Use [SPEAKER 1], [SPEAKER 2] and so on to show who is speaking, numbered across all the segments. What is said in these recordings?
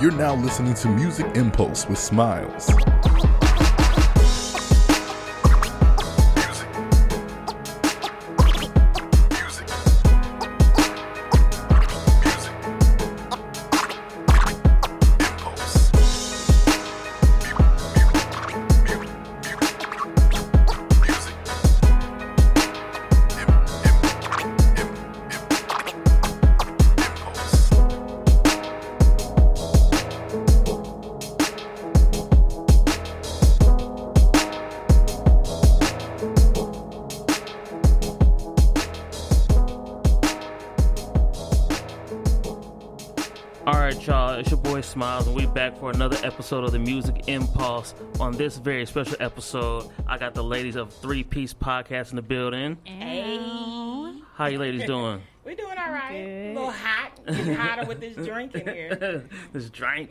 [SPEAKER 1] You're now listening to Music Impulse with Smiles. Music. Music. Music. Impulse. Music. Im- im- im- im- Impulse.
[SPEAKER 2] All right, y'all. It's your boy Smiles, and we back for another episode of the Music Impulse. On this very special episode, I got the ladies of Three Piece Podcast in the building. How you ladies doing?
[SPEAKER 3] We're doing all right. A little hot. Getting hotter with this drink in here.
[SPEAKER 2] this drink,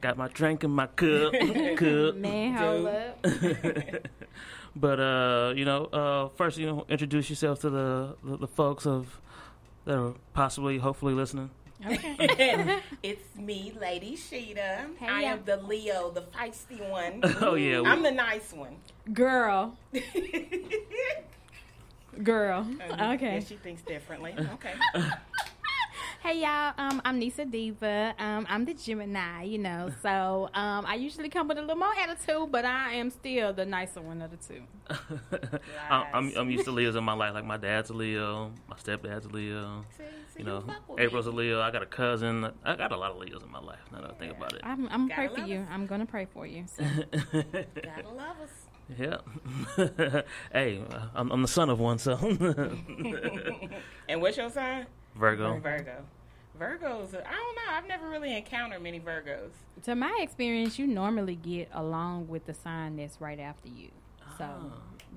[SPEAKER 2] got my drink in my cup, cup.
[SPEAKER 4] Man, hold up.
[SPEAKER 2] But uh, you know, uh, first you know, introduce yourself to the the, the folks of that are possibly, hopefully listening.
[SPEAKER 3] it's me, Lady Sheeta.
[SPEAKER 4] Hey,
[SPEAKER 3] I
[SPEAKER 4] yeah.
[SPEAKER 3] am the Leo, the feisty one.
[SPEAKER 2] Oh yeah, we-
[SPEAKER 3] I'm the nice one.
[SPEAKER 4] Girl. Girl.
[SPEAKER 3] Yeah,
[SPEAKER 4] Okay.
[SPEAKER 3] she thinks differently. Okay.
[SPEAKER 4] Hey y'all, um, I'm Nisa Diva. Um, I'm the Gemini, you know. So um I usually come with a little more attitude, but I am still the nicer one of the two.
[SPEAKER 2] I, I'm I'm used to Leos in my life. Like my dad's a Leo, my stepdad's a Leo.
[SPEAKER 3] See, see,
[SPEAKER 2] You know,
[SPEAKER 3] fuck with me.
[SPEAKER 2] April's a Leo. I got a cousin. I got a lot of Leos in my life. Now that I think about it,
[SPEAKER 4] I'm I'm
[SPEAKER 3] Gotta
[SPEAKER 4] pray for
[SPEAKER 3] love
[SPEAKER 4] you.
[SPEAKER 3] us.
[SPEAKER 4] I'm gonna pray for you. So.
[SPEAKER 3] Gotta love us.
[SPEAKER 2] yeah. hey, uh, I'm, I'm the son of one, so
[SPEAKER 3] And what's your sign?
[SPEAKER 2] Virgo.
[SPEAKER 3] Virgo. Virgos. are- I don't know. I've never really encountered many Virgos.
[SPEAKER 4] to my experience, you normally get along with the sign that's right after you. So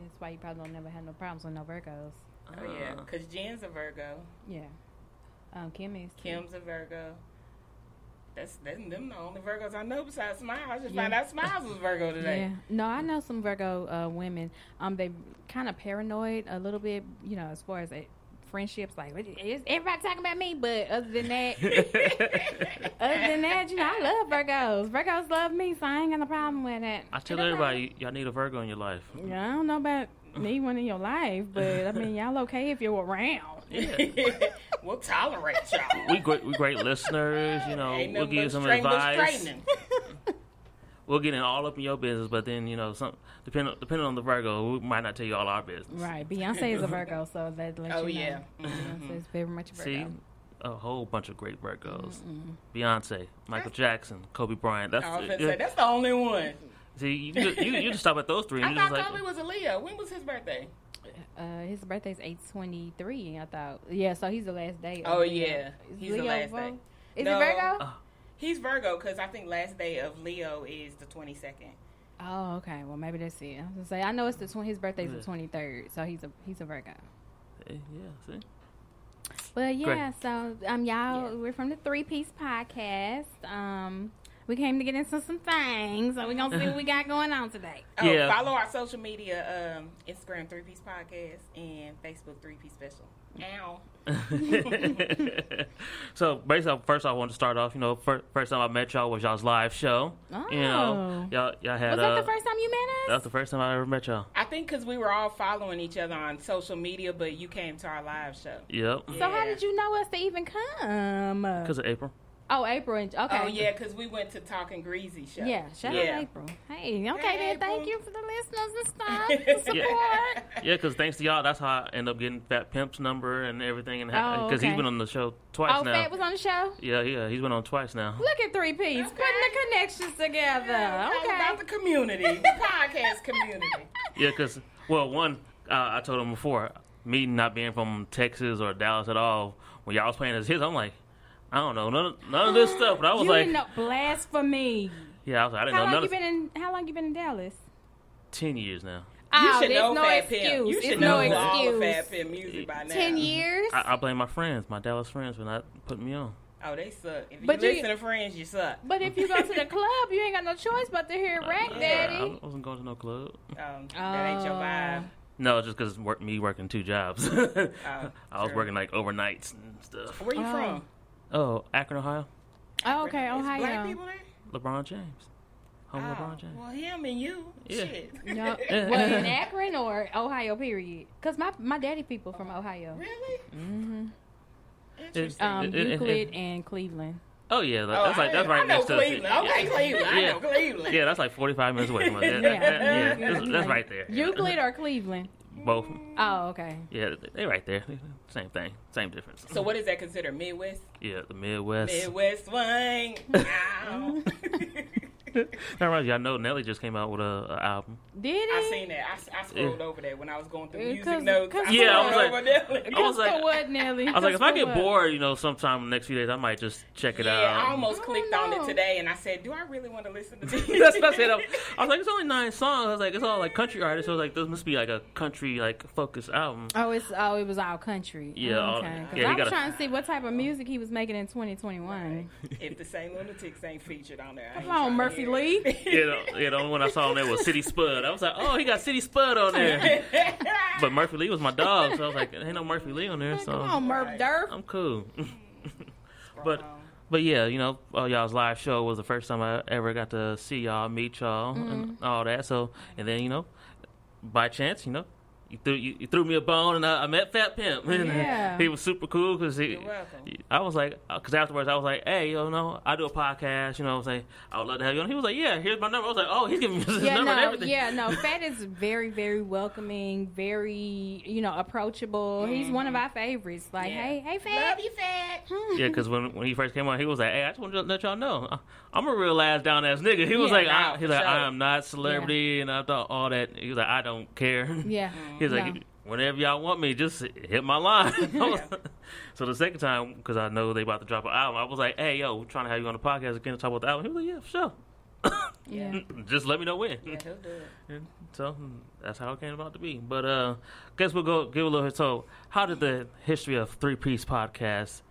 [SPEAKER 4] that's why you probably don't never have no problems with no Virgos.
[SPEAKER 3] Oh, yeah.
[SPEAKER 2] Ah.
[SPEAKER 3] Because Jen's a Virgo.
[SPEAKER 4] Yeah. Um, Kim is too.
[SPEAKER 3] Kim's a Virgo. That's, that's them the only Virgos I know besides Smiles. I just
[SPEAKER 4] Yeah.
[SPEAKER 3] found out Smiles was Virgo today.
[SPEAKER 4] Yeah. No, I know some Virgo uh, women. Um, they kind of paranoid a little bit. You know, as far as uh, friendships, like "What is everybody talking about me. But other than that, other than that, you know, I love Virgos. Virgos love me, so I ain't got no problem with it.
[SPEAKER 2] I tell everybody, y'all need a Virgo in your life.
[SPEAKER 4] Yeah, I don't know about need one in your life, but I mean, y'all okay if you're around.
[SPEAKER 3] we'll tolerate y'all.
[SPEAKER 2] We great, we great listeners. You know,
[SPEAKER 3] Ain't
[SPEAKER 2] we'll
[SPEAKER 3] nothing
[SPEAKER 2] give you
[SPEAKER 3] but
[SPEAKER 2] some
[SPEAKER 3] straight- but
[SPEAKER 2] advice.
[SPEAKER 3] straightening.
[SPEAKER 2] We'll get in all up in your business, but then you know, some depending depending on the Virgo, we might not tell you all our business.
[SPEAKER 4] Right. Beyonce is a Virgo, so that lets
[SPEAKER 3] Oh,
[SPEAKER 4] you know.
[SPEAKER 3] yeah.
[SPEAKER 4] Beyonce is very much a Virgo.
[SPEAKER 2] See, a whole bunch of great Virgos. Beyonce, Michael Jackson, Kobe Bryant. That's,
[SPEAKER 3] I was gonna
[SPEAKER 2] yeah.
[SPEAKER 3] say, that's the only one.
[SPEAKER 2] see, you, ju- you you just stop at those three. And
[SPEAKER 3] I
[SPEAKER 2] you just
[SPEAKER 3] thought
[SPEAKER 2] like,
[SPEAKER 3] Kobe was a Leo. When was his birthday?
[SPEAKER 4] Uh, his birthday's eight twenty three. I thought, yeah. So he's the last day. of
[SPEAKER 3] Oh,
[SPEAKER 4] Leo.
[SPEAKER 3] yeah.
[SPEAKER 4] Is
[SPEAKER 3] He's the last
[SPEAKER 4] Vir-
[SPEAKER 3] day.
[SPEAKER 4] Is
[SPEAKER 3] No.
[SPEAKER 4] it Virgo?
[SPEAKER 2] Uh,
[SPEAKER 3] He's Virgo because I think last day of Leo is the 22nd.
[SPEAKER 4] oh, okay. Well, maybe that's it. I was gonna say I know it's the tw- his birthday's
[SPEAKER 2] Yeah.
[SPEAKER 4] the twenty third, so he's a he's a Virgo.
[SPEAKER 2] eh, yeah, see.
[SPEAKER 4] But yeah, so um, y'all, we're from the Three Piece Podcast. Um, we came to get into some things, so we're gonna see what we got going on today.
[SPEAKER 3] Oh,
[SPEAKER 2] Yeah.
[SPEAKER 3] Follow our social media um, Instagram, Three Piece Podcast, and Facebook, Three Piece Special. Now,
[SPEAKER 2] so basically, first I want to start off. You know, first, first time I met y'all was y'all's live show. You know,
[SPEAKER 4] Oh.
[SPEAKER 2] y'all y'all had
[SPEAKER 4] Was that
[SPEAKER 2] uh,
[SPEAKER 4] the first time you
[SPEAKER 2] that
[SPEAKER 4] met us?
[SPEAKER 2] was the first time I ever met y'all.
[SPEAKER 3] I think because we were all following each other on social media, but you came to our live show.
[SPEAKER 2] Yep,
[SPEAKER 4] So how did you know us to even come?
[SPEAKER 2] because of April.
[SPEAKER 4] Oh, April. And, okay.
[SPEAKER 3] Oh, yeah, because we went to Talking Greasy show.
[SPEAKER 4] Yeah, shout
[SPEAKER 3] Yeah.
[SPEAKER 4] out April. Hey, okay
[SPEAKER 3] Hey,
[SPEAKER 4] then. Thank
[SPEAKER 3] April.
[SPEAKER 4] you for the listeners and stuff, the support.
[SPEAKER 2] Yeah, because thanks to y'all, that's how I end up getting Fat Pimp's number and everything, and
[SPEAKER 4] Oh,
[SPEAKER 2] because he's
[SPEAKER 4] okay.
[SPEAKER 2] been on the show twice
[SPEAKER 4] Oh,
[SPEAKER 2] now.
[SPEAKER 4] Fat was on the show.
[SPEAKER 2] yeah, yeah, he's been on twice now.
[SPEAKER 4] Look at Three Piece putting the connections together.
[SPEAKER 3] Talk about
[SPEAKER 4] okay.
[SPEAKER 3] the community, the podcast community.
[SPEAKER 2] Yeah, because well, one, uh, I told him before, me not being from Texas or Dallas at all, when y'all was playing as his, I'm like, I don't know none of, none of this stuff. But I was
[SPEAKER 4] you
[SPEAKER 2] like,
[SPEAKER 4] didn't know blasphemy.
[SPEAKER 2] yeah, I was like, I didn't
[SPEAKER 4] How
[SPEAKER 2] know
[SPEAKER 4] long
[SPEAKER 2] none
[SPEAKER 4] you
[SPEAKER 2] of
[SPEAKER 4] been in? How long you been in Dallas?
[SPEAKER 2] ten years now.
[SPEAKER 4] oh,
[SPEAKER 3] should
[SPEAKER 4] there's
[SPEAKER 3] know
[SPEAKER 4] no
[SPEAKER 3] Fat Pimp.
[SPEAKER 4] excuse.
[SPEAKER 3] You should
[SPEAKER 4] it's
[SPEAKER 3] know
[SPEAKER 4] no
[SPEAKER 3] all of
[SPEAKER 4] excuse.
[SPEAKER 3] Fat Pimp music by now.
[SPEAKER 4] Ten years.
[SPEAKER 2] I, I blame my friends, my Dallas friends, for not putting me on.
[SPEAKER 3] Oh, they suck. If
[SPEAKER 4] But
[SPEAKER 3] you
[SPEAKER 4] you-
[SPEAKER 3] listen to friends, you suck.
[SPEAKER 4] but if you go to the club, you ain't got no choice but to hear Rack
[SPEAKER 2] I-
[SPEAKER 4] Daddy.
[SPEAKER 2] I wasn't going to no club.
[SPEAKER 3] Um, That ain't your
[SPEAKER 4] Oh.
[SPEAKER 3] vibe.
[SPEAKER 2] No, just because work, me working two jobs. I was
[SPEAKER 3] Oh, true.
[SPEAKER 2] working like overnights and stuff.
[SPEAKER 3] Where you
[SPEAKER 4] Oh.
[SPEAKER 3] from?
[SPEAKER 2] Oh, Akron, Ohio.
[SPEAKER 4] Oh, okay,
[SPEAKER 3] Is Black
[SPEAKER 4] Ohio.
[SPEAKER 3] people there?
[SPEAKER 2] LeBron James. Home
[SPEAKER 3] Oh,
[SPEAKER 2] LeBron James.
[SPEAKER 3] Well, him and you.
[SPEAKER 2] Yeah.
[SPEAKER 3] Shit.
[SPEAKER 4] Yup. well, in Akron or Ohio, period. Because my, my daddy people from Ohio.
[SPEAKER 3] Really?
[SPEAKER 4] hmm
[SPEAKER 3] Interesting.
[SPEAKER 4] Um,
[SPEAKER 2] It- it- it-
[SPEAKER 4] Euclid and Cleveland.
[SPEAKER 2] Oh yeah, that-
[SPEAKER 3] Oh,
[SPEAKER 2] that's like that's
[SPEAKER 3] I-
[SPEAKER 2] right
[SPEAKER 3] I know
[SPEAKER 2] next to
[SPEAKER 3] Cleveland.
[SPEAKER 2] the city.
[SPEAKER 3] Okay, Cleveland. I
[SPEAKER 2] Yeah.
[SPEAKER 3] know Cleveland.
[SPEAKER 2] Yeah, that's like forty five minutes away from us. Yeah, that- that- yeah, that's, that's right there.
[SPEAKER 4] Euclid or Cleveland?
[SPEAKER 2] both.
[SPEAKER 4] Oh, okay.
[SPEAKER 2] Yeah, they right there. Same thing, same difference.
[SPEAKER 3] So what is that considered? Midwest?
[SPEAKER 2] Yeah, the Midwest.
[SPEAKER 3] Midwest swing. Ow.
[SPEAKER 2] That reminds me, I know Nelly just came out with a, a album.
[SPEAKER 4] Did
[SPEAKER 3] I
[SPEAKER 4] it?
[SPEAKER 3] seen that. I, s- I scrolled over that when I was going through
[SPEAKER 4] Yeah,
[SPEAKER 3] music
[SPEAKER 4] 'cause-
[SPEAKER 3] notes.
[SPEAKER 4] 'cause
[SPEAKER 3] I
[SPEAKER 2] Yeah, I
[SPEAKER 3] scrolled
[SPEAKER 2] was
[SPEAKER 3] over that.
[SPEAKER 2] I was
[SPEAKER 4] Cause
[SPEAKER 2] like-
[SPEAKER 4] for what, Nelly?
[SPEAKER 2] I was like, if I get
[SPEAKER 4] what?
[SPEAKER 2] bored, you know, sometime in the next few days, I might just check it
[SPEAKER 3] yeah, I
[SPEAKER 2] out.
[SPEAKER 3] almost
[SPEAKER 4] I don't
[SPEAKER 3] clicked on
[SPEAKER 4] know.
[SPEAKER 3] it today, and I said, "Do I really want to listen to this?"
[SPEAKER 2] that's what I said. I was- I was like, it's only nine songs. I was like, it's all like country artists. So I was like, this must be like a country like focused album.
[SPEAKER 4] Oh, it's oh, it was all country.
[SPEAKER 2] Yeah, all-
[SPEAKER 4] okay. 'Cause
[SPEAKER 2] yeah, you
[SPEAKER 4] I was
[SPEAKER 2] gotta-
[SPEAKER 4] trying to see what type of music he was making in 2021.
[SPEAKER 3] if the same lunatics ain't featured on there, I ain't
[SPEAKER 4] Come on,
[SPEAKER 3] trying to
[SPEAKER 4] Murphy
[SPEAKER 3] hear
[SPEAKER 4] Lee.
[SPEAKER 3] it.
[SPEAKER 2] You know, yeah, the only one I saw on there was City Spud. I was like, oh, he got City Spud on there. But Murphy Lee was my dog, so I was like, ain't no Murphy Lee on there, so
[SPEAKER 4] Come on, Murph
[SPEAKER 3] Right.
[SPEAKER 4] Durf.
[SPEAKER 2] I'm cool. but
[SPEAKER 3] Um,
[SPEAKER 2] But yeah, you know, uh, y'all's live show was the first time I ever got to see y'all, meet y'all, and
[SPEAKER 4] Mm-hmm.
[SPEAKER 2] all that. So, and then you know, by chance, you know, you threw you, you threw me a bone, and I, I met Fat Pimp. And
[SPEAKER 4] Yeah.
[SPEAKER 2] he was super cool because he.
[SPEAKER 3] You're welcome.
[SPEAKER 2] I was like, because afterwards I was like, hey, you know, I do a podcast. You know, what I'm saying I would love to have you on. He was like, yeah, here's my number. I was like, oh, he's giving me his
[SPEAKER 4] Yeah,
[SPEAKER 2] number and
[SPEAKER 4] no,
[SPEAKER 2] everything.
[SPEAKER 4] yeah, no. Fat is very, very welcoming, very, you know, approachable. He's one of our favorites. Like,
[SPEAKER 3] Mm-hmm. Yeah.
[SPEAKER 4] hey, hey, Fat.
[SPEAKER 3] Love you, Fat.
[SPEAKER 2] Yeah, because when when he first came on, he was like, "Hey, I just want to let y'all know, I- I'm a real ass down ass nigga." He was
[SPEAKER 4] Yeah,
[SPEAKER 2] like,
[SPEAKER 3] nah,
[SPEAKER 2] I,
[SPEAKER 3] for
[SPEAKER 2] "He's like,
[SPEAKER 3] sure.
[SPEAKER 2] I am not celebrity, and I thought all that." He was like, "I don't care."
[SPEAKER 4] Yeah.
[SPEAKER 2] He was
[SPEAKER 4] No.
[SPEAKER 2] like, "Whenever y'all want me, just hit my line." I was- so the second time, because I know they about to drop an album, I was like, "Hey, yo, we're trying to have you on the podcast again to talk about the album." He was like, "Yeah, for sure."
[SPEAKER 4] Yeah.
[SPEAKER 2] Just let me know when.
[SPEAKER 3] Yeah, he'll do it.
[SPEAKER 2] So mm, that's how it came about to be. But uh guess we'll go give a little. So how did the history of three piece podcast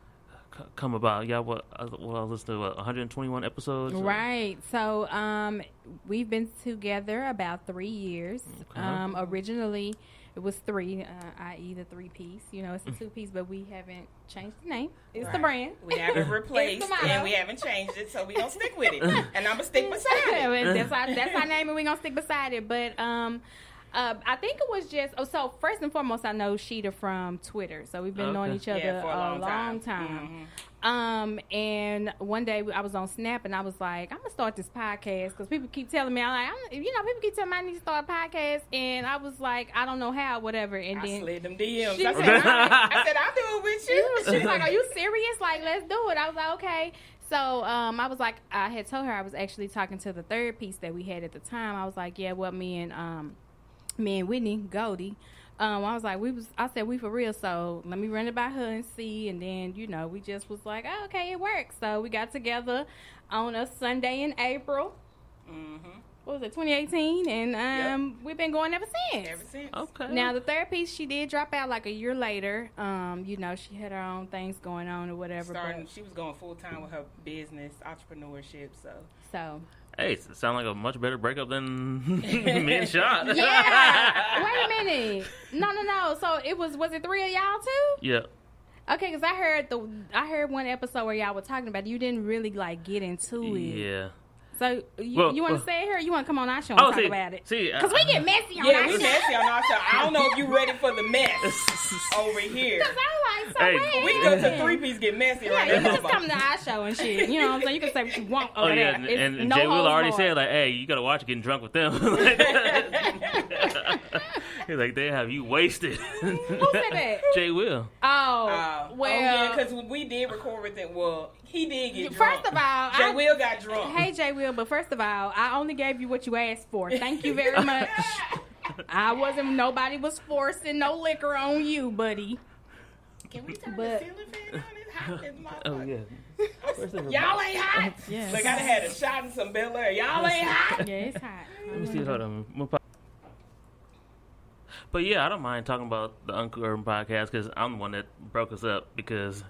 [SPEAKER 2] c- come about? Y'all, what? uh, Well, listen to what, 121 episodes.
[SPEAKER 4] Right. So um, we've been together about three years.
[SPEAKER 2] Okay.
[SPEAKER 4] Um, originally, it was three, uh, i.e., the three piece. You know, it's a two piece, but we haven't changed the name. It's the brand.
[SPEAKER 3] Right. We haven't replaced
[SPEAKER 4] It's the motto.
[SPEAKER 3] and we haven't changed it, so we gonna stick with it. And I'm gonna stick beside it.
[SPEAKER 4] Well, that's, our, that's our name, and we're gonna stick beside it. But um, uh, I think it was just oh, so first and foremost, I know Sheeta from Twitter, so we've been knowing
[SPEAKER 2] Okay.
[SPEAKER 4] each other
[SPEAKER 3] Yeah, for a long time. Mm-hmm.
[SPEAKER 4] time. Um, and one day I was on Snap, and I was like, I'm gonna start this podcast because people keep telling me, I'm like, I'm, you know, people keep telling me I need to start a podcast, and I was like, I don't know how, whatever. And
[SPEAKER 3] I
[SPEAKER 4] then
[SPEAKER 3] slid them DMs.
[SPEAKER 4] She
[SPEAKER 3] I, said,
[SPEAKER 4] said-
[SPEAKER 3] I, I said, I'll do it with you.
[SPEAKER 4] she was like, "Are you serious? Like, let's do it." I was like, "Okay." So um, I was like, I had told her I was actually talking to the third piece that we had at the time. I was like, "Yeah, well, me and um, me and Whitney Goldie." Um, I was like, we was. I said we for real, so let me run it by her and see. And then you know, we just was like, oh, okay, it works. So we got together on a Sunday in April.
[SPEAKER 3] Mhm.
[SPEAKER 4] What was it, 2018? And um, we've been going ever since.
[SPEAKER 3] Ever since.
[SPEAKER 2] Okay.
[SPEAKER 4] Now the third piece, she did drop out like a year later. Um, you know, she had her own things going on or whatever.
[SPEAKER 3] Starting,
[SPEAKER 4] But,
[SPEAKER 3] she was going full time with her business entrepreneurship. So
[SPEAKER 4] so
[SPEAKER 2] hey, it sounds like a much better breakup than me and Sean.
[SPEAKER 4] yeah. Wait a minute. No, no, no. So it was was it three of y'all too?
[SPEAKER 2] Yeah.
[SPEAKER 4] Okay, because I heard the I heard one episode where y'all were talking about it. you didn't really like get into it.
[SPEAKER 2] Yeah.
[SPEAKER 4] So you,
[SPEAKER 2] Well,
[SPEAKER 4] you want to
[SPEAKER 2] uh,
[SPEAKER 4] say it here? Or you want to come on our show and
[SPEAKER 2] Oh,
[SPEAKER 4] talk
[SPEAKER 2] see,
[SPEAKER 4] about it?
[SPEAKER 2] see, uh,
[SPEAKER 4] because we get messy on
[SPEAKER 3] yeah,
[SPEAKER 4] our
[SPEAKER 3] we
[SPEAKER 4] show.
[SPEAKER 3] messy on our show. I don't know if you ready for the mess over here.
[SPEAKER 4] 'Cause I'm like, so
[SPEAKER 2] Hey,
[SPEAKER 4] wait.
[SPEAKER 3] We go to three piece get messy
[SPEAKER 4] Yeah,
[SPEAKER 3] right
[SPEAKER 4] you can
[SPEAKER 3] now.
[SPEAKER 4] just come to our show and shit. You know what I'm saying? You can say what you want
[SPEAKER 2] Oh
[SPEAKER 4] over
[SPEAKER 2] yeah,
[SPEAKER 4] there.
[SPEAKER 2] and,
[SPEAKER 4] It's
[SPEAKER 2] and
[SPEAKER 4] no
[SPEAKER 2] Jay Will
[SPEAKER 4] holds
[SPEAKER 2] already
[SPEAKER 4] barred.
[SPEAKER 2] said like, "Hey, you gotta watch getting drunk with them." He's like, "They have you wasted." Who
[SPEAKER 4] said that?
[SPEAKER 2] Jay Will.
[SPEAKER 4] Oh,
[SPEAKER 3] Uh,
[SPEAKER 4] well.
[SPEAKER 3] oh yeah, because we did record with it. Well, he did get drunk.
[SPEAKER 4] First of all,
[SPEAKER 3] Jay
[SPEAKER 4] I-
[SPEAKER 3] Will got drunk.
[SPEAKER 4] hey Jay Will, but first of all, I only gave you what you asked for. Thank you very much. I wasn't. Nobody was forcing no liquor on you, buddy.
[SPEAKER 3] can we turn
[SPEAKER 4] but-
[SPEAKER 3] the ceiling fan on? It's hot in my
[SPEAKER 2] Oh yeah.
[SPEAKER 3] Y'all ain't hot.
[SPEAKER 4] Yes.
[SPEAKER 3] Like I done had a shot and some Bel Air. Y'all ain't hot.
[SPEAKER 4] Yeah, it's hot.
[SPEAKER 2] Let me see. Hold on. We'll pop- But yeah, I don't mind talking about the Uncle Urban podcast because I'm the one that broke us up because.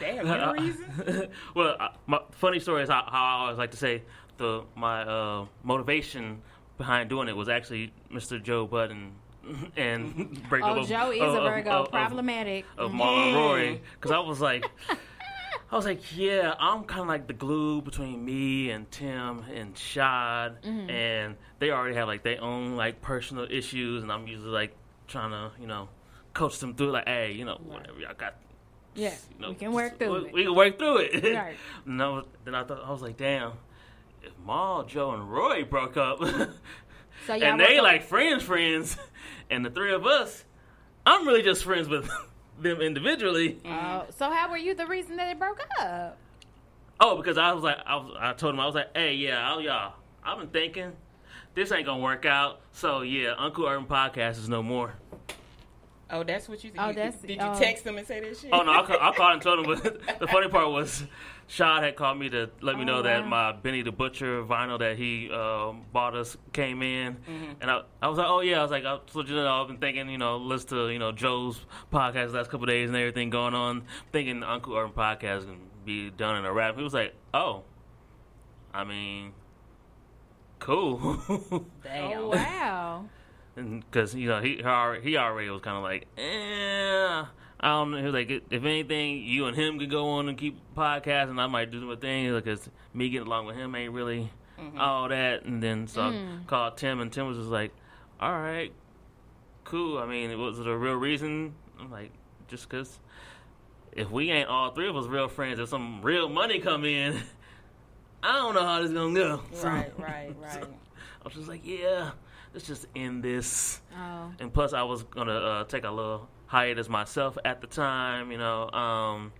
[SPEAKER 3] Damn, you the reason?
[SPEAKER 2] well, I, my funny story is how, how I always like to say the my uh, motivation behind doing it was actually Mr. Joe Budden and break up
[SPEAKER 4] Oh,
[SPEAKER 2] of-
[SPEAKER 4] Joe is
[SPEAKER 2] of-
[SPEAKER 4] a
[SPEAKER 2] of-
[SPEAKER 4] Virgo,
[SPEAKER 2] of- of-
[SPEAKER 4] problematic.
[SPEAKER 2] of Marlon Roy because I was like, I was like, yeah, I'm kind of like the glue between me and Tim and Shad,
[SPEAKER 4] Mm-hmm.
[SPEAKER 2] and they already have like their own like personal issues, and I'm usually like trying to you know coach them through like, hey, you know, whatever y'all got.
[SPEAKER 4] Yeah,
[SPEAKER 2] you know,
[SPEAKER 4] we can
[SPEAKER 2] just-
[SPEAKER 4] work through
[SPEAKER 2] we,
[SPEAKER 4] it.
[SPEAKER 2] we can work through it.
[SPEAKER 4] Right.
[SPEAKER 2] no, then I thought I was like, damn, if Maul, Joe, and Roy broke up,
[SPEAKER 4] So y'all
[SPEAKER 2] and
[SPEAKER 4] work
[SPEAKER 2] they
[SPEAKER 4] on-
[SPEAKER 2] like friends, friends, and the three of us, I'm really just friends with them individually.
[SPEAKER 4] Oh, so how were you the reason that it broke up?
[SPEAKER 2] Oh, because I was like, I, was, I told him, I was like, hey, yeah, I, y'all, I've been thinking this ain't gonna work out. So yeah, Uncle Urban podcast is no more.
[SPEAKER 3] Oh, that's what you.
[SPEAKER 4] Oh,
[SPEAKER 3] you-
[SPEAKER 4] that's-
[SPEAKER 3] Did you
[SPEAKER 4] oh.
[SPEAKER 3] text them and say that shit?
[SPEAKER 2] Oh no, I, ca- I called and told him. But the funny part was, Shad had called me to let me
[SPEAKER 4] Oh,
[SPEAKER 2] know that
[SPEAKER 4] wow.
[SPEAKER 2] my Benny the Butcher vinyl that he um, bought us came in,
[SPEAKER 4] Mm-hmm.
[SPEAKER 2] and I, I was like, oh yeah, I was like, I switched it up and thinking, you know, listen to you know Joe's podcast the last couple of days and everything going on, thinking Uncle Urban podcast can be done in a wrap. He was like, oh, I mean, cool.
[SPEAKER 3] Damn.
[SPEAKER 4] Oh wow.
[SPEAKER 2] because you know he he already, he already was kind of like, eh, I don't know. He was like, if anything, you and him could go on and keep podcasting. I might do my thing because me getting along with him ain't really
[SPEAKER 3] Mm-hmm.
[SPEAKER 2] all that. And then so I called Tim, and Tim was just like, all right, cool. I mean, was it a real reason? I'm like, just because if we ain't all three of us real friends, if some real money come in. I don't know how this gonna go. So-
[SPEAKER 3] Right, right, right.
[SPEAKER 2] so I was just like, yeah, let's just end this.
[SPEAKER 4] Oh,
[SPEAKER 2] And plus, I was gonna uh, take a little hiatus myself at the time, you know. Um,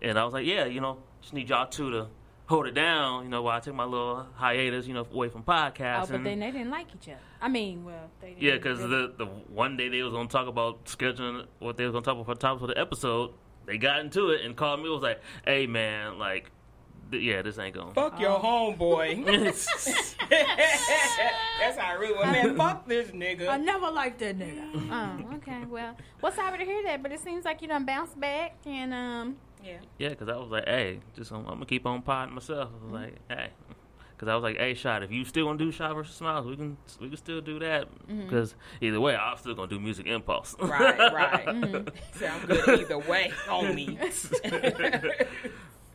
[SPEAKER 2] and I was like, yeah, you know, just need y'all two to hold it down, you know, while I take my little hiatus, you know, away from podcasting.
[SPEAKER 4] oh, but then they didn't like each other. I mean, well, they didn't
[SPEAKER 2] yeah, because
[SPEAKER 4] really-
[SPEAKER 2] the the one day they was gonna talk about scheduling what they was gonna talk about for topics for the episode, they got into it and called me. Was like, hey man, like, th- yeah, this ain't going.
[SPEAKER 3] Fuck your
[SPEAKER 4] Oh.
[SPEAKER 3] homeboy. That's how I really was. Man, fuck this
[SPEAKER 4] I
[SPEAKER 3] nigga.
[SPEAKER 4] never liked that nigga. oh, okay. Well, what's sorry to hear that, but it seems like you done bounced back and um.
[SPEAKER 3] Yeah.
[SPEAKER 2] Yeah, because I was like, hey, just I'm, gonna keep on potting myself. I was
[SPEAKER 3] Mm-hmm.
[SPEAKER 2] like, hey, because I was like, hey, shot. If you still gonna do shot versus smiles, we can we can still do that. Because either way, I'm still gonna do music impulse.
[SPEAKER 3] Mm-hmm. Right, right. Sound good either way, homie.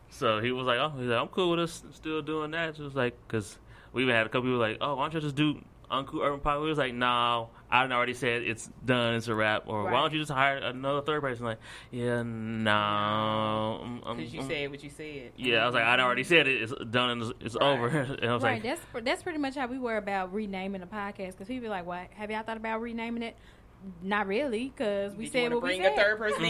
[SPEAKER 2] so he was like, oh, he's like, I'm cool with us still doing that. Just like, because we even had a couple people like, oh, why don't you just do Uncle Urban Pop? We was like, no, I done already said it's done, it's a wrap. Or why
[SPEAKER 4] Right.
[SPEAKER 2] don't you just hire another third person? Like, yeah, no, I'm- I'm-
[SPEAKER 3] Because you
[SPEAKER 2] I'm-
[SPEAKER 3] said what you said.
[SPEAKER 2] Um, Yeah, I was like, I done already said it. It's done and it's, it's
[SPEAKER 3] Right.
[SPEAKER 2] over. and I was
[SPEAKER 4] Right,
[SPEAKER 2] like,
[SPEAKER 4] that's pr- that's pretty much how we were about renaming the podcast because people be like, "What? Have y'all thought about renaming it?" Not really, because we
[SPEAKER 3] Did
[SPEAKER 4] said
[SPEAKER 3] you
[SPEAKER 4] what
[SPEAKER 3] want to bring
[SPEAKER 4] we said.
[SPEAKER 3] a third person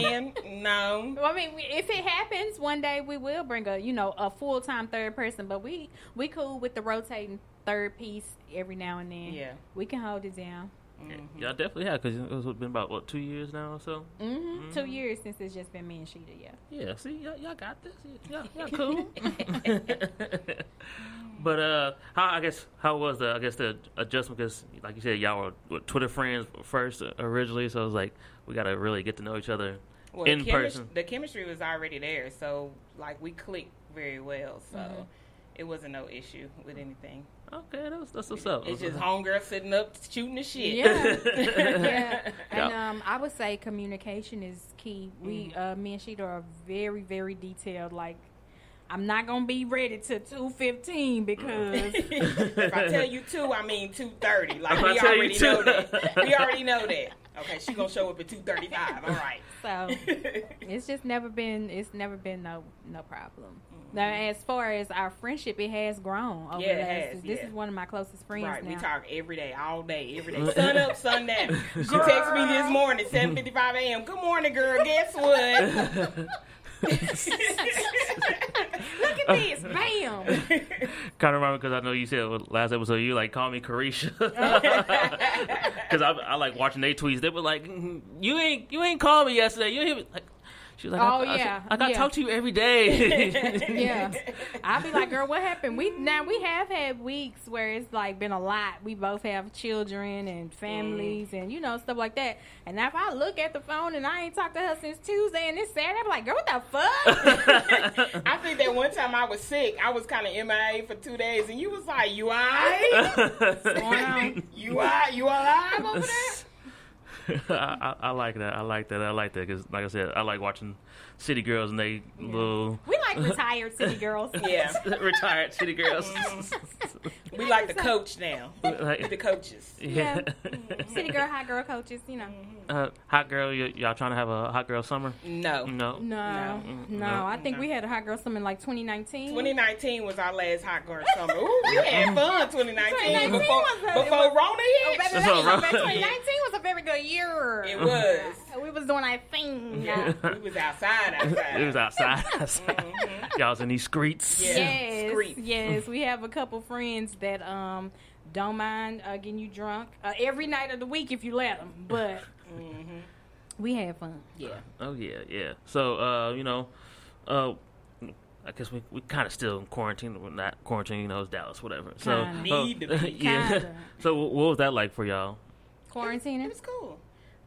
[SPEAKER 3] in? No.
[SPEAKER 4] Well, I mean, we- if it happens one day, we will bring a you know a full time third person. But we we cool with the rotating third piece every now and then.
[SPEAKER 3] Yeah.
[SPEAKER 4] we can hold it down.
[SPEAKER 3] Mm-hmm.
[SPEAKER 2] Yeah, I definitely have because it's been about what two years now or so.
[SPEAKER 4] hmm
[SPEAKER 3] Mm-hmm.
[SPEAKER 4] Two years since it's just been me and Sheeta. Yeah.
[SPEAKER 2] Yeah, see, y'all, y'all got this. Y'all, y'all cool. but uh, how I guess how was the I guess the adjustment? Because like you said, y'all were, were Twitter friends first originally, so it was like we got to really get to know each other
[SPEAKER 3] Well,
[SPEAKER 2] in
[SPEAKER 3] the chemis-
[SPEAKER 2] person.
[SPEAKER 3] The chemistry was already there, so like we clicked very well, so
[SPEAKER 4] Mm-hmm.
[SPEAKER 3] it wasn't no issue with anything.
[SPEAKER 2] Okay, that's that's what's up.
[SPEAKER 3] It's just homegirl sitting up shooting the shit.
[SPEAKER 4] Yeah. yeah. And
[SPEAKER 2] Yeah.
[SPEAKER 4] um, I would say communication is key. We,
[SPEAKER 3] Mm-hmm.
[SPEAKER 4] uh, me and Sheeta are very, very detailed. Like, I'm not gonna be ready till two fifteen because
[SPEAKER 3] Mm. if I tell you two, I mean two thirty. Like
[SPEAKER 2] If I
[SPEAKER 3] we
[SPEAKER 2] tell you
[SPEAKER 3] already
[SPEAKER 2] two.
[SPEAKER 3] know that. We already know that. Okay, she gonna show up at two thirty five. All right.
[SPEAKER 4] so it's just never been. It's never been no no problem. Now, as far as our friendship, it has grown. Over
[SPEAKER 3] Mm-hmm. Yeah,
[SPEAKER 4] the
[SPEAKER 3] it
[SPEAKER 4] last-
[SPEAKER 3] has,
[SPEAKER 4] This
[SPEAKER 3] yeah.
[SPEAKER 4] is one of my closest friends
[SPEAKER 3] Right,
[SPEAKER 4] now.
[SPEAKER 3] we talk every day, all day, every day. Sun up, sun down. She texted me this morning, seven fifty five a.m. Good morning, girl. Guess what?
[SPEAKER 4] Look at this, bam!
[SPEAKER 2] Kind of remember because I know you said last episode you like call me Carisha because I, I like watching their tweets. They were like, "Mm, "You ain't you ain't called me yesterday. You ain't even-" like." She was like,
[SPEAKER 4] Oh,
[SPEAKER 2] I,
[SPEAKER 4] yeah,
[SPEAKER 2] I, I got to
[SPEAKER 4] yeah.
[SPEAKER 2] talk to you every day."
[SPEAKER 4] Yeah, I'll be like, girl, what happened? We now we have had weeks where it's like been a lot. We both have children and families and you know stuff like that. And now if I look at the phone and I ain't talked to her since Tuesday and it's Saturday, I'm like, girl, what the fuck?
[SPEAKER 3] I think that one time I was sick, I was kind of MIA for two days, and you was like, "You alright? You alright? You alright over there?"
[SPEAKER 2] I, I, I like that. I like that. I like that because, like I said, I like watching City Girls and they little
[SPEAKER 4] we
[SPEAKER 5] like retired city girls.
[SPEAKER 3] Yeah,
[SPEAKER 2] Retired city girls.
[SPEAKER 3] we like the coach now. The
[SPEAKER 2] Like,
[SPEAKER 3] coaches.
[SPEAKER 2] yeah.
[SPEAKER 5] City girl, hot girl coaches, you know.
[SPEAKER 2] Uh, hot girl, y- y'all trying to have a hot girl summer?
[SPEAKER 3] No.
[SPEAKER 2] No.
[SPEAKER 4] No,
[SPEAKER 2] Mm,
[SPEAKER 4] no,
[SPEAKER 2] no.
[SPEAKER 4] I think we had a hot girl summer in like 2019.
[SPEAKER 3] 2019 was our last hot girl summer. Ooh, we had fun 2019,
[SPEAKER 5] 2019
[SPEAKER 3] before
[SPEAKER 5] was a-
[SPEAKER 3] before Rona
[SPEAKER 5] Oh,
[SPEAKER 3] hit.
[SPEAKER 5] baby,
[SPEAKER 2] That's
[SPEAKER 5] that
[SPEAKER 2] all
[SPEAKER 5] was-
[SPEAKER 2] right.
[SPEAKER 5] 2019 was a very good year.
[SPEAKER 3] It was.
[SPEAKER 5] We was doing our thing.
[SPEAKER 3] Yeah, we was outside. Outside.
[SPEAKER 2] It was outside. Y'all was in these streets.
[SPEAKER 3] Mm-hmm. Yeah.
[SPEAKER 4] Yes,
[SPEAKER 3] Screech.
[SPEAKER 4] yes, we have a couple friends that um don't mind uh, getting you drunk uh, every night of the week if you let them, but we had fun.
[SPEAKER 3] Mm-hmm. yeah.
[SPEAKER 2] Oh yeah, yeah. So uh, you know, uh, I guess we we kind of still in quarantine. We're not quarantine, you know, it's Dallas, whatever. So
[SPEAKER 4] Kinda.
[SPEAKER 2] oh,
[SPEAKER 3] Need to be.
[SPEAKER 2] yeah.
[SPEAKER 4] Kinda.
[SPEAKER 2] So wh- what was that like for y'all?
[SPEAKER 3] It
[SPEAKER 4] Quarantining.
[SPEAKER 3] was cool.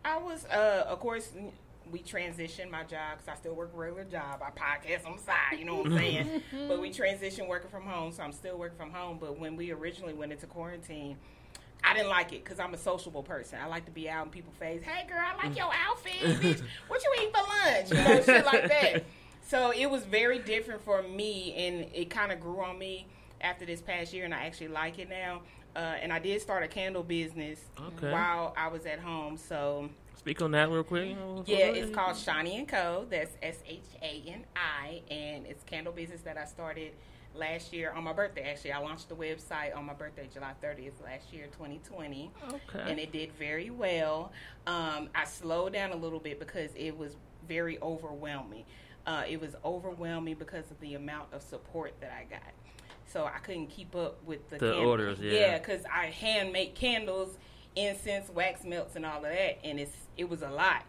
[SPEAKER 3] I was, uh, of course, n- we transitioned my job because I still work a regular job. I podcast on the side, you know what I'm saying? but we transitioned working from home, so I'm still working from home. But when we originally went into quarantine, I didn't like it because I'm a sociable person. I like to be out in people's face. Hey, girl, I like your outfit. Bitch, what you eating for lunch? You know, shit like that. So it was very different for me, and it kind of grew on me after this past year, and I actually like it now. Uh, and I did start a candle business
[SPEAKER 2] Okay.
[SPEAKER 3] while I was at home. So
[SPEAKER 2] Speak on that real quick.
[SPEAKER 3] yeah, it's called Shani and Co. That's S H A N I, and it's candle business that I started last year on my birthday. Actually, I launched the website on my birthday, July 30th last year, 2020
[SPEAKER 2] Okay.
[SPEAKER 3] and it did very well. Um, I slowed down a little bit because it was very overwhelming. Uh, it was overwhelming because of the amount of support that I got. So I couldn't keep up with the,
[SPEAKER 2] The
[SPEAKER 3] candles.
[SPEAKER 2] orders, yeah.
[SPEAKER 3] because I hand make candles, incense, wax melts, and all of that, and it's it was a lot.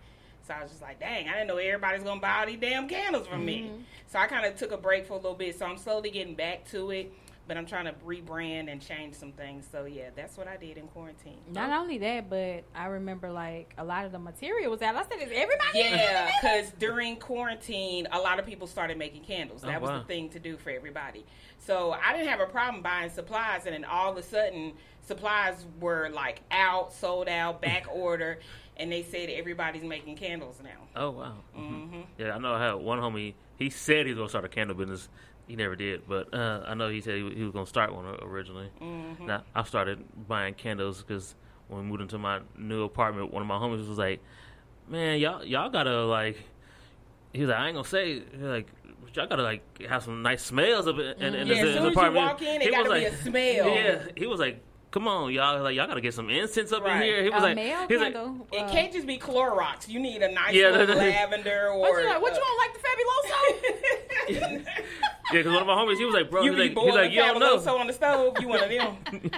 [SPEAKER 3] So I was just like, dang, I didn't know everybody's gonna buy all these damn candles from me.
[SPEAKER 2] Mm-hmm.
[SPEAKER 3] So I kind of took a break for a little bit. So I'm slowly getting back to it, but I'm trying to rebrand and change some things. So yeah, that's what I did in quarantine.
[SPEAKER 4] Not only that, but I remember like a lot of the material was out. I said, "Is everybody?"
[SPEAKER 3] Yeah, because during quarantine, a lot of people started making candles. That
[SPEAKER 2] Oh,
[SPEAKER 3] was
[SPEAKER 2] wow.
[SPEAKER 3] the thing to do for everybody. So I didn't have a problem buying supplies, and then all of a sudden, supplies were like out, sold out, back order, and they said everybody's making candles now.
[SPEAKER 2] Oh wow.
[SPEAKER 3] Mm-hmm.
[SPEAKER 2] hmm Yeah, I know. I had one homie. He said he was gonna start a candle business. He never did, but uh, I know he said he, he was gonna start one originally.
[SPEAKER 3] Mm-hmm.
[SPEAKER 2] Now I started buying candles because when we moved into my new apartment, one of my homies was like, "Man, y'all y'all gotta like." He was like, "I ain't gonna say he was like." "But Y'all gotta like have some nice smells up in, in, in
[SPEAKER 3] Yeah,
[SPEAKER 2] this,
[SPEAKER 3] as
[SPEAKER 2] this
[SPEAKER 3] soon as you
[SPEAKER 2] apartment.
[SPEAKER 3] walk in, it
[SPEAKER 2] He was
[SPEAKER 3] gotta be
[SPEAKER 2] like-
[SPEAKER 3] a smell.
[SPEAKER 2] Yeah, he was like, "Come on, y'all! Like y'all gotta get some incense up in
[SPEAKER 3] Right.
[SPEAKER 2] here." He was
[SPEAKER 4] A
[SPEAKER 2] like,
[SPEAKER 4] male
[SPEAKER 2] he was like,
[SPEAKER 4] candle.
[SPEAKER 3] It
[SPEAKER 4] uh,
[SPEAKER 3] can't just be Clorox. You need a nice
[SPEAKER 2] Yeah,
[SPEAKER 3] little
[SPEAKER 2] that- that-
[SPEAKER 3] lavender or.
[SPEAKER 4] What you like? What you don't like the fabuloso?
[SPEAKER 2] "Yeah," because one of my homies, he was like, "Bro,
[SPEAKER 3] You
[SPEAKER 2] he's
[SPEAKER 3] be
[SPEAKER 2] like, he's
[SPEAKER 3] boiling
[SPEAKER 2] like, you don't know."
[SPEAKER 3] Fabuloso on the stove. You one of them.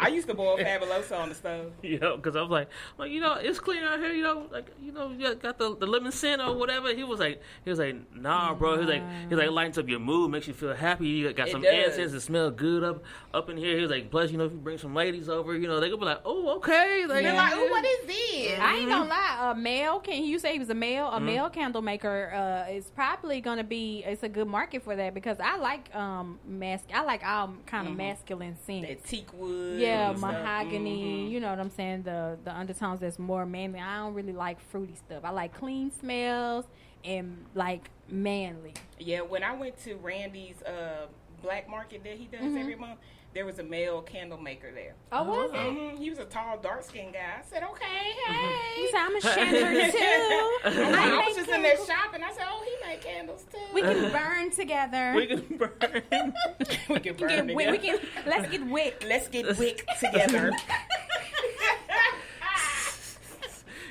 [SPEAKER 3] I used to boil Fabuloso on the stove.
[SPEAKER 2] you know, because I was like, well, you know, it's clean out here, you know, like, you know, you got the, the lemon scent or whatever. He was like, he was like, nah, bro. He was like, he was like, lightens up your mood, makes you feel happy. You got
[SPEAKER 3] It
[SPEAKER 2] some
[SPEAKER 3] does.
[SPEAKER 2] incense that smell good up up in here. He was like, plus, you know, if you bring some ladies over, you know, they gonna be like, oh, okay, like,
[SPEAKER 3] They're like, ooh, what is this?
[SPEAKER 4] I ain't gonna lie. A male can you say he was a male?
[SPEAKER 2] Mm-hmm.
[SPEAKER 4] A male candle maker uh, is probably gonna be. It's a good market for that because I like um mask. I like all kind of masculine scents.
[SPEAKER 3] that teak wood.
[SPEAKER 4] yeah,
[SPEAKER 3] and stuff. Mm-hmm.
[SPEAKER 4] mahogany. You know what I'm saying? The the undertones that's more manly. I don't really like fruity stuff. I like clean smells and like manly.
[SPEAKER 3] Yeah, when I went to Randy's uh, black market that he does
[SPEAKER 4] Mm-hmm.
[SPEAKER 3] every month, there was a male candle maker there.
[SPEAKER 4] Oh, was it?
[SPEAKER 3] hmm He was a tall, dark skinned guy. I said, okay, hey.
[SPEAKER 4] You said I'm a chandler too.
[SPEAKER 3] I,
[SPEAKER 4] I
[SPEAKER 3] was
[SPEAKER 4] make
[SPEAKER 3] just in there shopping. I said, oh, he made candles too.
[SPEAKER 4] We can burn together.
[SPEAKER 2] we can burn.
[SPEAKER 3] we can burn
[SPEAKER 4] Get wi-
[SPEAKER 3] together.
[SPEAKER 4] we can let's get wick.
[SPEAKER 3] Let's get wick together.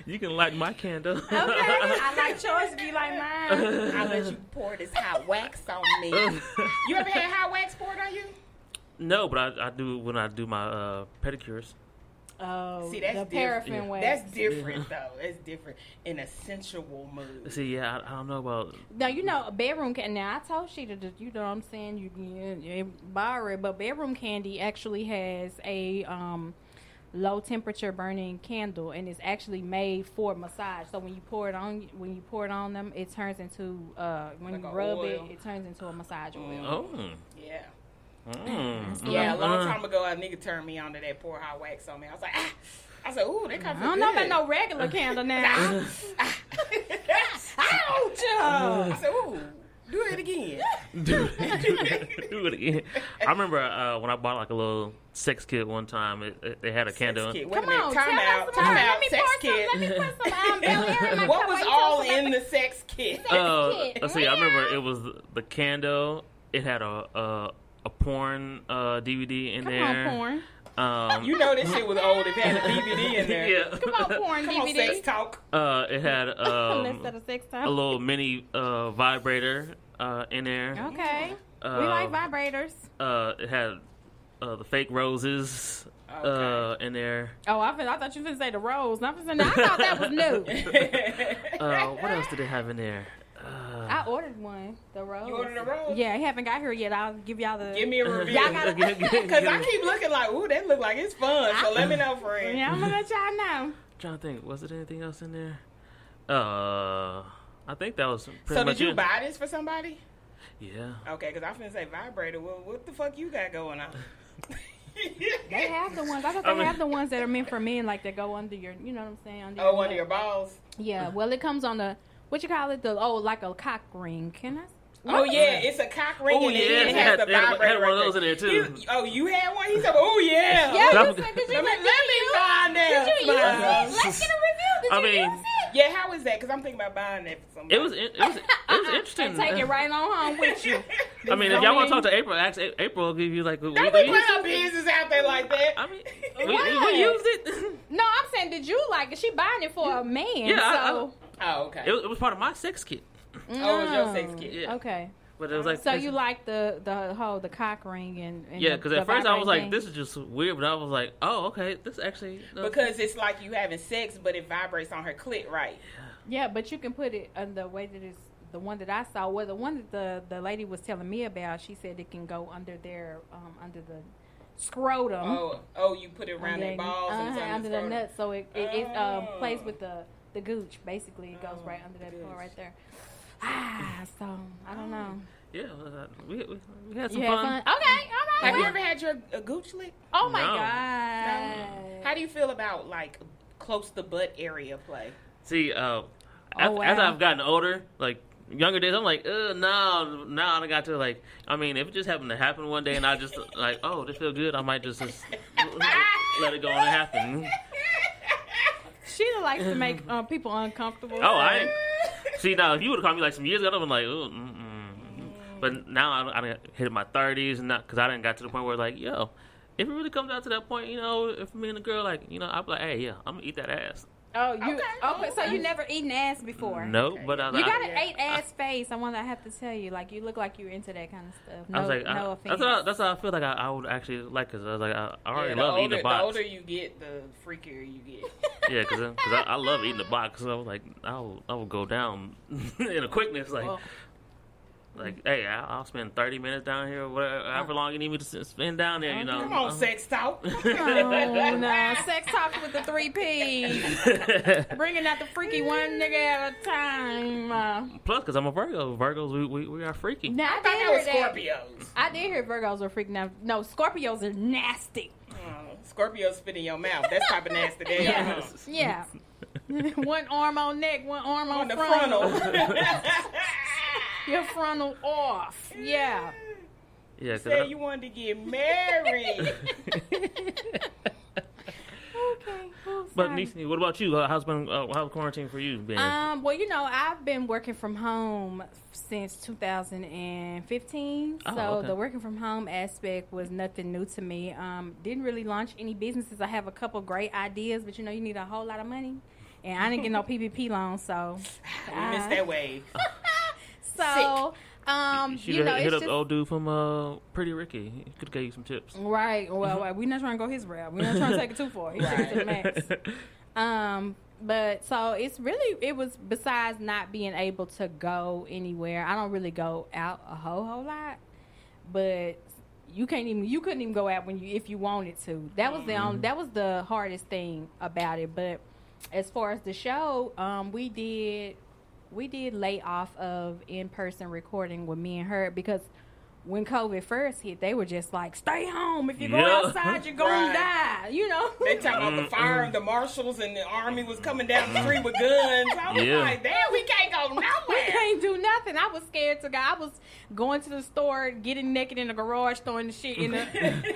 [SPEAKER 2] you can light my candle.
[SPEAKER 4] Okay, I like yours. Be like mine.
[SPEAKER 3] I'll let you pour this hot wax on me. You ever had hot wax poured on you?
[SPEAKER 2] no, but I, I do when I do my uh, pedicures.
[SPEAKER 4] Oh,
[SPEAKER 3] See, that's
[SPEAKER 4] the
[SPEAKER 3] different.
[SPEAKER 4] paraffin
[SPEAKER 2] Yeah.
[SPEAKER 4] wax.
[SPEAKER 3] That's different, though. It's different. In a sensual mood.
[SPEAKER 2] See, yeah, I, I don't know about
[SPEAKER 4] now you know a bedroom can. Now I told Sheeta that you know what I'm saying you can you can borrow it, but bedroom candy actually has a um, low temperature burning candle, and it's actually made for massage. So when you pour it on when you pour it on them, it turns into uh, when
[SPEAKER 3] Like
[SPEAKER 4] you
[SPEAKER 3] a
[SPEAKER 4] rub
[SPEAKER 3] oil. Mm-hmm.
[SPEAKER 4] it, it turns into a massage oil.
[SPEAKER 2] oh.
[SPEAKER 3] Yeah.
[SPEAKER 2] Mm.
[SPEAKER 3] Yeah, a long
[SPEAKER 2] Uh,
[SPEAKER 3] time ago, a nigga turned me on to that pour hot wax on me. I was like, ah. I said, ooh, that comes
[SPEAKER 4] I don't know about no regular candle now.
[SPEAKER 3] I
[SPEAKER 4] Ouch!
[SPEAKER 3] uh. said, ooh. Do it again.
[SPEAKER 2] do it do it again. I remember uh, when I bought like a little sex kit one time. It, it, they had a candle.
[SPEAKER 3] Sex kid. Wait
[SPEAKER 5] Come
[SPEAKER 3] a minute.
[SPEAKER 5] on,
[SPEAKER 3] time
[SPEAKER 5] tell
[SPEAKER 3] out.
[SPEAKER 5] us
[SPEAKER 3] Time
[SPEAKER 5] about it.
[SPEAKER 3] out.
[SPEAKER 5] Let me
[SPEAKER 3] Sex
[SPEAKER 5] pour
[SPEAKER 3] kid.
[SPEAKER 5] some. Let me put some um, Bel Air in my
[SPEAKER 3] What
[SPEAKER 5] cup
[SPEAKER 3] was
[SPEAKER 5] while you
[SPEAKER 3] all
[SPEAKER 5] tell us
[SPEAKER 3] in
[SPEAKER 5] about
[SPEAKER 3] the sex kit?
[SPEAKER 2] Uh,
[SPEAKER 5] kit.
[SPEAKER 2] let's see. I remember it was the candle. It had a a, a porn uh, DVD in
[SPEAKER 4] Come
[SPEAKER 2] there.
[SPEAKER 4] on, porn.
[SPEAKER 2] Um,
[SPEAKER 3] You know this shit was old if it had a DVD in there.
[SPEAKER 2] yeah.
[SPEAKER 5] Come on, porn
[SPEAKER 3] Come on,
[SPEAKER 5] DVD.
[SPEAKER 3] sex talk.
[SPEAKER 2] Uh, it had
[SPEAKER 4] Let's
[SPEAKER 2] um,
[SPEAKER 4] set a sex
[SPEAKER 2] a
[SPEAKER 4] time.
[SPEAKER 2] little mini uh, vibrator uh, in there.
[SPEAKER 4] Okay.
[SPEAKER 2] Uh,
[SPEAKER 4] we like vibrators.
[SPEAKER 2] uh, it had uh, the fake roses
[SPEAKER 3] Okay.
[SPEAKER 2] uh, in there.
[SPEAKER 4] Oh, I, fin- I thought you were say the rose. Not finna say- I thought that was new.
[SPEAKER 2] Uh, what else did they have in there? Uh,
[SPEAKER 4] I ordered one. The rose.
[SPEAKER 3] you ordered a roll?
[SPEAKER 4] Yeah, it haven't got here yet. I'll give y'all the.
[SPEAKER 3] Give me a review.
[SPEAKER 4] Y'all gotta-
[SPEAKER 3] Cause I keep looking like, ooh, that look like it's fun. So let me
[SPEAKER 5] Uh-uh.
[SPEAKER 3] know, friend.
[SPEAKER 4] yeah, I'm gonna let y'all know.
[SPEAKER 2] trying to think. Was there anything else in there? Uh, I think that was pretty
[SPEAKER 3] So
[SPEAKER 2] much
[SPEAKER 3] did you
[SPEAKER 2] it.
[SPEAKER 3] buy this for somebody?
[SPEAKER 2] yeah.
[SPEAKER 3] Okay, because I finna say vibrator. Well, what the fuck you got going on?
[SPEAKER 4] They have the ones. I thought they
[SPEAKER 2] I mean-
[SPEAKER 4] have the ones that are meant for men, like that go under your. You know what I'm saying? Under
[SPEAKER 3] oh, one of
[SPEAKER 4] butt.
[SPEAKER 3] your balls.
[SPEAKER 4] Yeah. Well, it comes on the. What you call it? The oh, like a cock ring. Can I?
[SPEAKER 3] Oh yeah, it's a cock ring.
[SPEAKER 2] Oh,
[SPEAKER 3] and
[SPEAKER 2] yeah,
[SPEAKER 3] it
[SPEAKER 2] they
[SPEAKER 3] has
[SPEAKER 2] had-
[SPEAKER 3] the
[SPEAKER 2] they had-
[SPEAKER 3] vibrator.
[SPEAKER 2] had one of
[SPEAKER 3] right
[SPEAKER 2] those in there, too.
[SPEAKER 3] You- oh, you had one. He said, oh yeah.
[SPEAKER 4] Yeah,
[SPEAKER 2] That
[SPEAKER 4] you
[SPEAKER 2] was-
[SPEAKER 4] said, did you
[SPEAKER 3] Let me, let
[SPEAKER 4] let-
[SPEAKER 3] me find out.
[SPEAKER 4] did you use
[SPEAKER 3] Smile.
[SPEAKER 4] it? Let's get a review. Did
[SPEAKER 2] I
[SPEAKER 4] you
[SPEAKER 2] mean,
[SPEAKER 4] use it?
[SPEAKER 3] Yeah, how is that? Because I'm thinking about buying that for somebody.
[SPEAKER 2] It was in- it was it was interesting.
[SPEAKER 4] And take it right on home with you.
[SPEAKER 2] I mean, if y'all want to talk to April, ask A- April. will Give you like. Don't
[SPEAKER 3] we put our business out there like that.
[SPEAKER 2] I mean, we, we,
[SPEAKER 4] Why?
[SPEAKER 2] we used it.
[SPEAKER 4] No, I'm saying, did you like it? She buying it for a man.
[SPEAKER 2] Yeah, I-
[SPEAKER 4] so.
[SPEAKER 3] oh, okay.
[SPEAKER 2] it. was- It was part of my sex kit,
[SPEAKER 3] oh, it was your sex
[SPEAKER 4] Mm.
[SPEAKER 3] kid.
[SPEAKER 2] Yeah.
[SPEAKER 4] Okay.
[SPEAKER 2] but it was like.
[SPEAKER 4] So you like the the whole the cock ring and, and
[SPEAKER 2] Yeah,
[SPEAKER 4] the-
[SPEAKER 2] because
[SPEAKER 4] the
[SPEAKER 2] at first I was like,
[SPEAKER 4] vibrating
[SPEAKER 2] "This is just weird," but I was like, "Oh, okay, this actually." no."
[SPEAKER 3] Because it's like you having sex, but it vibrates on her clit, right?
[SPEAKER 4] thing. Yeah, but you can put it on the way that it's the one that I saw. Well, the one that the the lady was telling me about, she said it can go under their um under the scrotum.
[SPEAKER 3] Oh, oh, you put it around
[SPEAKER 4] under,
[SPEAKER 3] their balls
[SPEAKER 4] Mm-hmm. uh-huh,
[SPEAKER 3] and
[SPEAKER 4] under the
[SPEAKER 3] nuts.
[SPEAKER 4] nuts, so it it, it um,
[SPEAKER 3] Oh.
[SPEAKER 4] plays with the the gooch. Basically, it goes
[SPEAKER 3] Oh,
[SPEAKER 4] right under that
[SPEAKER 3] the
[SPEAKER 4] pillow
[SPEAKER 3] gooch.
[SPEAKER 4] right there. Ah, so I don't know.
[SPEAKER 2] yeah, uh, we, we, we had
[SPEAKER 4] You
[SPEAKER 2] some
[SPEAKER 4] had
[SPEAKER 2] fun.
[SPEAKER 4] fun? Okay, all right.
[SPEAKER 3] Have you
[SPEAKER 4] well,
[SPEAKER 3] ever had your a gooch lick?
[SPEAKER 4] oh my
[SPEAKER 2] No.
[SPEAKER 4] god.
[SPEAKER 3] How do you feel about like close the butt area play?
[SPEAKER 2] See, uh, as,
[SPEAKER 4] Oh, wow.
[SPEAKER 2] as I've gotten older, like younger days, I'm like, uh, no, no, I done got to like. I mean, if it just happened to happen one day, and I just like, oh, this feel good, I might just, just let it go on and happen.
[SPEAKER 4] She likes to make uh, people uncomfortable.
[SPEAKER 2] Oh, I ain't- see now. If you would have called me like some years ago, I'd have been like, ooh, mm, mm, mm. but now I, I done hit my thirties, and not because I didn't got to the point where like, yo, if it really comes down to that point, you know, if me and the girl like, you know, I'd be like, hey, yeah, I'm gonna eat that ass.
[SPEAKER 4] Oh, you okay?
[SPEAKER 3] Okay.
[SPEAKER 4] so you never eaten ass before?
[SPEAKER 2] No, but I, was
[SPEAKER 4] You
[SPEAKER 2] like,
[SPEAKER 4] got
[SPEAKER 2] I,
[SPEAKER 4] an eight ass face. I want. I have to tell you, like you look like you're into that kind of stuff. No,
[SPEAKER 2] I was like, I,
[SPEAKER 4] no
[SPEAKER 2] that's
[SPEAKER 4] offense.
[SPEAKER 2] how, that's how I feel like I, I would actually like because I was like, I, I already
[SPEAKER 3] Yeah, the
[SPEAKER 2] love
[SPEAKER 3] older,
[SPEAKER 2] eating a
[SPEAKER 3] The
[SPEAKER 2] box.
[SPEAKER 3] older you get, the freakier you get.
[SPEAKER 2] Yeah, because I, I love eating a box. So I was like, I will, I will go down in a quickness. Like,
[SPEAKER 4] Well-
[SPEAKER 2] like hey, I, I'll spend 30 minutes down here, whatever, however long you need me to s- spend down there, you know.
[SPEAKER 3] Come on,
[SPEAKER 2] Uh-huh.
[SPEAKER 3] sex talk.
[SPEAKER 4] Oh, no. Sex talk with the three P's. Bringing out the freaky one nigga at a time. Uh,
[SPEAKER 2] Plus, because I'm a Virgo. Virgos, we, we, we are freaky.
[SPEAKER 4] now, I,
[SPEAKER 3] I thought
[SPEAKER 4] did
[SPEAKER 3] that
[SPEAKER 4] hear
[SPEAKER 3] was
[SPEAKER 4] that.
[SPEAKER 3] Scorpios.
[SPEAKER 4] I did hear Virgos were freaking out. No, Scorpios are nasty.
[SPEAKER 3] Mm, Scorpios spit in your mouth. That's type of nasty. Day,
[SPEAKER 2] Yes.
[SPEAKER 4] Yeah. one arm on neck, one arm on,
[SPEAKER 3] On the
[SPEAKER 4] frontal.
[SPEAKER 3] frontal.
[SPEAKER 4] Your frontal off. Yeah.
[SPEAKER 2] Yeah, 'cause I-
[SPEAKER 3] Say you wanted to get married.
[SPEAKER 4] Okay. Oh,
[SPEAKER 2] But,
[SPEAKER 4] sorry.
[SPEAKER 2] Nisi, what about you? Uh, How's been uh, how's quarantine for you been?
[SPEAKER 4] Um, well, you know, I've been working from home since 2015.
[SPEAKER 2] Oh,
[SPEAKER 4] so
[SPEAKER 2] okay.
[SPEAKER 4] the working from home aspect was nothing new to me. Um, didn't really launch any businesses. I have a couple great ideas, but you know, you need a whole lot of money. And I didn't get no PPP loan, so
[SPEAKER 3] We missed that wave.
[SPEAKER 4] so um,
[SPEAKER 2] she
[SPEAKER 4] you know,
[SPEAKER 2] hit
[SPEAKER 4] it's
[SPEAKER 2] up
[SPEAKER 4] just
[SPEAKER 2] old dude from uh, Pretty Ricky. He could give you some tips.
[SPEAKER 4] right. Well, we're not trying to go his route. We're not trying to take it too far. He took it to the max. Um, but so it's really it was besides not being able to go anywhere. I don't really go out a whole whole lot, but you can't even you couldn't even go out when you if you wanted to. That was the only, that was the hardest thing about it. But as far as the show, um, we did we did lay off of in person recording with me and her because. When COVID first hit, they were just like, "Stay home. If you go
[SPEAKER 2] Yeah.
[SPEAKER 4] outside, you're gonna die." You know,
[SPEAKER 3] They talking about the fire and the marshals and the army was coming down the street with guns. I was
[SPEAKER 2] Yeah.
[SPEAKER 3] like, damn, we can't go nowhere.
[SPEAKER 4] ain't do nothing. I was scared to go. I was going to the store, getting naked in the garage, throwing the shit in the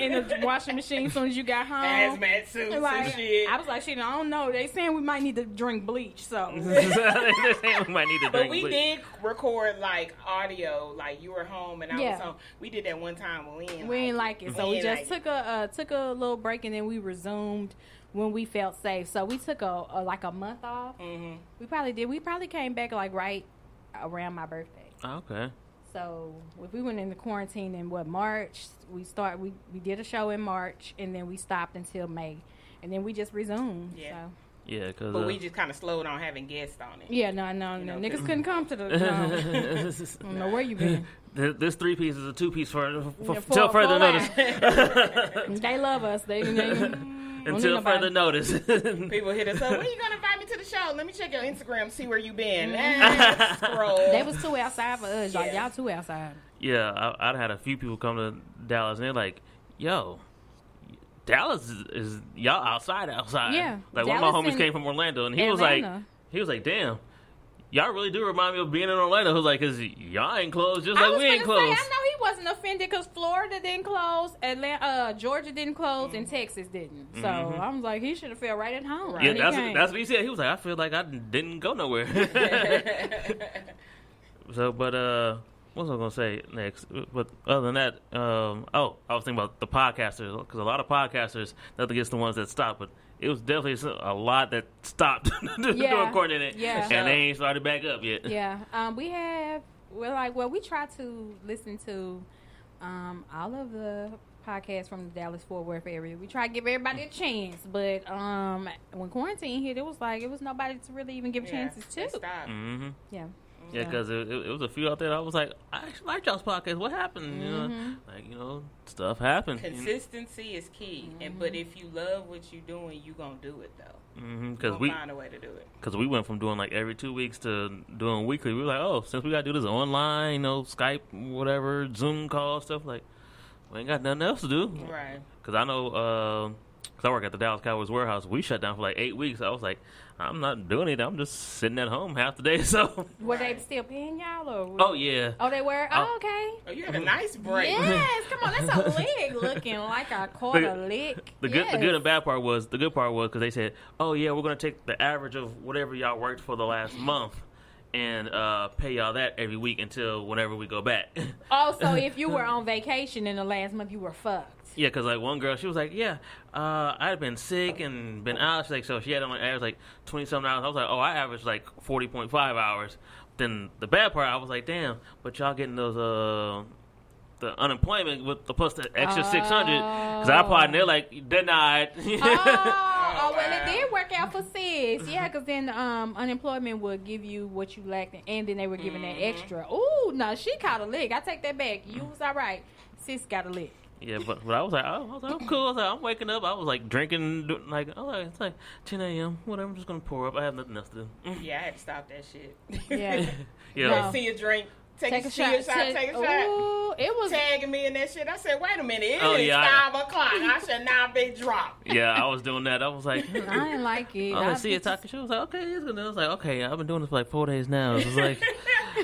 [SPEAKER 4] in the washing machine as soon as you got home.
[SPEAKER 3] Hazmat suits
[SPEAKER 4] And,
[SPEAKER 3] and
[SPEAKER 4] like,
[SPEAKER 3] shit.
[SPEAKER 4] I was like, shit, I don't know. They saying we might need to drink bleach, so
[SPEAKER 2] we might need to drink.
[SPEAKER 3] But we
[SPEAKER 2] bleach.
[SPEAKER 3] did record like audio, like you were home and I
[SPEAKER 4] Yeah.
[SPEAKER 3] was home. We did that one time when we didn't
[SPEAKER 4] we
[SPEAKER 3] like,
[SPEAKER 4] ain't like it. So
[SPEAKER 3] We
[SPEAKER 4] we
[SPEAKER 3] ain't
[SPEAKER 4] just
[SPEAKER 3] like
[SPEAKER 4] took a uh, took a little break and then we resumed when we felt safe. So we took a, a like a month off.
[SPEAKER 3] Mhm.
[SPEAKER 4] We probably did. We probably came back like right around my birthday.
[SPEAKER 2] Ah, Okay.
[SPEAKER 4] So if we went into quarantine in what March, we start we, we did a show in March and then we stopped until May, and then we just resumed.
[SPEAKER 3] Yeah.
[SPEAKER 4] So.
[SPEAKER 2] Yeah, because.
[SPEAKER 3] But we just kind of slowed on having guests on it.
[SPEAKER 4] Yeah, no, no,
[SPEAKER 3] You
[SPEAKER 4] no.
[SPEAKER 3] know,
[SPEAKER 4] Niggas couldn't come to the. No. I don't know where you been.
[SPEAKER 2] uh, this three piece is a two piece for, for,
[SPEAKER 4] Yeah,
[SPEAKER 2] till
[SPEAKER 4] for-
[SPEAKER 2] further
[SPEAKER 4] for
[SPEAKER 2] notice.
[SPEAKER 4] They love us. They, they
[SPEAKER 2] Until further notice.
[SPEAKER 3] People hit us up. When you gonna invite me to the show? Let me check your Instagram, see where you been. Eh, scroll.
[SPEAKER 4] They Mm-hmm. was too outside for us. Like
[SPEAKER 3] Yeah.
[SPEAKER 4] y'all too outside.
[SPEAKER 2] yeah, I, I'd had a few people come to Dallas and they're like, "Yo, Dallas is, is y'all outside, outside."
[SPEAKER 4] Yeah,
[SPEAKER 2] like one of
[SPEAKER 4] Dallas
[SPEAKER 2] my homies
[SPEAKER 4] and
[SPEAKER 2] came from Orlando and he was like,
[SPEAKER 4] Atlanta.
[SPEAKER 2] he was like, "Damn." Y'all really do remind me of being in Orlando. I was like, cause y'all ain't closed, just
[SPEAKER 4] I
[SPEAKER 2] like
[SPEAKER 4] was
[SPEAKER 2] we ain't
[SPEAKER 4] gonna
[SPEAKER 2] closed.
[SPEAKER 4] Say, I know he wasn't offended because Florida didn't close, Atlanta, uh, Georgia didn't close, and
[SPEAKER 3] Mm-hmm.
[SPEAKER 4] Texas didn't. So I was like, he should have felt right at
[SPEAKER 2] Mm-hmm.
[SPEAKER 4] home.
[SPEAKER 2] yeah,
[SPEAKER 4] when he
[SPEAKER 2] that's
[SPEAKER 4] came.
[SPEAKER 2] that's what he said. He was like, I feel like I didn't go nowhere. so, but uh, what was I gonna say next? But other than that, um, oh, I was thinking about the podcasters because a lot of podcasters, nothing against the ones that stopped, but it was definitely so- a lot that stopped
[SPEAKER 4] Yeah.
[SPEAKER 2] doing coordinate,
[SPEAKER 4] Yeah.
[SPEAKER 2] and they ain't started back up yet.
[SPEAKER 4] yeah. Um, we have we're like well, we try to listen to um, all of the podcasts from the Dallas Fort Worth area. We try to give everybody a chance, but um, when quarantine hit, it was like it was nobody to really even give
[SPEAKER 3] Yeah,
[SPEAKER 4] chances
[SPEAKER 3] they
[SPEAKER 4] to.
[SPEAKER 3] stopped.
[SPEAKER 2] Mm-hmm.
[SPEAKER 4] Yeah.
[SPEAKER 2] Yeah,
[SPEAKER 4] So-
[SPEAKER 2] because it, it, it was a few out there. That I was like, I actually like y'all's podcast. What happened? You know,
[SPEAKER 4] Mhm.
[SPEAKER 2] like you know, stuff happened. you know?
[SPEAKER 3] Consistency is key,
[SPEAKER 4] Mm-hmm.
[SPEAKER 3] and but if you love what you're doing, you gonna do it though.
[SPEAKER 2] Mhm,
[SPEAKER 3] You
[SPEAKER 2] 'cause
[SPEAKER 3] gonna
[SPEAKER 2] we
[SPEAKER 3] find a way to do it.
[SPEAKER 2] because we went from doing like every two weeks to doing weekly. We were like, oh, since we got to do this online, you know, Skype, whatever, Zoom call stuff, like we ain't got nothing else to do.
[SPEAKER 3] Right.
[SPEAKER 2] Because I know, because I work at the Dallas Cowboys warehouse, we shut down for like eight weeks. I was like, I'm not doing it. I'm just sitting at home half the day. So,
[SPEAKER 4] were they
[SPEAKER 3] Right.
[SPEAKER 4] still paying y'all or?
[SPEAKER 2] oh yeah,
[SPEAKER 4] Oh, they were.
[SPEAKER 2] Oh.
[SPEAKER 4] Oh, okay.
[SPEAKER 3] Oh, you had a nice break.
[SPEAKER 4] Yes, come on, that's a leg looking like I caught a lick.
[SPEAKER 2] the good,
[SPEAKER 4] yes.
[SPEAKER 2] the good and bad part was the good part was because they said, oh yeah, we're gonna take the average of whatever y'all worked for the last month. And uh, pay y'all that every week until whenever we go back.
[SPEAKER 4] Also, if you were on vacation in the last month, you were fucked.
[SPEAKER 2] Yeah, because like one girl, she was like, "Yeah, uh, I'd been sick and been out." She's like, so she had on average like twenty something hours. I was like, "Oh, I averaged like forty point five hours." Then the bad part, I was like, "Damn!" But y'all getting those uh the unemployment with the plus the extra
[SPEAKER 4] Oh.
[SPEAKER 2] six hundred because I applied and they're like denied.
[SPEAKER 4] oh, oh, well, it
[SPEAKER 3] wow.
[SPEAKER 4] did work out for sis. Yeah, because then um, unemployment would give you what you lacked, and then they were giving that
[SPEAKER 3] Mm-hmm.
[SPEAKER 4] extra. Ooh, no, she caught a lick. I take that back. You was all right. Sis got a lick.
[SPEAKER 2] yeah, but, but I was like, oh, I was like, I'm cool. I was like, I'm waking up. I was like drinking, do- like, oh, like, it's like ten a.m. Whatever. I'm just gonna pour up. I have nothing else to do.
[SPEAKER 3] Yeah, I had to stop that shit.
[SPEAKER 4] Yeah.
[SPEAKER 2] Yeah.
[SPEAKER 4] No.
[SPEAKER 3] see a drink. Take, a, shot.
[SPEAKER 4] Oh. Take-
[SPEAKER 3] Take a shot.
[SPEAKER 4] Ooh, it was.
[SPEAKER 3] Tagging me in that shit. I said, wait a minute. It is
[SPEAKER 2] Oh, yeah, I-
[SPEAKER 3] five o'clock. I should not be dropped.
[SPEAKER 2] Yeah, I was doing that. I was like,
[SPEAKER 4] I didn't like it.
[SPEAKER 2] I
[SPEAKER 4] I
[SPEAKER 2] Oh, see it talking. She was like, okay, it's gonna. I was like, okay, I've been doing this for like four days now. It was like,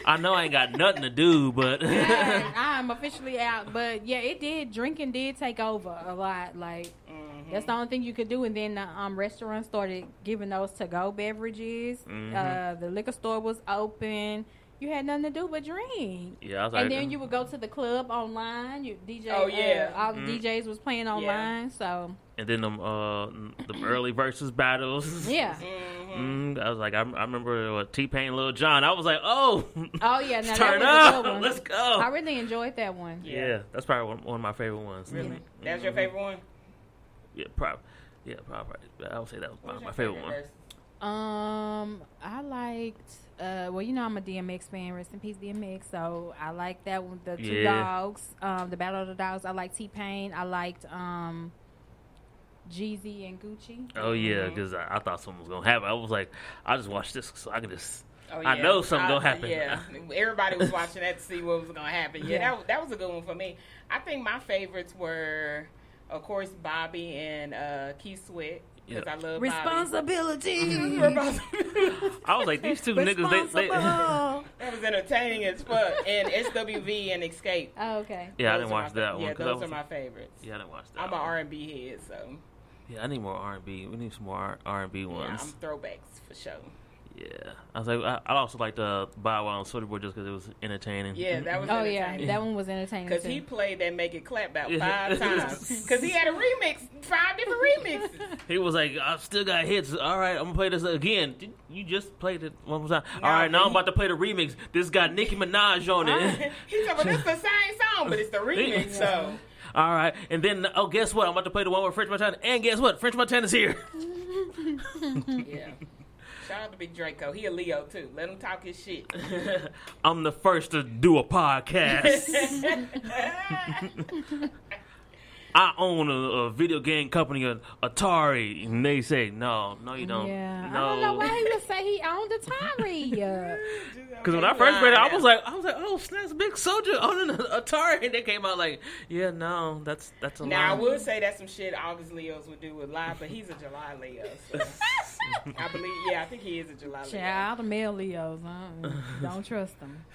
[SPEAKER 2] I know I ain't got nothing to do, but
[SPEAKER 4] Yeah, I'm officially out. But yeah, it did. Drinking did take over a lot. Like
[SPEAKER 3] Mm-hmm.
[SPEAKER 4] that's the only thing you could do. And then the um, restaurants started giving those to go beverages. Uh, the liquor store was open. You had nothing to do but drink.
[SPEAKER 2] yeah, I was like,
[SPEAKER 4] And then you would go to the club online. You DJ.
[SPEAKER 3] Oh, yeah.
[SPEAKER 4] uh, all the DJs was playing online. So
[SPEAKER 2] and then them uh the early versus battles.
[SPEAKER 4] yeah.
[SPEAKER 3] Mm-hmm.
[SPEAKER 2] Mm, I was like, I, I remember uh, T Pain, Lil John. I was like, oh,
[SPEAKER 4] Oh yeah. Now
[SPEAKER 2] turn
[SPEAKER 4] that was a
[SPEAKER 2] up,
[SPEAKER 4] good one.
[SPEAKER 2] let's go.
[SPEAKER 4] I really enjoyed that one.
[SPEAKER 2] yeah. that's probably one, one of my favorite ones. Mm-hmm.
[SPEAKER 3] Really? That's your favorite one?
[SPEAKER 2] Yeah, probably. Yeah, probably. I would say that was
[SPEAKER 3] What was
[SPEAKER 2] probably my
[SPEAKER 3] your
[SPEAKER 2] favorite one.
[SPEAKER 3] verse?
[SPEAKER 4] Um, I liked. Uh, well, you know I'm a DMX fan. Rest in peace, DMX. So I like that one. The two
[SPEAKER 2] Yeah.
[SPEAKER 4] dogs. Um, the battle of the dogs. I like T Pain. I liked um, Jeezy and Gucci. Mm-hmm.
[SPEAKER 2] Oh yeah,
[SPEAKER 3] Mm-hmm.
[SPEAKER 2] because I, I thought something was gonna happen. I was like, I just watched this so I can just.
[SPEAKER 3] Oh,
[SPEAKER 2] I
[SPEAKER 3] yeah.
[SPEAKER 2] know something
[SPEAKER 3] I-
[SPEAKER 2] gonna happen.
[SPEAKER 3] Yeah, everybody was watching that to see what was gonna happen. Yeah,
[SPEAKER 4] Yeah.
[SPEAKER 3] That, that was a good one for me. I think my favorites were, of course, Bobby and uh, Keith Sweat. because I love
[SPEAKER 6] Responsibility.
[SPEAKER 4] Oh,
[SPEAKER 3] Bobby.
[SPEAKER 2] I was like, these two niggas, they, they yeah,
[SPEAKER 6] Responsible.
[SPEAKER 3] that was entertaining as fuck. And SWV and Escape.
[SPEAKER 4] Oh,
[SPEAKER 2] I
[SPEAKER 4] okay.
[SPEAKER 3] Those
[SPEAKER 2] didn't
[SPEAKER 3] are
[SPEAKER 2] watch
[SPEAKER 3] my-
[SPEAKER 2] that one.
[SPEAKER 3] Yeah,
[SPEAKER 2] 'cause I
[SPEAKER 3] those
[SPEAKER 2] was-
[SPEAKER 3] are my favorites.
[SPEAKER 2] yeah, I didn't watch that.
[SPEAKER 3] I'm an
[SPEAKER 2] one.
[SPEAKER 3] R&B head, so
[SPEAKER 2] Yeah, I need more R and B. We need some more R and B
[SPEAKER 3] yeah, I'm
[SPEAKER 2] ones.
[SPEAKER 3] throwbacks for sure.
[SPEAKER 2] Yeah, I was like, I, I also like the Bow Wow and Soldier Boy just because it was entertaining.
[SPEAKER 3] Yeah, that was
[SPEAKER 4] Oh yeah,
[SPEAKER 3] entertaining.
[SPEAKER 4] that one was entertaining
[SPEAKER 3] Because
[SPEAKER 4] too.
[SPEAKER 3] he played that Make It Clap about
[SPEAKER 2] Yeah.
[SPEAKER 3] five times. Because he had a remix, five different remixes.
[SPEAKER 2] He was like, I still got hits. All right, I'm gonna play this again. Did- You just played it one more time. All
[SPEAKER 3] Nah,
[SPEAKER 2] right, now
[SPEAKER 3] he-
[SPEAKER 2] I'm about to play the remix. This got Nicki Minaj on it.
[SPEAKER 3] He's like, well, it's the same song, but it's the remix, so.
[SPEAKER 2] All right, and then oh, guess what? I'm about to play the one with French Montana. And guess what? French Montana's here.
[SPEAKER 3] Yeah. Shout out to Big Draco. He a Leo, too. Let him talk his shit.
[SPEAKER 2] I'm the first to do a podcast. I own a, a video game company, uh, Atari, and they say no, no, you don't. no.
[SPEAKER 4] Yeah, I don't know why he would say he owned Atari. Yeah.
[SPEAKER 2] Because when I first read it, I was like, I was like, oh, snaps, big soldier owning an Atari, and they came out like, yeah, no, that's that's a
[SPEAKER 3] Now, I
[SPEAKER 2] lie.
[SPEAKER 3] would say that's some shit August Leos would do with lie, but he's a July Leo, so. I believe, yeah, I think he is a July Leo.
[SPEAKER 4] Child, the male Leos, uh-uh. don't trust them.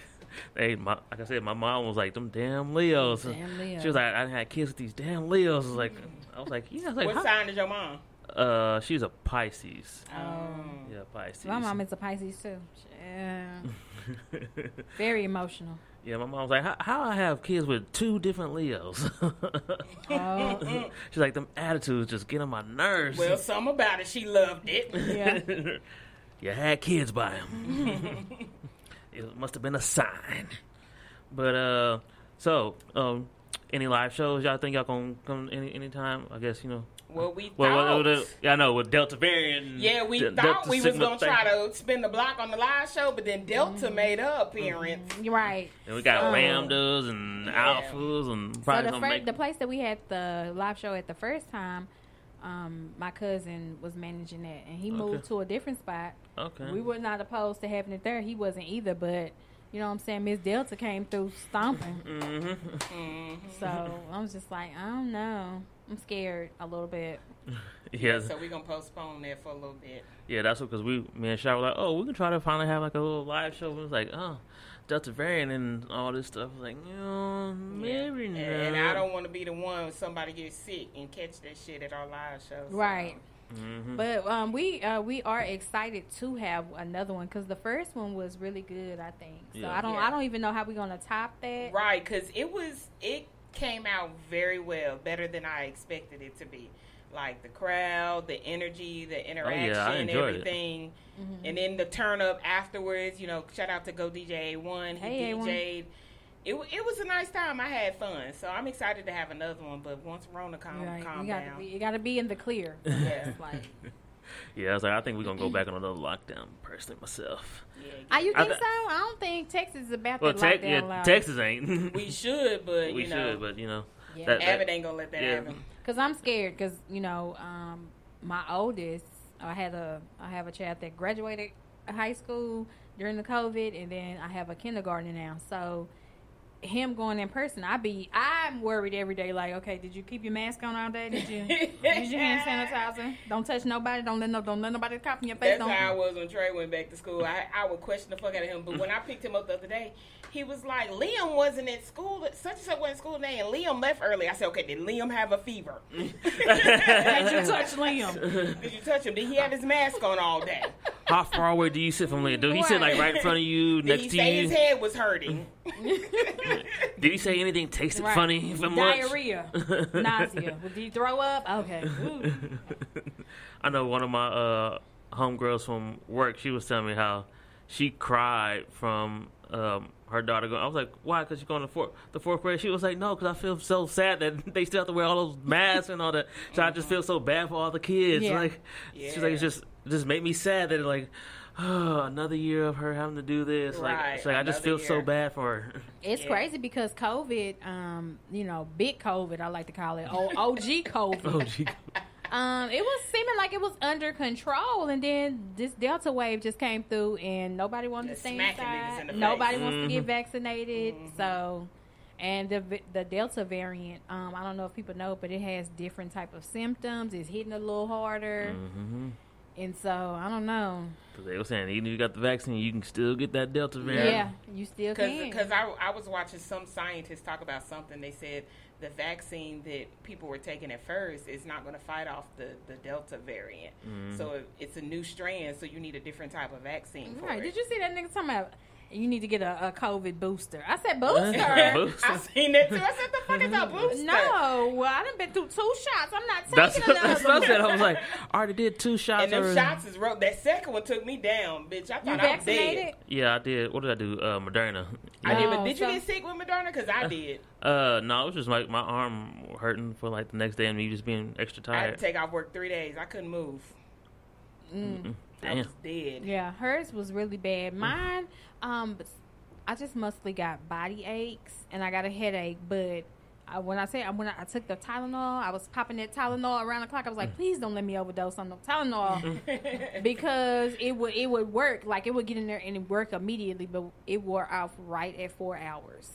[SPEAKER 2] Hey, my, like I said, my mom was like, them damn Leos.
[SPEAKER 4] Damn Leos.
[SPEAKER 2] She was like, I had kids with these damn Leos. I was like, I was like, yeah, I was like,
[SPEAKER 3] What
[SPEAKER 2] how-
[SPEAKER 3] sign is your mom?
[SPEAKER 2] uh, she's a Pisces.
[SPEAKER 3] Um,
[SPEAKER 2] Yeah, Pisces.
[SPEAKER 4] My mom is a Pisces too. Yeah. Very emotional.
[SPEAKER 2] yeah, my mom was like, how, how I have kids with two different Leos?
[SPEAKER 4] Oh,
[SPEAKER 2] she's like, them attitudes just get on my nerves.
[SPEAKER 3] well, some about it. She loved it.
[SPEAKER 4] yeah.
[SPEAKER 2] you had kids by him. it must have been a sign. But uh, so um, any live shows y'all think y'all gonna come any anytime? I guess you know.
[SPEAKER 3] Well, we
[SPEAKER 2] Well,
[SPEAKER 3] thought.
[SPEAKER 2] well, well, yeah, I know with Delta variant. and
[SPEAKER 3] yeah, we
[SPEAKER 2] De-
[SPEAKER 3] thought
[SPEAKER 2] Delta
[SPEAKER 3] we was
[SPEAKER 2] Sigma
[SPEAKER 3] gonna
[SPEAKER 2] thing.
[SPEAKER 3] try to spin the block on the live show, but then Delta
[SPEAKER 2] Mm-hmm.
[SPEAKER 3] made her appearance.
[SPEAKER 4] You're right.
[SPEAKER 2] And we got
[SPEAKER 4] Oh.
[SPEAKER 2] Ramdas and
[SPEAKER 3] Yeah.
[SPEAKER 2] Alphas and
[SPEAKER 4] So
[SPEAKER 2] probably
[SPEAKER 4] the,
[SPEAKER 2] gonna
[SPEAKER 4] fir-
[SPEAKER 2] make.
[SPEAKER 4] the place that we had the live show at the first time, um, my cousin was managing that, and he moved
[SPEAKER 2] Okay.
[SPEAKER 4] to a different spot.
[SPEAKER 2] okay.
[SPEAKER 4] We were not opposed to having it there. He wasn't either, but you know what I'm saying? Miss Delta came through stomping.
[SPEAKER 2] Mm-hmm.
[SPEAKER 4] so I was just like, I don't know. I'm scared a little bit.
[SPEAKER 2] Yeah,
[SPEAKER 3] So we're gonna postpone that for a little bit.
[SPEAKER 2] yeah, that's because we, me and Shaw were like, oh, we can try to finally have like a little live show. And it was like, oh, Delta variant and all this stuff. I was like, no, maybe
[SPEAKER 3] And,
[SPEAKER 2] not.
[SPEAKER 3] and I don't want to be the one if somebody gets sick and catch that shit at our live show. so-
[SPEAKER 4] Right.
[SPEAKER 2] Mm-hmm. Hmm.
[SPEAKER 4] But um, we uh, we are excited to have another one because the first one was really good, I think. So
[SPEAKER 2] Yeah.
[SPEAKER 4] I don't
[SPEAKER 3] Yeah.
[SPEAKER 4] I don't even know how we're gonna top that.
[SPEAKER 3] Right, because it was it came out very well, better than I expected it to be. Like the crowd, the energy, the interaction,
[SPEAKER 2] Oh, enjoyed it.
[SPEAKER 3] everything,
[SPEAKER 4] Mm-hmm.
[SPEAKER 3] and then the turn up afterwards. You know, shout out to Go DJ One. He
[SPEAKER 4] Hey, A1.
[SPEAKER 3] DJ'd. It, wa- it was a nice time. I had fun, so I'm excited to have another one. But once Rona calm,
[SPEAKER 4] Right.
[SPEAKER 3] calm
[SPEAKER 4] You gotta
[SPEAKER 3] down,
[SPEAKER 4] be, you gotta be in the clear.
[SPEAKER 3] yeah,
[SPEAKER 4] It's like,
[SPEAKER 2] Yeah, I was like, I think we're gonna go back on another lockdown. Personally, myself.
[SPEAKER 3] yeah.
[SPEAKER 4] oh, you
[SPEAKER 2] I
[SPEAKER 4] think
[SPEAKER 2] th-
[SPEAKER 4] so? I don't think Texas is about
[SPEAKER 2] Well,
[SPEAKER 4] that
[SPEAKER 2] Tex-
[SPEAKER 4] lockdown
[SPEAKER 2] yeah,
[SPEAKER 4] loud.
[SPEAKER 2] Texas ain't.
[SPEAKER 3] we should, but
[SPEAKER 2] we
[SPEAKER 3] you
[SPEAKER 2] should,
[SPEAKER 3] know,
[SPEAKER 2] but you know,
[SPEAKER 4] Yeah.
[SPEAKER 2] that- that-
[SPEAKER 3] Abbott ain't gonna let that
[SPEAKER 2] yeah.
[SPEAKER 3] happen.
[SPEAKER 4] Cause I'm scared. Cause you know, um, my oldest, I had a, I have a child that graduated high school during the COVID, and then I have a kindergarten now. So him going in person, I be, I'm worried every day. Like, okay, did you keep your mask on all day? Did you use your hand sanitizer? Don't touch nobody. Don't let no, don't let nobody cough in your face.
[SPEAKER 3] That's
[SPEAKER 4] don't.
[SPEAKER 3] how I was when Trey went back to school. I, I would question the fuck out of him. But when I picked him up the other day, he was like, Liam wasn't at school. Such and such wasn't at school today, and Liam left early. I said, okay, did Liam have a fever?
[SPEAKER 4] Did you touch Liam?
[SPEAKER 3] Did you touch him? Did he have his mask on all day?
[SPEAKER 2] how far away do you sit from Leah? Did he sit like right in front of you,
[SPEAKER 3] Did he
[SPEAKER 2] next to
[SPEAKER 3] say his
[SPEAKER 2] you?
[SPEAKER 3] head was hurting?
[SPEAKER 4] Mm-hmm.
[SPEAKER 2] Did he say anything tasted
[SPEAKER 4] Right.
[SPEAKER 2] funny from lunch?
[SPEAKER 4] Diarrhea, nausea. Did you throw up? Okay. Ooh.
[SPEAKER 2] I know one of my uh, homegirls from work. She was telling me how she cried from um, her daughter going. I was like, why? Because she's going to fourth, the fourth grade. She was like, no, because I feel so sad that they still have to wear all those masks and all that. So I just feel so bad for all the kids.
[SPEAKER 4] Yeah.
[SPEAKER 2] Like she's like,
[SPEAKER 3] Yeah.
[SPEAKER 2] it just it just made me sad that like. another year of her having to do this. Like,
[SPEAKER 3] Right,
[SPEAKER 2] it's like I just feel
[SPEAKER 3] another
[SPEAKER 2] so
[SPEAKER 3] year.
[SPEAKER 2] bad for her.
[SPEAKER 4] It's
[SPEAKER 3] Yeah.
[SPEAKER 4] crazy because COVID, um, you know, big COVID, I like to call it, o- OG
[SPEAKER 2] Oh,
[SPEAKER 4] COVID.
[SPEAKER 2] gee.
[SPEAKER 4] Um, it was seeming like it was under control, and then this Delta wave just came through, and nobody wanted to
[SPEAKER 3] Just
[SPEAKER 4] stay
[SPEAKER 3] smacking niggas
[SPEAKER 4] inside.
[SPEAKER 3] in the
[SPEAKER 4] nobody
[SPEAKER 3] face.
[SPEAKER 4] wants to get vaccinated, so And the v- the Delta variant, um, I don't know if people know, but it has different type of symptoms. It's hitting a little harder,
[SPEAKER 2] Mm-hmm.
[SPEAKER 4] and so I don't know.
[SPEAKER 2] Because they were saying even if you got the vaccine, you can still get that Delta variant.
[SPEAKER 4] Yeah, you still can.
[SPEAKER 3] Because I, I was watching some scientists talk about something. They said the vaccine that people were taking at first is not going to fight off the, the Delta variant.
[SPEAKER 4] Mm-hmm.
[SPEAKER 3] So it, it's a new strand, so you need a different type of vaccine for
[SPEAKER 4] Right?
[SPEAKER 3] it.
[SPEAKER 4] Did you see that nigga talking about? You need to get a, a COVID booster. I said booster.
[SPEAKER 2] Boost.
[SPEAKER 3] I seen that too. I said, the fuck is a booster?
[SPEAKER 4] no, well, I done been through two shots. I'm not
[SPEAKER 2] That's,
[SPEAKER 4] taking another.
[SPEAKER 2] that's what I said. I
[SPEAKER 4] one.
[SPEAKER 2] was like, I already did two shots.
[SPEAKER 3] And them
[SPEAKER 2] already.
[SPEAKER 3] shots is rough. That second one took me down, bitch. I thought
[SPEAKER 4] You
[SPEAKER 3] I was dead.
[SPEAKER 4] vaccinated?
[SPEAKER 2] Yeah, I did. What did I do? Uh, Moderna.
[SPEAKER 3] I did, but
[SPEAKER 4] Oh,
[SPEAKER 3] did
[SPEAKER 4] so-
[SPEAKER 3] you get sick with Moderna? Because I did.
[SPEAKER 2] Uh, no, it was just like my arm hurting for like the next day and me just being extra
[SPEAKER 3] I had
[SPEAKER 2] tired.
[SPEAKER 3] to take off work three days. I couldn't move. I
[SPEAKER 2] Damn.
[SPEAKER 3] was dead.
[SPEAKER 4] Yeah, hers was really bad. Mine, um, I just mostly got body aches and I got a headache. But I, when I say when I, I took the Tylenol, I was popping that Tylenol around the clock. I was like, please don't let me overdose on the Tylenol because it would it would work. Like it would get in there and it work immediately, but it wore off right at four hours.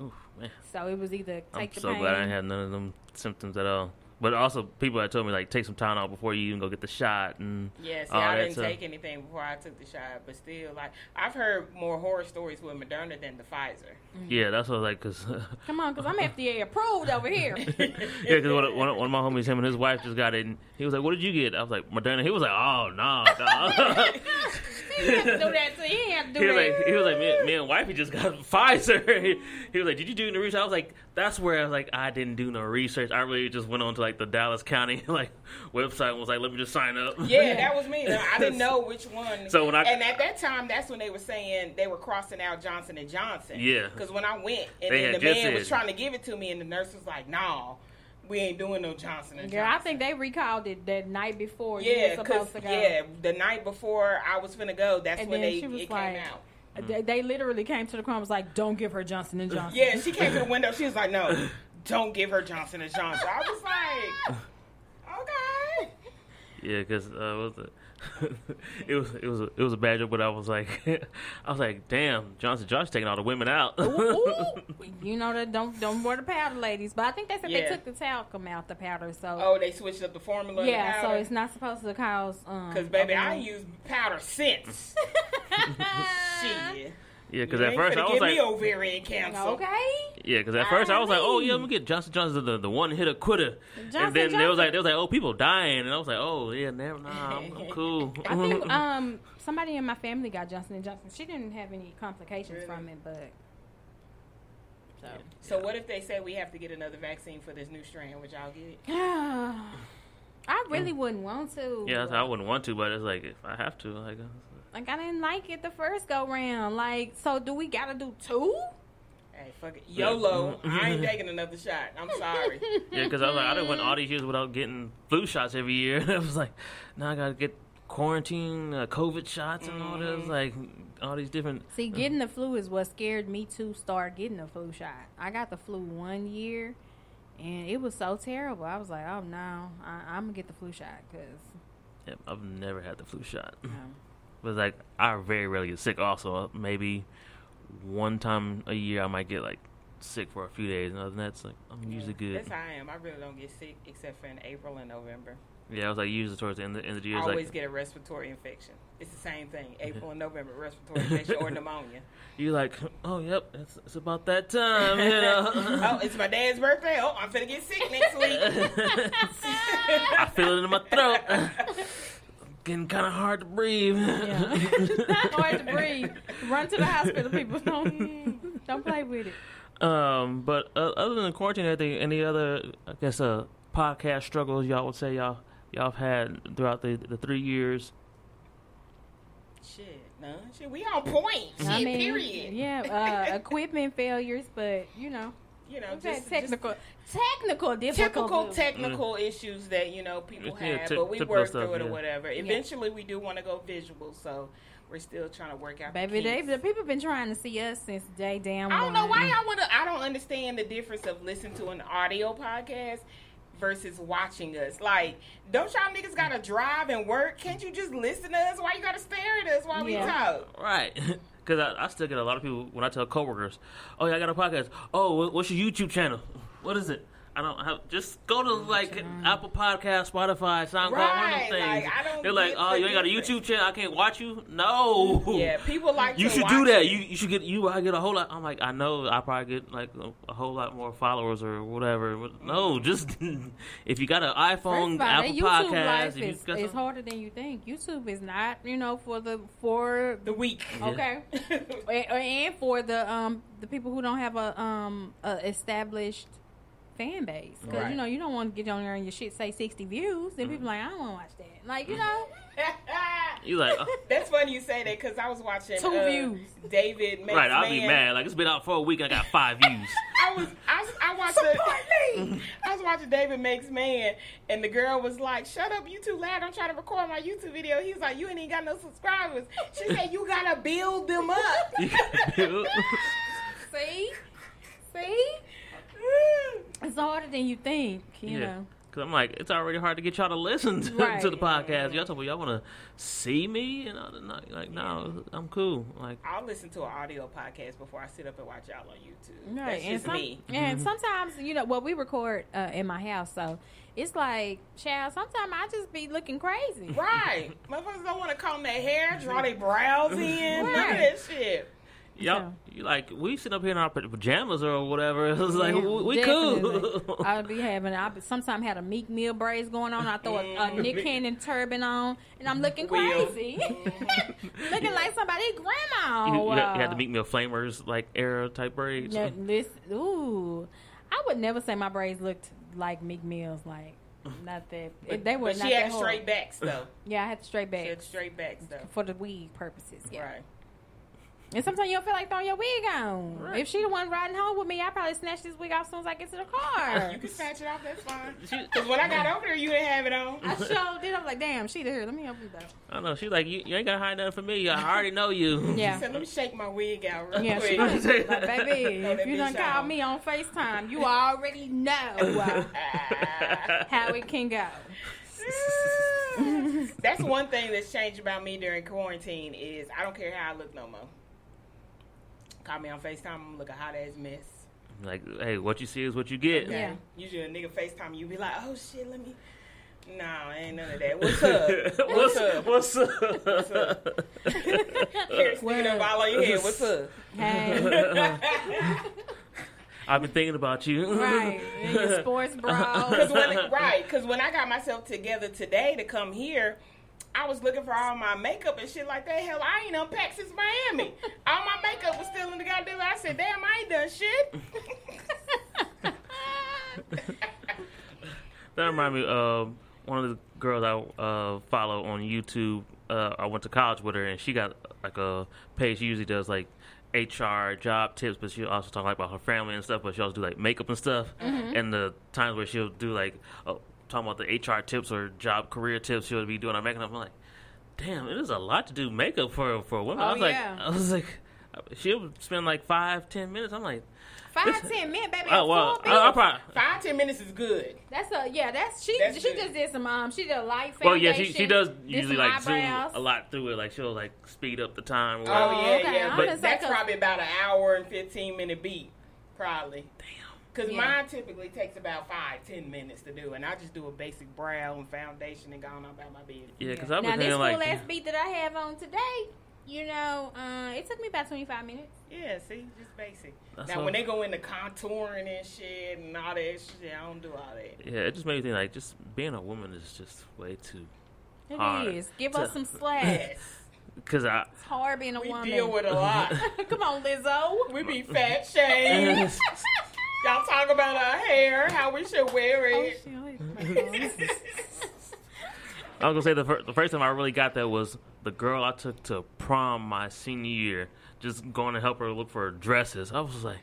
[SPEAKER 2] Oof, man.
[SPEAKER 4] So it was either take
[SPEAKER 2] I'm
[SPEAKER 4] the
[SPEAKER 2] so
[SPEAKER 4] pain.
[SPEAKER 2] glad I didn't have none of them symptoms at all. But also, people had told me like take some time out before you even go get the shot and
[SPEAKER 3] Yeah, see,
[SPEAKER 2] all
[SPEAKER 3] I
[SPEAKER 2] that
[SPEAKER 3] didn't
[SPEAKER 2] stuff.
[SPEAKER 3] take anything before I took the shot, but still, like, I've heard more horror stories with Moderna than the Pfizer.
[SPEAKER 2] Yeah, that's what I was like, cause
[SPEAKER 4] Come on, because I'm FDA approved over here.
[SPEAKER 2] yeah, cause one of, one, of, one of my homies, him and his wife just got it, and he was like, "What did you get?" I was like, "Moderna." He was like, "Oh no, no."
[SPEAKER 4] you didn't have to do that to you. didn't have to
[SPEAKER 2] he
[SPEAKER 4] do
[SPEAKER 2] was
[SPEAKER 4] that.
[SPEAKER 2] like, he was like, "Me, me and wifey just got Pfizer." he, he was like, "Did you do no research?" I was like, "That's where I was like, I didn't do no research. I really just went on to like the Dallas County like website and was like, let me just sign up."
[SPEAKER 3] Yeah, that was me. I didn't know which one.
[SPEAKER 2] So when I-
[SPEAKER 3] and at that time, that's when they were saying they were crossing out Johnson and Johnson.
[SPEAKER 2] Yeah.
[SPEAKER 3] because when I went, and
[SPEAKER 2] They
[SPEAKER 3] then
[SPEAKER 2] had
[SPEAKER 3] the
[SPEAKER 2] just
[SPEAKER 3] man was
[SPEAKER 2] said-
[SPEAKER 3] trying to give it to me, and the nurse was like, "No, we ain't doing no Johnson and
[SPEAKER 4] Yeah, I
[SPEAKER 3] Johnson."
[SPEAKER 4] think they recalled it that night before
[SPEAKER 3] yeah,
[SPEAKER 4] you were
[SPEAKER 3] 'cause-
[SPEAKER 4] supposed to go.
[SPEAKER 3] yeah, the night before I was finna go, that's
[SPEAKER 4] And
[SPEAKER 3] when
[SPEAKER 4] then
[SPEAKER 3] they
[SPEAKER 4] she was
[SPEAKER 3] it
[SPEAKER 4] like-
[SPEAKER 3] came out.
[SPEAKER 4] They, they literally came to the crowd and was like, "Don't give her Johnson and Johnson."
[SPEAKER 3] Yeah, she came to the window. She was like, "No, don't give her Johnson and Johnson." I was like, "Okay."
[SPEAKER 2] Yeah, because uh, what was it? it was it was a, it was a bad joke, but I was like, I was like, damn, Johnson Josh taking all the women out.
[SPEAKER 4] Ooh, you know that don't don't wear the powder, ladies. But I think they said
[SPEAKER 3] Yeah.
[SPEAKER 4] they took the talcum out the powder, so
[SPEAKER 3] Oh, they switched up the formula.
[SPEAKER 4] yeah, so it's not supposed to cause um.
[SPEAKER 3] because baby, I
[SPEAKER 4] overnight.
[SPEAKER 3] use powder since. Shit.
[SPEAKER 2] yeah, because
[SPEAKER 3] You
[SPEAKER 2] at
[SPEAKER 3] ain't
[SPEAKER 2] first
[SPEAKER 3] finna
[SPEAKER 2] I was
[SPEAKER 3] give
[SPEAKER 2] like,
[SPEAKER 3] me ovarian cancer.
[SPEAKER 4] okay.
[SPEAKER 2] yeah, because at first I was like, oh yeah, I'm gonna get Johnson Johnson the, the one hitter quitter,
[SPEAKER 4] Johnson
[SPEAKER 2] and then they was
[SPEAKER 4] Johnson.
[SPEAKER 2] like they was like, oh people dying, and I was like, oh yeah, never, nah, I'm, I'm cool.
[SPEAKER 4] I think um somebody in my family got Johnson and Johnson. She didn't have any complications
[SPEAKER 3] Really?
[SPEAKER 4] from it, but so.
[SPEAKER 3] So what if they say we have to get another vaccine for this new strain? Would y'all get it?
[SPEAKER 4] I really wouldn't want to.
[SPEAKER 2] yeah, I, was like, I wouldn't want to, but it's like if I have to, like, uh,
[SPEAKER 4] Like I didn't like it the first go round. Like, so do we gotta do two?
[SPEAKER 3] Hey, fuck it. YOLO. I ain't taking another shot. I'm sorry.
[SPEAKER 2] yeah, because I was like, I didn't went all these years without getting flu shots every year. I was like, now I gotta get quarantine uh, COVID shots and all this, like all these different.
[SPEAKER 4] See, getting the flu is what scared me to start getting the flu shot. I got the flu one year, and it was so terrible. I was like, oh no, I, I'm gonna get the flu shot because
[SPEAKER 2] Yep, I've never had the flu shot. But like, I very rarely get sick. Also, Uh, maybe one time a year I might get like sick for a few days, and other than that, it's like I'm usually good.
[SPEAKER 3] That's how I am. I really don't get sick except for in April and November.
[SPEAKER 2] Yeah, I was like usually towards the end of, end of the year.
[SPEAKER 3] I
[SPEAKER 2] it's
[SPEAKER 3] always
[SPEAKER 2] like,
[SPEAKER 3] get a respiratory infection. It's the same thing. April and November, respiratory infection or pneumonia.
[SPEAKER 2] You're like, oh yep, it's, it's about that time, you know.
[SPEAKER 3] oh, it's my dad's birthday. Oh, I'm finna get sick next week.
[SPEAKER 2] I feel it in my throat. Getting kind of hard to breathe.
[SPEAKER 4] hard to breathe. Run to the hospital, people. Don't don't play with it.
[SPEAKER 2] Um, but uh, other than quarantine, and everything, any other, I guess, uh, podcast struggles y'all would say y'all y'all have had throughout the, the three years?
[SPEAKER 3] Shit, no. Shit, we on point. Shit,
[SPEAKER 4] I mean,
[SPEAKER 3] period.
[SPEAKER 4] yeah, uh, equipment failures, but you know,
[SPEAKER 3] You know,
[SPEAKER 4] we've had
[SPEAKER 3] just, just
[SPEAKER 4] technical, technical
[SPEAKER 3] typical
[SPEAKER 4] difficulties.
[SPEAKER 3] technical issues that you know people
[SPEAKER 2] Mm. Yeah,
[SPEAKER 3] have,
[SPEAKER 2] ty-
[SPEAKER 3] but we
[SPEAKER 2] typical
[SPEAKER 3] work
[SPEAKER 2] stuff,
[SPEAKER 3] through it
[SPEAKER 2] yeah.
[SPEAKER 3] or whatever. Eventually, we do want to go visual, so we're still trying to work out. the
[SPEAKER 4] Baby, they,
[SPEAKER 3] kinks.
[SPEAKER 4] the people been trying to see us since day damn.
[SPEAKER 3] I don't know
[SPEAKER 4] one.
[SPEAKER 3] why I want to. I don't understand the difference of listening to an audio podcast versus watching us. Like, don't y'all niggas gotta drive and work? Can't you just listen to us? Why you gotta stare at us while we
[SPEAKER 4] Yeah.
[SPEAKER 3] talk?
[SPEAKER 2] Right. Because I, I still get a lot of people when I tell coworkers, "Oh yeah, I got a podcast. Oh, wh- what's your YouTube channel? What is it? I don't have. Just go to like Apple Podcast, Spotify, SoundCloud, one of those
[SPEAKER 3] Right,
[SPEAKER 2] things.
[SPEAKER 3] like, I don't
[SPEAKER 2] They're like,
[SPEAKER 3] get
[SPEAKER 2] oh,
[SPEAKER 3] the
[SPEAKER 2] you ain't got a
[SPEAKER 3] difference.
[SPEAKER 2] YouTube channel. I can't watch you. No.
[SPEAKER 3] Yeah, people like
[SPEAKER 2] You
[SPEAKER 3] to
[SPEAKER 2] should
[SPEAKER 3] watch
[SPEAKER 2] do that.
[SPEAKER 3] it.
[SPEAKER 2] You you should get you. I get a whole lot. I'm like I know I probably get like a, a whole lot more followers or whatever. But no, just if you got an iPhone,
[SPEAKER 4] Mm-hmm. First of all, that
[SPEAKER 2] Apple
[SPEAKER 4] YouTube
[SPEAKER 2] Podcast, if
[SPEAKER 4] life
[SPEAKER 2] you
[SPEAKER 4] is,
[SPEAKER 2] got
[SPEAKER 4] is
[SPEAKER 2] some-
[SPEAKER 4] harder than you think. YouTube is not, you know, for the for
[SPEAKER 3] the week.
[SPEAKER 4] okay, and, and for the um the people who don't have a um a established fan base because
[SPEAKER 3] Right.
[SPEAKER 4] you know you don't want to get on there and your shit say sixty views and
[SPEAKER 2] Mm-hmm.
[SPEAKER 4] people like I don't want to watch that. Like you know,
[SPEAKER 2] you like oh,
[SPEAKER 3] That's funny you say that because I was watching
[SPEAKER 4] Two
[SPEAKER 3] uh,
[SPEAKER 4] views.
[SPEAKER 3] David makes
[SPEAKER 2] right. I'll
[SPEAKER 3] man.
[SPEAKER 2] be mad. Like it's been out for a week. I got five views.
[SPEAKER 3] I was I, was- I watched the, I was watching David Makes Man and the girl was like, Shut up, you too loud, I'm trying to record my YouTube video. He was like, You ain't even got no subscribers. She said, You gotta build them up.
[SPEAKER 4] see, see,
[SPEAKER 3] Mm.
[SPEAKER 4] it's harder than you think. You
[SPEAKER 2] yeah.
[SPEAKER 4] know,
[SPEAKER 2] Cause I'm like, it's already hard to get y'all to listen to,
[SPEAKER 4] Right.
[SPEAKER 2] to the podcast. Y'all talking about y'all want to see me, and I'm not, like, no, I'm cool. Like,
[SPEAKER 3] I'll listen to an audio podcast before I sit up and watch y'all on YouTube.
[SPEAKER 4] Right,
[SPEAKER 3] That's
[SPEAKER 4] and
[SPEAKER 3] just
[SPEAKER 4] some-
[SPEAKER 3] me.
[SPEAKER 4] And
[SPEAKER 2] Mm-hmm.
[SPEAKER 4] sometimes, you know, well, we record uh, in my house, so it's like, child. Sometimes I just be looking crazy.
[SPEAKER 3] Right. Motherfuckers don't want to comb their hair, draw their brows in, none of that shit.
[SPEAKER 2] y'all, you like, we sit up here in our pa- pajamas or whatever. It's like,
[SPEAKER 4] Yeah,
[SPEAKER 2] we, we
[SPEAKER 4] definitely.
[SPEAKER 2] cool.
[SPEAKER 4] I'd be having. I sometimes had a Meek Mill braids going on. I throw a, a
[SPEAKER 2] Mm.
[SPEAKER 4] Nick Cannon turban on, and I'm looking
[SPEAKER 3] Will.
[SPEAKER 4] crazy, looking like somebody's grandma.
[SPEAKER 2] you, you, had, you had
[SPEAKER 4] Uh,
[SPEAKER 2] to meet me a flamers like era type braids.
[SPEAKER 4] no, listen, ooh, I would never say my braids looked like Meek Mill's. Like, not that
[SPEAKER 3] But,
[SPEAKER 4] they were
[SPEAKER 3] but
[SPEAKER 4] not
[SPEAKER 3] she
[SPEAKER 4] that
[SPEAKER 3] had
[SPEAKER 4] hard.
[SPEAKER 3] straight backs though.
[SPEAKER 4] Yeah, I had straight
[SPEAKER 3] She
[SPEAKER 4] back
[SPEAKER 3] had straight backs though.
[SPEAKER 4] for the wig purposes. Yeah.
[SPEAKER 3] Right.
[SPEAKER 4] And sometimes you don't feel like throwing your wig on.
[SPEAKER 2] Right.
[SPEAKER 4] If she the one riding home with me, I probably snatch this wig off as soon as I get to the car.
[SPEAKER 3] You can snatch it off, that's fine.
[SPEAKER 2] She-
[SPEAKER 3] Because when I got over there, you didn't have it on.
[SPEAKER 4] I showed did. I'm like, damn, she there. Let me help you though.
[SPEAKER 2] I don't know. She's like, you, you ain't gotta hide nothing from me. I already know you.
[SPEAKER 4] Yeah.
[SPEAKER 3] So let me shake my wig out real
[SPEAKER 4] Yeah, she
[SPEAKER 3] quick.
[SPEAKER 4] was like, baby,
[SPEAKER 3] Throw that
[SPEAKER 4] if you done
[SPEAKER 3] bitch out.
[SPEAKER 4] call me on FaceTime, you already know
[SPEAKER 3] Ah.
[SPEAKER 4] how it can go.
[SPEAKER 3] that's one thing that's changed about me during quarantine is I don't care how I look no more. Call me on FaceTime, I'm look a hot ass mess.
[SPEAKER 2] like, hey, what you see is what you get.
[SPEAKER 4] Yeah.
[SPEAKER 3] Usually a nigga FaceTime you be like, oh shit, let me. No, ain't none of that. What's up? What's up?
[SPEAKER 2] What's up? What's up?
[SPEAKER 3] Here, sticking up all on your head. What's up?
[SPEAKER 4] Hey,
[SPEAKER 2] I've been thinking about you.
[SPEAKER 4] right. In your sports bra.
[SPEAKER 3] Cause when, right, because when I got myself together today to come here, I was looking for all my makeup and shit like that. Hell, I ain't unpacked since Miami. All my makeup was still in the goddamn. I said, damn, I ain't done shit.
[SPEAKER 2] That reminds me of one of the girls I uh, follow on YouTube. Uh, I went to college with her, and she got like a page. She usually does like HR job tips, but she also talk like about her family and stuff. But she also do like makeup and stuff.
[SPEAKER 4] Mm-hmm.
[SPEAKER 2] And the times where she'll do like uh, talking about the HR tips or job career tips, she'll be doing her makeup. I'm like, damn, it is a lot to do makeup for for women. I
[SPEAKER 4] Oh,
[SPEAKER 2] was like,
[SPEAKER 4] yeah.
[SPEAKER 2] I was like, she'll spend like five ten minutes. I'm like,
[SPEAKER 4] Five, ten minutes, baby.
[SPEAKER 2] oh well,
[SPEAKER 4] Full
[SPEAKER 2] I, I
[SPEAKER 4] build.
[SPEAKER 2] probably.
[SPEAKER 3] Five ten minutes is good.
[SPEAKER 4] That's a yeah. That's she.
[SPEAKER 3] That's
[SPEAKER 4] she
[SPEAKER 3] good.
[SPEAKER 4] just did some um. She did a light foundation.
[SPEAKER 2] Well, yeah, she, she does
[SPEAKER 4] did
[SPEAKER 2] usually
[SPEAKER 4] some
[SPEAKER 2] like
[SPEAKER 4] eyebrows.
[SPEAKER 2] zoom a lot through it. Like she'll like speed up the time. Or
[SPEAKER 3] Oh,
[SPEAKER 2] whatever.
[SPEAKER 3] yeah,
[SPEAKER 4] okay.
[SPEAKER 3] yeah.
[SPEAKER 4] I'm
[SPEAKER 3] But
[SPEAKER 4] just
[SPEAKER 3] that's
[SPEAKER 4] like a-
[SPEAKER 3] probably about an hour and fifteen minute beat, probably. Damn. Cause
[SPEAKER 4] Yeah.
[SPEAKER 3] mine typically takes about five ten minutes to do, and I just do a basic brow and foundation and go on about my business.
[SPEAKER 2] yeah, because I've
[SPEAKER 4] Now
[SPEAKER 2] been
[SPEAKER 4] this
[SPEAKER 2] thinking
[SPEAKER 4] cool
[SPEAKER 2] like,
[SPEAKER 4] ass beat that I have on today, you know, uh, it took me about twenty five minutes.
[SPEAKER 3] Yeah, see, just basic.
[SPEAKER 2] That's
[SPEAKER 3] now
[SPEAKER 2] all.
[SPEAKER 3] when they go into contouring and shit and all that shit, I don't do all that.
[SPEAKER 2] yeah, it just made me think like, just being a woman is just way too.
[SPEAKER 4] It is.
[SPEAKER 2] Hard.
[SPEAKER 4] Give
[SPEAKER 2] To-
[SPEAKER 4] us some slack.
[SPEAKER 3] Yes,
[SPEAKER 2] Because I,
[SPEAKER 4] It's hard being a
[SPEAKER 3] we
[SPEAKER 4] woman.
[SPEAKER 3] deal with a lot.
[SPEAKER 4] Come on, Lizzo.
[SPEAKER 3] We be fat shamed.
[SPEAKER 4] oh,
[SPEAKER 3] Y'all talk about our hair, how we should wear it.
[SPEAKER 5] Oh,
[SPEAKER 4] shit. My phone.
[SPEAKER 2] I was gonna say the, fir- the first time I really got that was the girl I took to prom my senior year. Just going to help her look for dresses. I was just like,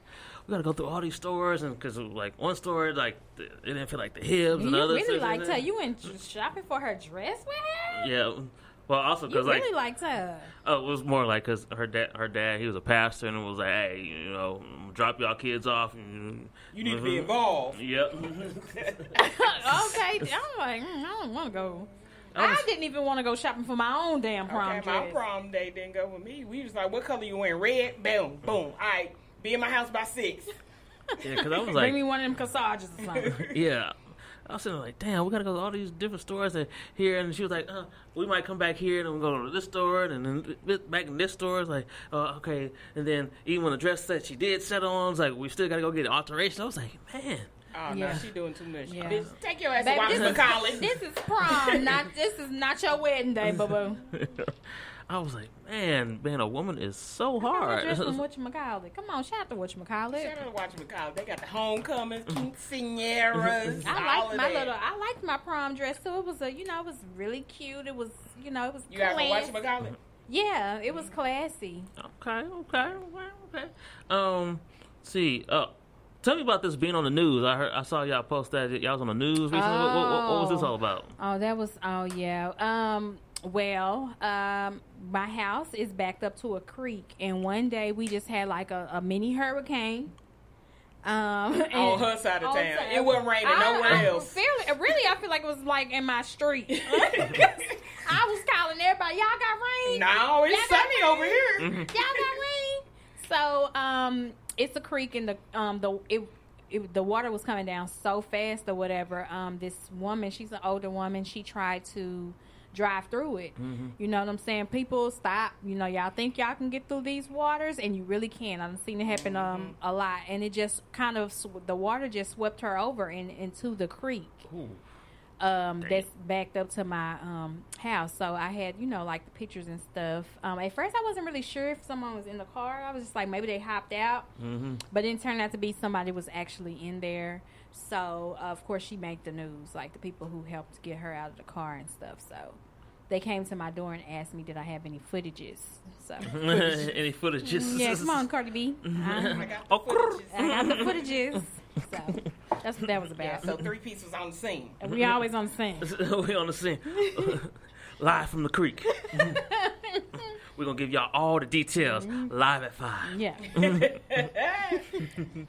[SPEAKER 2] we gotta go through all these stores, and because like one store like the, it didn't feel like the hips,
[SPEAKER 4] you
[SPEAKER 2] and other
[SPEAKER 4] really
[SPEAKER 2] stuff-
[SPEAKER 4] liked her. You went shopping for her dress with her?
[SPEAKER 2] Yeah. Well, also
[SPEAKER 4] You
[SPEAKER 2] because like
[SPEAKER 4] really liked her.
[SPEAKER 2] Oh, it was more like because her dad, her dad, he was a pastor, and it was like, hey, you know, drop y'all kids off. And, mm-hmm."
[SPEAKER 3] You need to be involved.
[SPEAKER 2] Yep.
[SPEAKER 4] okay. I'm like, mm, I don't want to go.
[SPEAKER 2] I
[SPEAKER 5] I
[SPEAKER 2] was-
[SPEAKER 5] didn't even want to go shopping for my own damn prom
[SPEAKER 3] okay, my
[SPEAKER 5] dress.
[SPEAKER 3] prom day didn't go with me. We was like, what color you wearing? Red? Boom, boom. All right, be in my house by six.
[SPEAKER 2] Yeah, because I was
[SPEAKER 5] Bring me
[SPEAKER 2] like,
[SPEAKER 5] one of them corsages or something.
[SPEAKER 2] yeah. I was sitting there like, damn, we gotta go to all these different stores and here. And she was like, uh, we might come back here and we'll go to this store and then th- back in this store. It's like, uh, okay. And then even when the dress that she did settle on, it's like, we still gotta go get an alteration. I was like, man,
[SPEAKER 3] Oh,
[SPEAKER 5] Yeah.
[SPEAKER 3] no, she doing too much.
[SPEAKER 5] Yeah.
[SPEAKER 3] Bitch, take your ass
[SPEAKER 5] Baby,
[SPEAKER 3] to
[SPEAKER 5] this
[SPEAKER 3] Wallace
[SPEAKER 5] is-
[SPEAKER 3] McCollin.
[SPEAKER 5] this is prom, not this is not your wedding day, boo boo.
[SPEAKER 2] I was like, man, being a woman is so hard.
[SPEAKER 5] Dress from whatchamacallit. Come on, shout out to whatchamacallit.
[SPEAKER 3] Shout out to Watch McCollin. They got the homecomings, quinceañeras.
[SPEAKER 5] I
[SPEAKER 3] all
[SPEAKER 5] liked
[SPEAKER 3] of
[SPEAKER 5] my
[SPEAKER 3] that.
[SPEAKER 5] little. I liked my prom dress too. It was a, you know, it was really cute. It was, you know, it was.
[SPEAKER 3] You got to
[SPEAKER 5] classy.
[SPEAKER 3] Watch McCollin.
[SPEAKER 5] Yeah, it was classy.
[SPEAKER 2] Okay, okay, okay, okay. Um, see, uh, tell me about this being on the news. I heard, I saw y'all post that y'all was on the news recently. What, what, what, what was this all about?
[SPEAKER 4] Oh, that was oh yeah. Um well, um my house is backed up to a creek and one day we just had like a, a mini hurricane. Um and
[SPEAKER 3] On her side of
[SPEAKER 5] On
[SPEAKER 3] town.
[SPEAKER 5] side.
[SPEAKER 3] Oh, It wasn't raining
[SPEAKER 5] I-
[SPEAKER 3] nowhere
[SPEAKER 5] I
[SPEAKER 3] else.
[SPEAKER 5] feel- really, I feel like it was like in my street. I was calling everybody. Y'all got rain.
[SPEAKER 3] No, it's
[SPEAKER 5] Y'all got
[SPEAKER 3] sunny over here.
[SPEAKER 2] Mm-hmm.
[SPEAKER 5] Y'all got rain.
[SPEAKER 4] so um it's a creek and the um the it, it the water was coming down so fast or whatever. Um this woman, she's an older woman, she tried to drive through it. You know what I'm saying? People stop. You know, y'all think y'all can get through these waters, and you really can. I've seen it happen um a lot, and it just kind of sw- the water just swept her over and into the creek. Um, that's backed up to my um house, so I had you know like the pictures and stuff. Um, at first I wasn't really sure if someone was in the car. I was just like maybe they hopped out,
[SPEAKER 2] Mm-hmm.
[SPEAKER 4] but it turned out to be somebody was actually in there. So uh, of course she made the news, like the people who helped get her out of the car and stuff. So they came to my door and asked me, did I have any footages? So
[SPEAKER 2] Any footage? Just
[SPEAKER 4] yeah, come on, Cardi B,
[SPEAKER 3] I
[SPEAKER 4] I,
[SPEAKER 3] got the
[SPEAKER 2] Oh, crrr.
[SPEAKER 3] footage.
[SPEAKER 4] I got the footages. So that's what that was about.
[SPEAKER 3] Yeah, so three piece was on the scene.
[SPEAKER 4] And we always on the same.
[SPEAKER 2] we on the scene, live from the creek. We're gonna give y'all all the details
[SPEAKER 4] Mm-hmm.
[SPEAKER 2] live at five.
[SPEAKER 4] Yeah.
[SPEAKER 2] Mm-hmm.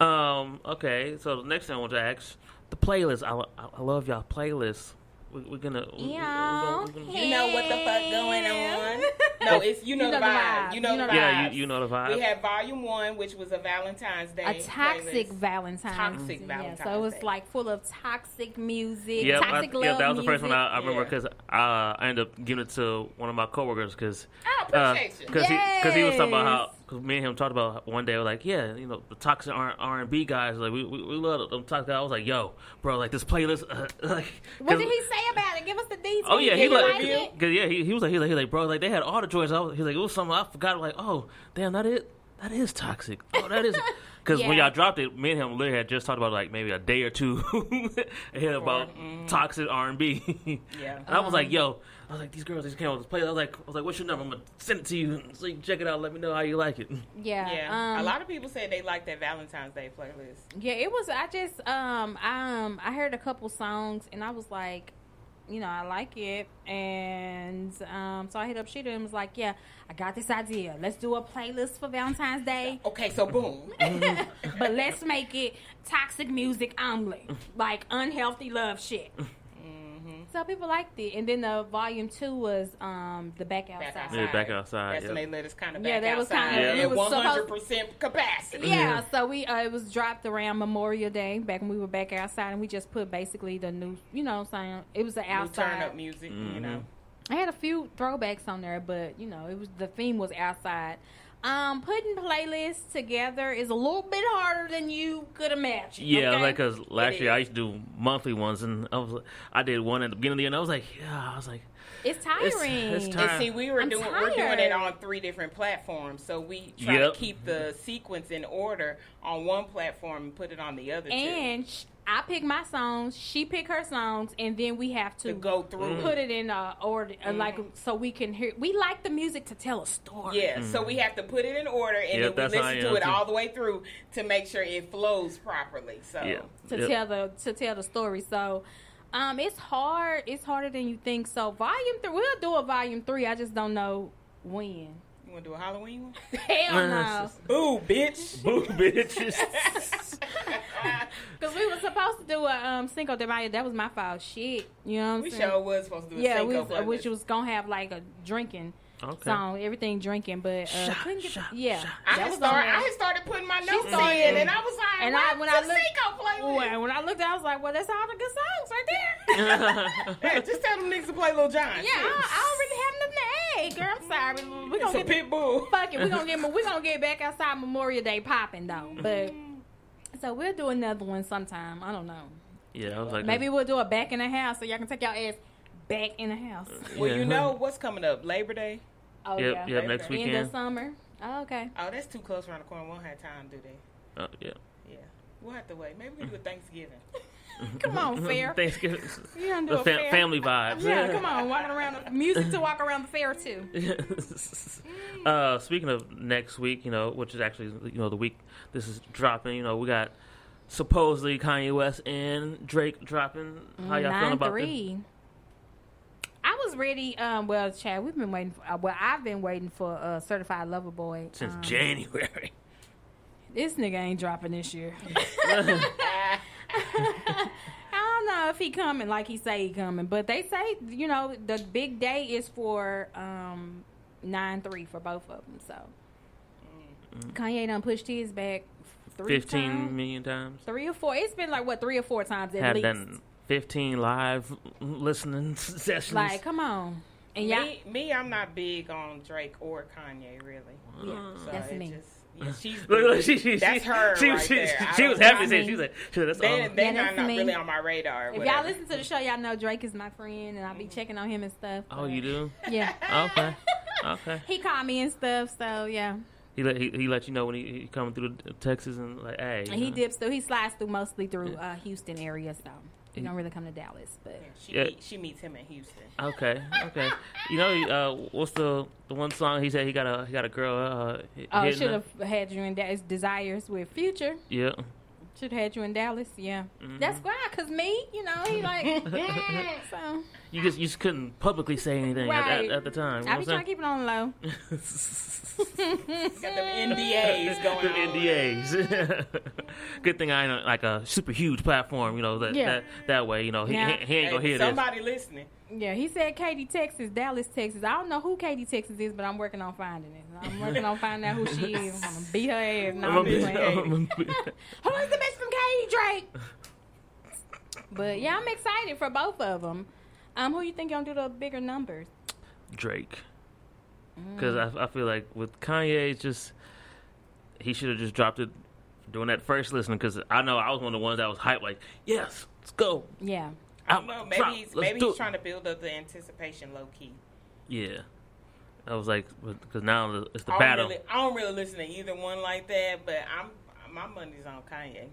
[SPEAKER 2] Um, okay, so the next thing I want to ask the playlist. I, lo- I I love y'all playlists. We, we're gonna, we- we- we're gonna, we're gonna
[SPEAKER 3] You know what the fuck going on? No, it's you know, the vibe. You know the vibe.
[SPEAKER 2] yeah, you, you know the vibe.
[SPEAKER 3] We had volume one, which was a Valentine's Day.
[SPEAKER 4] A toxic
[SPEAKER 3] playlist.
[SPEAKER 4] Valentine's.
[SPEAKER 3] Toxic
[SPEAKER 4] Yeah, so it
[SPEAKER 3] Valentine's
[SPEAKER 4] was
[SPEAKER 3] Day.
[SPEAKER 4] like full of toxic music,
[SPEAKER 2] Yep, I-
[SPEAKER 4] toxic love
[SPEAKER 2] yeah, that was the first one I, I
[SPEAKER 3] music.
[SPEAKER 2] remember
[SPEAKER 3] Yeah.
[SPEAKER 2] because I ended up giving it to one of my coworkers because
[SPEAKER 3] I appreciate you.
[SPEAKER 2] because he, 'cause he was talking about how cause
[SPEAKER 4] Yes.
[SPEAKER 2] me and him talked about one day we're like yeah you know the toxic R and B guys like we, we we love them toxic. I was like yo bro like this playlist uh, like
[SPEAKER 5] What did he say about it? Give us the details.
[SPEAKER 2] Oh yeah, he
[SPEAKER 5] Did you
[SPEAKER 2] like,
[SPEAKER 5] like it?
[SPEAKER 2] cause yeah, he, he was like, he was like, he was like, bro, like they had all the joints. I was, he's like, it was something I forgot. Like, oh, damn, that is that is toxic. Oh, that is because when
[SPEAKER 5] Yeah.
[SPEAKER 2] y'all dropped it, me and him literally had just talked about like maybe a day or two ahead about toxic R and B.
[SPEAKER 3] Yeah.
[SPEAKER 2] and I was like, yo, I was like, these girls just came on this play. I was like, I was like, what's your number? I'm gonna send it to you so you can check it out. Let me know how you like it.
[SPEAKER 4] yeah,
[SPEAKER 3] Yeah, a
[SPEAKER 4] um,
[SPEAKER 3] lot of people said they like that Valentine's Day playlist.
[SPEAKER 4] yeah. It was. I just um I, um I heard a couple songs and I was like, you know, I like it, and um so I hit up Sheeta and was like, yeah, I got this idea. Let's do a playlist for Valentine's Day.
[SPEAKER 3] Okay, so boom.
[SPEAKER 4] but let's make it toxic music only, like unhealthy love shit.
[SPEAKER 3] Mm-hmm.
[SPEAKER 4] So people liked it, and then the volume two was um the back outside.
[SPEAKER 3] Back outside.
[SPEAKER 2] Yeah, back outside,
[SPEAKER 3] That's
[SPEAKER 2] yeah.
[SPEAKER 3] when they let us kind of back
[SPEAKER 4] Yeah, that was
[SPEAKER 3] outside
[SPEAKER 4] kinda-
[SPEAKER 2] Yeah. it
[SPEAKER 3] at
[SPEAKER 4] was
[SPEAKER 3] one
[SPEAKER 4] supposed-
[SPEAKER 3] hundred percent capacity.
[SPEAKER 4] Yeah, so we uh, it was dropped around Memorial Day back when we were back outside, and we just put basically the new, you know, what I'm saying it was the
[SPEAKER 3] New turn up
[SPEAKER 4] outside.
[SPEAKER 3] music,
[SPEAKER 2] Mm-hmm.
[SPEAKER 3] you know.
[SPEAKER 4] I had a few throwbacks on there, but you know, it was the theme was outside. Um, putting playlists together is a little bit harder than you could imagine.
[SPEAKER 2] Yeah,
[SPEAKER 4] okay?
[SPEAKER 2] like 'cause like cause last
[SPEAKER 3] It
[SPEAKER 2] year I used to do monthly ones, and I was I did one at the beginning of the year, and I was like, yeah, I was like,
[SPEAKER 4] it's tiring.
[SPEAKER 2] it's time.
[SPEAKER 3] And see, we were
[SPEAKER 4] I'm
[SPEAKER 3] doing we're doing it
[SPEAKER 4] tired.
[SPEAKER 3] on three different platforms, so we try
[SPEAKER 2] Yep.
[SPEAKER 3] to keep the sequence in order on one platform and put it on the other
[SPEAKER 4] and sh- I pick my songs, she pick her songs, and then we have
[SPEAKER 3] two
[SPEAKER 4] to
[SPEAKER 3] to go through. Mm.
[SPEAKER 4] put it in uh, order, uh, like so we can hear. We like the music to tell a story.
[SPEAKER 3] Yeah, so we have to put it in order, and
[SPEAKER 2] Mm-hmm. Yep,
[SPEAKER 3] then
[SPEAKER 2] that's
[SPEAKER 3] we
[SPEAKER 2] how I
[SPEAKER 3] listen to
[SPEAKER 2] am,
[SPEAKER 3] it
[SPEAKER 2] too.
[SPEAKER 3] all the way through to make sure it flows properly. So
[SPEAKER 2] yeah,
[SPEAKER 4] to
[SPEAKER 2] yeah.
[SPEAKER 4] tell the to tell the story. So, um, it's hard. It's harder than you think. So, volume three, we'll do a volume three. I just don't know when.
[SPEAKER 3] you want to do a Halloween one?
[SPEAKER 4] Hell no,
[SPEAKER 3] Boo, bitch!
[SPEAKER 2] Boo, bitch.
[SPEAKER 4] because we were supposed to do a um, Cinco de Mayo. That was my foul shit. You know what I'm
[SPEAKER 3] We
[SPEAKER 4] saying?
[SPEAKER 3] sure was supposed to do a
[SPEAKER 4] yeah, we
[SPEAKER 3] Cinco,
[SPEAKER 4] was,
[SPEAKER 3] wasn't
[SPEAKER 4] which
[SPEAKER 3] it?
[SPEAKER 4] was gonna have like a drinking
[SPEAKER 2] Okay.
[SPEAKER 4] song, everything drinking, but uh,
[SPEAKER 2] Shot,
[SPEAKER 4] couldn't get
[SPEAKER 2] shot,
[SPEAKER 4] yeah.
[SPEAKER 2] shot.
[SPEAKER 3] I
[SPEAKER 4] that
[SPEAKER 3] had
[SPEAKER 4] was on
[SPEAKER 3] started.
[SPEAKER 4] there.
[SPEAKER 3] I had started putting my notes
[SPEAKER 4] started.
[SPEAKER 3] in, and I was like,
[SPEAKER 4] And
[SPEAKER 3] and
[SPEAKER 4] I-
[SPEAKER 3] I,
[SPEAKER 4] when
[SPEAKER 3] when
[SPEAKER 4] I
[SPEAKER 3] I
[SPEAKER 4] looked-
[SPEAKER 3] play
[SPEAKER 4] Ooh,
[SPEAKER 3] with?
[SPEAKER 4] Oh, and when I looked at, it, I was like, "Well, that's all the good songs right there."
[SPEAKER 3] Yeah, just tell them niggas to play Lil John.
[SPEAKER 4] yeah, I, I don't really have nothing to add, girl. I'm sorry. We
[SPEAKER 3] it's
[SPEAKER 4] gonna
[SPEAKER 3] a
[SPEAKER 4] get
[SPEAKER 3] pit bull.
[SPEAKER 4] fuck it. We gonna get we gonna get back outside Memorial Day popping though.
[SPEAKER 3] Mm-hmm.
[SPEAKER 4] But so we'll do another one sometime. I don't know.
[SPEAKER 2] Yeah, I was like, uh,
[SPEAKER 4] Maybe we'll do a back in the house so y'all can take y'all ass back in the house.
[SPEAKER 3] Well,
[SPEAKER 2] Yeah.
[SPEAKER 3] you know what's coming up? Labor Day.
[SPEAKER 4] Oh
[SPEAKER 2] Mm-hmm. Yep,
[SPEAKER 4] yeah,
[SPEAKER 2] yep, next
[SPEAKER 3] End
[SPEAKER 4] end
[SPEAKER 2] weekend.
[SPEAKER 4] of summer. Oh, okay.
[SPEAKER 3] Oh, that's too close around the corner. We won't have time, do they?
[SPEAKER 2] Oh, yeah.
[SPEAKER 3] Yeah, we'll have to wait. Maybe we do a Thanksgiving.
[SPEAKER 4] Come on, fair.
[SPEAKER 2] Thanksgiving.
[SPEAKER 4] You don't do
[SPEAKER 2] the
[SPEAKER 4] a
[SPEAKER 2] fam-
[SPEAKER 4] fair.
[SPEAKER 2] family vibes.
[SPEAKER 4] Yeah, come on, walking around the music to walk around the fair too.
[SPEAKER 2] uh, speaking of next week, you know, which is actually you know the week this is dropping. You know, we got supposedly Kanye West and Drake dropping. How y'all feeling about this?
[SPEAKER 4] three. I was ready. Um, well, Chad, we've been waiting. For, uh, well, I've been waiting for uh, Certified Lover Boy
[SPEAKER 2] Since
[SPEAKER 4] um,
[SPEAKER 2] January.
[SPEAKER 4] This nigga ain't dropping this year. I don't know if he coming like he say he coming, but they say you know the big day is for um nine three for both of them. So Kanye done pushed his back three
[SPEAKER 2] Mm. Fifteen
[SPEAKER 4] times,
[SPEAKER 2] million times.
[SPEAKER 4] three or four. It's been like what three or four times at
[SPEAKER 2] Had
[SPEAKER 4] least.
[SPEAKER 2] done fifteen live listening sessions.
[SPEAKER 4] Like, come on, and y'all.
[SPEAKER 3] Me, me, I'm not big on Drake or Kanye, really.
[SPEAKER 4] Yeah,
[SPEAKER 3] So
[SPEAKER 4] that's
[SPEAKER 3] it
[SPEAKER 4] me.
[SPEAKER 3] Just, yeah, she's
[SPEAKER 2] Look, look, she, she,
[SPEAKER 3] That's
[SPEAKER 2] she,
[SPEAKER 3] her
[SPEAKER 2] She,
[SPEAKER 3] right
[SPEAKER 2] she,
[SPEAKER 3] there.
[SPEAKER 2] she,
[SPEAKER 3] I
[SPEAKER 2] she was
[SPEAKER 3] don't-
[SPEAKER 2] happy.
[SPEAKER 4] I
[SPEAKER 2] saying
[SPEAKER 4] mean,
[SPEAKER 2] she was like, she was like, "Oh."
[SPEAKER 3] They,
[SPEAKER 2] that's
[SPEAKER 3] they
[SPEAKER 4] Yeah,
[SPEAKER 3] not,
[SPEAKER 4] that's
[SPEAKER 3] not
[SPEAKER 4] me.
[SPEAKER 3] really on my radar. or
[SPEAKER 4] If y'all
[SPEAKER 3] whatever.
[SPEAKER 4] listen to the show, y'all know Drake is my friend, and I be checking on him and stuff.
[SPEAKER 2] all. Oh, you do?
[SPEAKER 4] Yeah,
[SPEAKER 2] Okay, okay.
[SPEAKER 4] he called me and stuff, so yeah.
[SPEAKER 2] He let he, he let you know when he, he coming through the Texas and like, hey.
[SPEAKER 4] And he
[SPEAKER 2] uh,
[SPEAKER 4] dips through. He slides through mostly through uh, Houston area, so he don't really come to Dallas. But
[SPEAKER 3] Yeah, she,
[SPEAKER 2] Yeah. Uh,
[SPEAKER 3] meet- she meets him in Houston.
[SPEAKER 2] Okay, okay. You know, uh, what's the the one song he said he got a he got a girl? Uh, hi-
[SPEAKER 4] oh,
[SPEAKER 2] hitting
[SPEAKER 4] should
[SPEAKER 2] her?
[SPEAKER 4] have had you in Dallas. Desires with Future
[SPEAKER 2] Yeah.
[SPEAKER 4] should have had you in Dallas. Yeah, that's why. Cause me, you know, he like yeah, so.
[SPEAKER 2] You just you just couldn't publicly say anything at, at,
[SPEAKER 4] Right.
[SPEAKER 2] at the time. You
[SPEAKER 4] I
[SPEAKER 2] know what
[SPEAKER 4] be trying
[SPEAKER 2] I'm
[SPEAKER 4] to keep it on low.
[SPEAKER 2] saying?
[SPEAKER 3] Got them NDAs going
[SPEAKER 2] Them
[SPEAKER 3] on.
[SPEAKER 2] NDAs. Good thing I ain't on, like a super huge platform. You know that
[SPEAKER 4] Yeah.
[SPEAKER 2] that, that way. You know he,
[SPEAKER 4] Yeah.
[SPEAKER 2] he, he ain't gonna
[SPEAKER 3] Hey,
[SPEAKER 2] hear this.
[SPEAKER 3] somebody listening.
[SPEAKER 4] Yeah, he said Katy, Texas, Dallas, Texas. I don't know who Katy, Texas is, but I'm working on finding it. I'm working on finding out who she is. I'm gonna beat her ass. No, I'm
[SPEAKER 2] I'm
[SPEAKER 4] just
[SPEAKER 2] gonna be-
[SPEAKER 4] playing.
[SPEAKER 2] I'm gonna be-
[SPEAKER 4] Who is the bitch from Katy Drake? but yeah, I'm excited for both of them. Um, who you think gonna do the bigger numbers?
[SPEAKER 2] Drake.
[SPEAKER 3] Mm.
[SPEAKER 2] Because I, I feel like with Kanye, it's just he should have just dropped it during that first listening. Because I know I was one of the ones that was hyped, like, yes, let's go.
[SPEAKER 4] Yeah,
[SPEAKER 3] I
[SPEAKER 2] Out,
[SPEAKER 3] don't know.
[SPEAKER 2] drop,
[SPEAKER 3] Maybe he's,
[SPEAKER 2] let's
[SPEAKER 3] maybe
[SPEAKER 2] do
[SPEAKER 3] he's
[SPEAKER 2] it."
[SPEAKER 3] trying to build up the anticipation low key.
[SPEAKER 2] Yeah, I was like, because now it's the
[SPEAKER 3] I don't,
[SPEAKER 2] battle.
[SPEAKER 3] really, I don't really listen to either one like that, but I'm my money's on Kanye.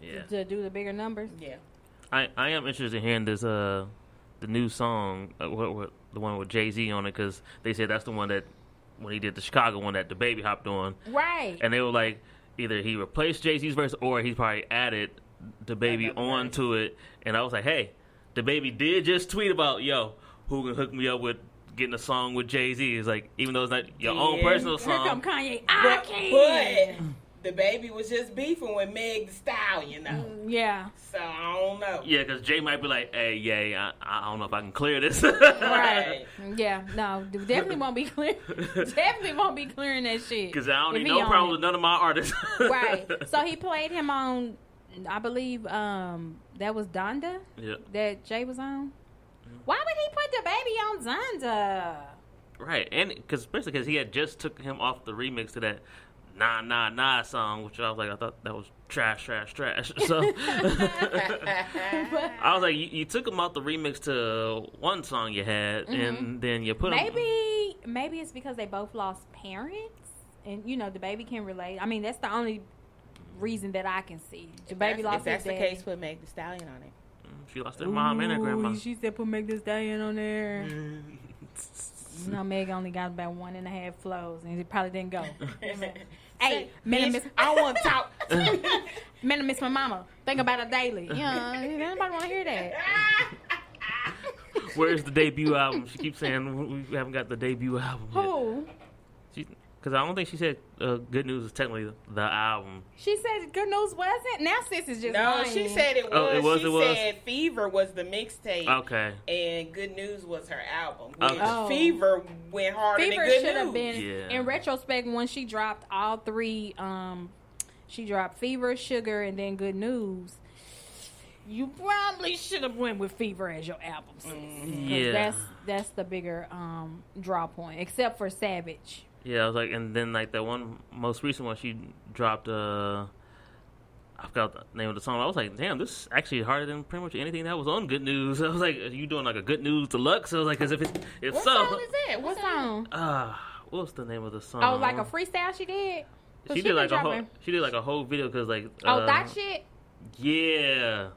[SPEAKER 2] Yeah,
[SPEAKER 4] to do the bigger numbers.
[SPEAKER 3] Yeah.
[SPEAKER 2] I, I am interested in hearing this uh the new song, uh, what, what, the one with Jay Z on it, because they said that's the one that when he did the Chicago one that the baby hopped on.
[SPEAKER 4] Right.
[SPEAKER 2] and they were like, either he replaced Jay Z's verse or he probably added the baby
[SPEAKER 3] Another
[SPEAKER 2] onto it. And I was like, hey, the baby did just tweet about yo, who can hook me up with getting a song with Jay Z? It's like even though it's not your own
[SPEAKER 3] Yeah.
[SPEAKER 2] personal
[SPEAKER 4] Here come
[SPEAKER 2] song,
[SPEAKER 4] Kanye. I
[SPEAKER 3] But,
[SPEAKER 4] can.
[SPEAKER 3] but the baby was just beefing with Meg the Style, you know.
[SPEAKER 4] Yeah.
[SPEAKER 3] So I don't know.
[SPEAKER 2] yeah, because Jay might be like, hey, yay, I, I don't know if I can clear this.
[SPEAKER 4] Right. Yeah. No. d- Definitely won't be clear. definitely won't be clearing that shit.
[SPEAKER 2] Because I don't
[SPEAKER 4] If
[SPEAKER 2] need
[SPEAKER 4] he
[SPEAKER 2] no
[SPEAKER 4] on
[SPEAKER 2] problem
[SPEAKER 4] it.
[SPEAKER 2] with none of my artists.
[SPEAKER 4] right. So he played him on, I believe, um, that was Donda
[SPEAKER 2] yeah.
[SPEAKER 4] that Jay was on. Why would he put the baby on Donda?
[SPEAKER 2] Right, and because especially because he had just took him off the remix to that nah nah nah song, which I was like, I thought that was trash, trash, trash. So
[SPEAKER 4] But
[SPEAKER 2] I was like, you, you took him off the remix to one song you had, and then you put him.
[SPEAKER 4] Mm-hmm. maybe, maybe it's because they both lost parents, and you know the baby can relate. I mean, that's the only reason that I can see. The baby lost
[SPEAKER 3] if that's
[SPEAKER 4] his
[SPEAKER 3] the
[SPEAKER 4] daddy.
[SPEAKER 3] case, put Meg the Stallion on it.
[SPEAKER 2] She lost her mom and her grandma. Mm.
[SPEAKER 4] Ooh, She said, "Put make this day in on there." you know, Meg only got about one and a half flows, and it probably didn't go. hey, man, miss,
[SPEAKER 3] Bitch, I want to talk.
[SPEAKER 4] man, I miss my mama. Think about her daily. Yeah, anybody want to hear that? Oh.
[SPEAKER 2] Where's the debut album? She keeps saying we we haven't got the debut album. Yet.
[SPEAKER 4] Who?
[SPEAKER 2] She, Because I don't think she said uh, good news is technically the album.
[SPEAKER 4] She said good news wasn't. Now sis is just
[SPEAKER 3] No,
[SPEAKER 4] lying.
[SPEAKER 3] she said it was.
[SPEAKER 2] Oh, it was,
[SPEAKER 3] she
[SPEAKER 2] it was.
[SPEAKER 3] said Fever was the mixtape.
[SPEAKER 2] Okay.
[SPEAKER 3] And Good News was her album.
[SPEAKER 2] Okay.
[SPEAKER 3] Which
[SPEAKER 4] Oh.
[SPEAKER 3] Fever went harder
[SPEAKER 4] Fever
[SPEAKER 3] than
[SPEAKER 4] should
[SPEAKER 3] Good News.
[SPEAKER 4] have been
[SPEAKER 2] Yeah.
[SPEAKER 4] in retrospect when she dropped all three. Um, she dropped Fever, Sugar, and then Good News. You probably should have went with Fever as your album. sis.
[SPEAKER 3] Mm-hmm.
[SPEAKER 4] 'Cause
[SPEAKER 2] Yeah.
[SPEAKER 4] that's that's the bigger um draw point, except for Savage.
[SPEAKER 2] Yeah, I was like, and then like that one most recent one she dropped. uh I forgot the name of the song. I was like, damn, this is actually harder than pretty much anything that was on Good News. I was like, are you doing like a Good News deluxe? I was like, because if it's if
[SPEAKER 3] What
[SPEAKER 2] so,
[SPEAKER 3] song is that? What
[SPEAKER 4] What's
[SPEAKER 3] song?
[SPEAKER 4] on?
[SPEAKER 2] uh, what was the name of the song?
[SPEAKER 4] Oh, like a freestyle she did.
[SPEAKER 2] Uh-huh.
[SPEAKER 4] 'Cause
[SPEAKER 2] She, did
[SPEAKER 4] been
[SPEAKER 2] like a whole.
[SPEAKER 4] dropping-
[SPEAKER 2] She did like a whole video because like.
[SPEAKER 4] Oh,
[SPEAKER 2] uh,
[SPEAKER 4] that shit.
[SPEAKER 2] Yeah.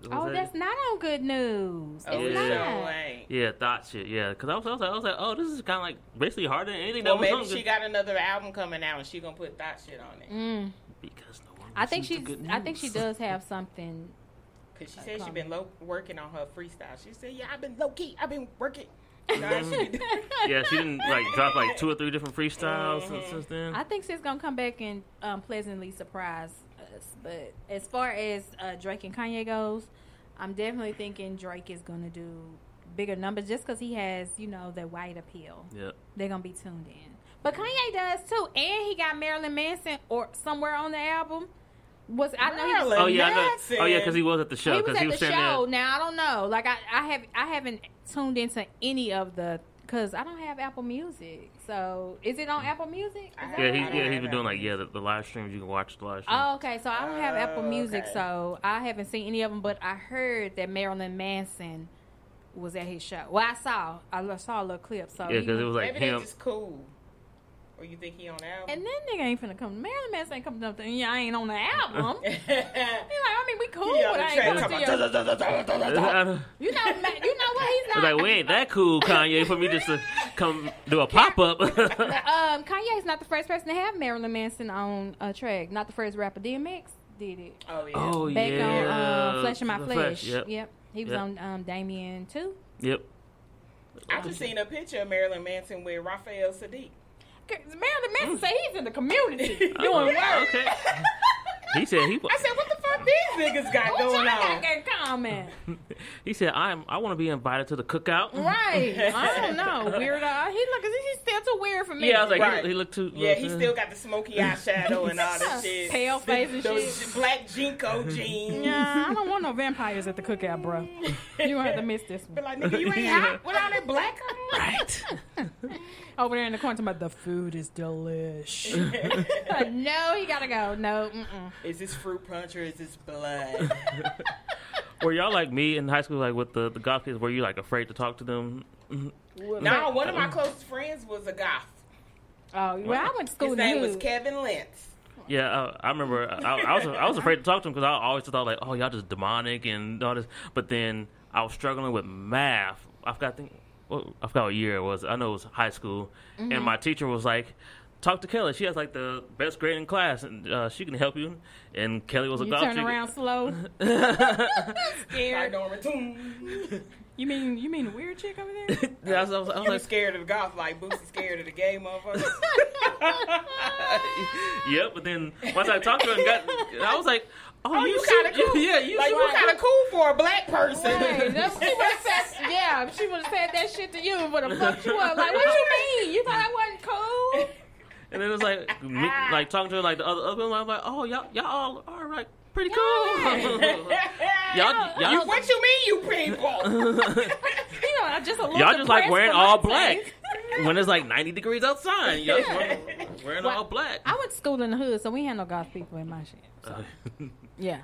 [SPEAKER 2] Was
[SPEAKER 4] Oh,
[SPEAKER 2] that-
[SPEAKER 4] that's not on Good News.
[SPEAKER 3] Oh,
[SPEAKER 4] it's
[SPEAKER 2] yeah.
[SPEAKER 4] not.
[SPEAKER 3] so ain't.
[SPEAKER 2] Yeah, thought shit. Yeah, because I was, I was like, I was like, oh, this is kind of like basically harder than anything
[SPEAKER 3] Well,
[SPEAKER 2] that was
[SPEAKER 3] maybe
[SPEAKER 2] on
[SPEAKER 3] she
[SPEAKER 2] Good-
[SPEAKER 3] got another album coming out and she gonna put that shit on it.
[SPEAKER 4] Mm.
[SPEAKER 2] Because no one.
[SPEAKER 4] I think
[SPEAKER 2] listens
[SPEAKER 4] she's.
[SPEAKER 2] to Good
[SPEAKER 4] I think she
[SPEAKER 2] News.
[SPEAKER 4] does have something.
[SPEAKER 3] Cause she said she been low, working on her freestyle. She said, "Yeah, I've been low key. I've been working." Nah,
[SPEAKER 2] Mm-hmm.
[SPEAKER 3] she-
[SPEAKER 2] yeah, she didn't like drop like two or three different freestyles
[SPEAKER 3] Mm-hmm.
[SPEAKER 2] since, since then.
[SPEAKER 4] I think she's gonna come back and um, pleasantly surprise us. But as far as uh, Drake and Kanye goes, I'm definitely thinking Drake is gonna do bigger numbers just because he has, you know, that white appeal.
[SPEAKER 2] yeah,
[SPEAKER 4] They're gonna be tuned in. But Kanye does too, and he got Marilyn Manson or somewhere on the album. Was I know he was
[SPEAKER 3] Marilyn
[SPEAKER 2] oh yeah, I know.
[SPEAKER 3] Manson.
[SPEAKER 2] oh yeah, because he was at the show.
[SPEAKER 4] he
[SPEAKER 2] Because
[SPEAKER 4] was
[SPEAKER 2] he
[SPEAKER 4] at
[SPEAKER 2] was
[SPEAKER 4] the
[SPEAKER 2] standing
[SPEAKER 4] show.
[SPEAKER 2] there.
[SPEAKER 4] Now I don't know. Like I, I have, I haven't tuned into any of the because I don't have Apple Music. So is it on Apple Music?
[SPEAKER 3] I
[SPEAKER 4] Is
[SPEAKER 3] have
[SPEAKER 4] that-
[SPEAKER 2] Yeah, he,
[SPEAKER 3] I don't
[SPEAKER 2] yeah, he's
[SPEAKER 3] have
[SPEAKER 2] been doing
[SPEAKER 3] that.
[SPEAKER 2] like yeah the, the live streams. You can watch the live streams.
[SPEAKER 4] Oh, okay. So I don't have Apple
[SPEAKER 3] Oh,
[SPEAKER 4] Music,
[SPEAKER 3] okay.
[SPEAKER 4] so I haven't seen any of them. But I heard that Marilyn Manson was at his show. Well, I saw, I lo- saw a little clip. So
[SPEAKER 2] yeah,
[SPEAKER 4] he
[SPEAKER 2] because it was like
[SPEAKER 3] maybe they
[SPEAKER 2] him.
[SPEAKER 3] just cool. Or you think he on the album?
[SPEAKER 4] And then nigga ain't finna come. Marilyn Manson ain't coming up to yeah, I ain't on the album. He like, I mean, we cool,
[SPEAKER 3] He on
[SPEAKER 4] but
[SPEAKER 3] the
[SPEAKER 4] I
[SPEAKER 3] track
[SPEAKER 4] ain't coming
[SPEAKER 3] talking
[SPEAKER 4] to your.
[SPEAKER 2] I don't-
[SPEAKER 4] You know, Ma- you know what? He's
[SPEAKER 2] I
[SPEAKER 4] not.
[SPEAKER 2] was like, we ain't that cool, Kanye, for me just to come do a pop up.
[SPEAKER 4] But, um, Kanye is not the first person to have Marilyn Manson on a track. Not the first rapper. DMX did it.
[SPEAKER 3] oh yeah.
[SPEAKER 2] oh
[SPEAKER 4] Back
[SPEAKER 2] yeah,
[SPEAKER 4] on uh, Flesh of My
[SPEAKER 2] The
[SPEAKER 4] Flesh.
[SPEAKER 2] Yep,
[SPEAKER 4] Yep. He was
[SPEAKER 2] Yep.
[SPEAKER 4] on um, Damien too.
[SPEAKER 2] yep.
[SPEAKER 3] I just seen a picture of Marilyn Manson with Raphael Sadiq.
[SPEAKER 4] Marilyn Manson say he's in the community.
[SPEAKER 2] Doing work. Oh, Okay. He said he.
[SPEAKER 3] I said, what the fuck these niggas got
[SPEAKER 4] What y'all
[SPEAKER 3] going
[SPEAKER 4] got
[SPEAKER 3] on?
[SPEAKER 4] that comment?
[SPEAKER 2] He said I'm. I want to be invited to the cookout.
[SPEAKER 4] Right. I don't know. Weirdo. He look he's still too weird for me.
[SPEAKER 2] Yeah, I was like,
[SPEAKER 3] Right.
[SPEAKER 2] he, he looked too.
[SPEAKER 3] Yeah, he still got the smoky eye shadow and all that shit.
[SPEAKER 4] Pale face and
[SPEAKER 3] Those
[SPEAKER 4] shit.
[SPEAKER 3] j- black Jinko jeans.
[SPEAKER 4] Nah, I don't want no vampires at the cookout, bro. You gonna have to miss this
[SPEAKER 3] Be
[SPEAKER 4] one.
[SPEAKER 3] like, nigga, you ain't hot with all that black on.
[SPEAKER 2] right.
[SPEAKER 4] Over there in the corner, talking about the food is delish. no, you gotta go. No, mm-mm.
[SPEAKER 3] Is this fruit punch or is this blood?
[SPEAKER 2] Were y'all like me in high school, like with the the goth kids? Were you like afraid to talk to them?
[SPEAKER 3] no, one of my closest friends was a goth.
[SPEAKER 4] Oh, well, I went to school in
[SPEAKER 3] His
[SPEAKER 4] the
[SPEAKER 3] name was
[SPEAKER 4] hood.
[SPEAKER 3] Kevin Lentz.
[SPEAKER 2] Yeah, I, I remember. I, I was I was afraid to talk to them because I always thought like, oh, y'all just demonic and all this. But then I was struggling with math. I forgot I think well, I forgot what year it was. I know it was high school,
[SPEAKER 3] Mm-hmm.
[SPEAKER 2] and my teacher was like. Talk to Kelly. She has like the best grade in class, and uh, she can help you. And Kelly was a
[SPEAKER 4] You
[SPEAKER 2] goth.
[SPEAKER 4] turn
[SPEAKER 2] chick.
[SPEAKER 4] around slow.
[SPEAKER 3] Like,
[SPEAKER 4] Scared.
[SPEAKER 3] Norma Toon.
[SPEAKER 4] You mean you mean the weird chick over there?
[SPEAKER 2] Yeah, I was, I was- I was
[SPEAKER 3] You was
[SPEAKER 2] like,
[SPEAKER 3] scared of the goth, like Boosie scared of the gay motherfuckers.
[SPEAKER 2] yep. But then once I talked to her, and got, I was like, oh,
[SPEAKER 3] Oh, you,
[SPEAKER 2] should-
[SPEAKER 3] kind of cool.
[SPEAKER 2] Yeah, you
[SPEAKER 3] like
[SPEAKER 2] should-
[SPEAKER 3] you kind of cool for a black person.
[SPEAKER 4] Right. That's- she would've said, yeah, she would have said that shit to you and would have fucked you up. Like, what you mean? You thought I wasn't cool?
[SPEAKER 2] And then it was like, me, like talking to like the other other people. I'm like, oh y'all y'all all are like pretty cool. y'all
[SPEAKER 3] You,
[SPEAKER 2] y'all
[SPEAKER 3] what you mean, you people?
[SPEAKER 4] You know, I just a little
[SPEAKER 2] y'all just like
[SPEAKER 4] depressed
[SPEAKER 2] wearing
[SPEAKER 4] for
[SPEAKER 2] all
[SPEAKER 4] my
[SPEAKER 2] black
[SPEAKER 4] taste.
[SPEAKER 2] when it's like 90 degrees outside. Y'all just wearing, wearing all black.
[SPEAKER 4] I went to school in the hood, so we had no goth people in my shit. So yeah,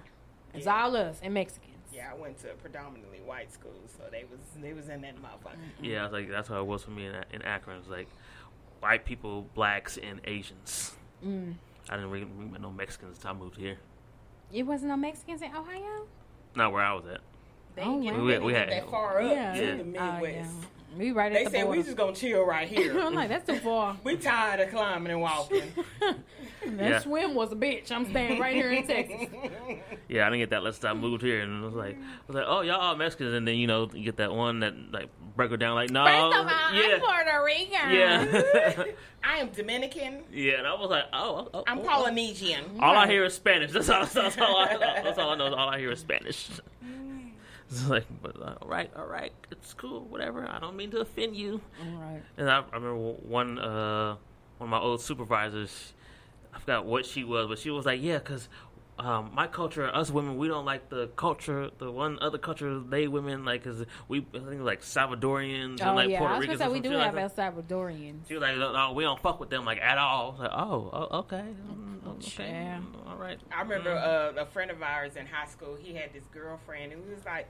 [SPEAKER 4] it's all us and Mexicans.
[SPEAKER 3] yeah, I went to a predominantly white school, so they was they was in that motherfucker.
[SPEAKER 2] yeah, I was like, that's how it was for me in, in Akron. It was like white people, blacks, and Asians.
[SPEAKER 4] Mm.
[SPEAKER 2] I didn't really meet no Mexicans until I moved here.
[SPEAKER 4] It wasn't no Mexicans in Ohio.
[SPEAKER 2] Not where I was at.
[SPEAKER 3] They
[SPEAKER 4] Oh,
[SPEAKER 3] ain't getting
[SPEAKER 2] wow. We- we had-
[SPEAKER 3] that far up
[SPEAKER 4] Yeah.
[SPEAKER 2] Yeah.
[SPEAKER 3] to the Midwest.
[SPEAKER 4] We right
[SPEAKER 3] They
[SPEAKER 4] at the
[SPEAKER 3] said we
[SPEAKER 4] border.
[SPEAKER 3] just gonna chill right here.
[SPEAKER 4] I'm like, that's too far.
[SPEAKER 3] we tired of climbing and walking.
[SPEAKER 4] That
[SPEAKER 2] Yeah.
[SPEAKER 4] swim was a bitch. I'm staying right here in Texas.
[SPEAKER 2] Yeah, I didn't get that last time I moved here, and I was like, I was like, oh, y'all all Mexicans, and then you know you get that one that like break her down like, no,
[SPEAKER 4] First of all,
[SPEAKER 2] Um, yeah,
[SPEAKER 4] I'm Puerto Rican.
[SPEAKER 2] yeah,
[SPEAKER 3] I am Dominican.
[SPEAKER 2] yeah, and I was like, oh, oh,
[SPEAKER 3] I'm
[SPEAKER 2] oh, oh.
[SPEAKER 3] Polynesian.
[SPEAKER 2] All I hear is Spanish. That's all. That's all I, that's all I know. is All I hear is Spanish.
[SPEAKER 4] Mm.
[SPEAKER 2] It's like, but, uh, all right, all right, it's cool, whatever. I don't mean to offend you.
[SPEAKER 4] Right.
[SPEAKER 2] And I, I remember one uh, one of my old supervisors. I forgot what she was, but she was like, "Yeah, because um, my culture, us women, we don't like the culture, the one other culture they women like, because we I think like Salvadorians
[SPEAKER 4] Oh
[SPEAKER 2] and like
[SPEAKER 4] yeah,
[SPEAKER 2] Puerto
[SPEAKER 4] I was
[SPEAKER 2] Ricans.
[SPEAKER 4] gonna say
[SPEAKER 2] or
[SPEAKER 4] we
[SPEAKER 2] some
[SPEAKER 4] do
[SPEAKER 2] shit
[SPEAKER 4] have
[SPEAKER 2] like
[SPEAKER 4] El
[SPEAKER 2] that."
[SPEAKER 4] Salvadorians.
[SPEAKER 2] She was like, no, no, we don't fuck with them like at all. I was like, oh, oh okay, mm, okay,
[SPEAKER 4] Yeah.
[SPEAKER 2] all right.
[SPEAKER 3] I remember
[SPEAKER 4] Mm-hmm.
[SPEAKER 3] uh, a friend of ours in high school. He had this girlfriend, and we was like,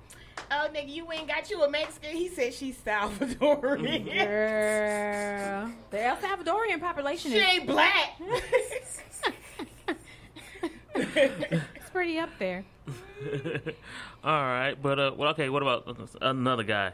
[SPEAKER 3] "Oh, nigga, you ain't got you a Mexican." He said she's Salvadorian.
[SPEAKER 4] Girl, the El Salvadorian population
[SPEAKER 3] she
[SPEAKER 4] is
[SPEAKER 3] ain't black.
[SPEAKER 4] it's pretty up there.
[SPEAKER 2] All right, but uh, well, okay. What about another guy,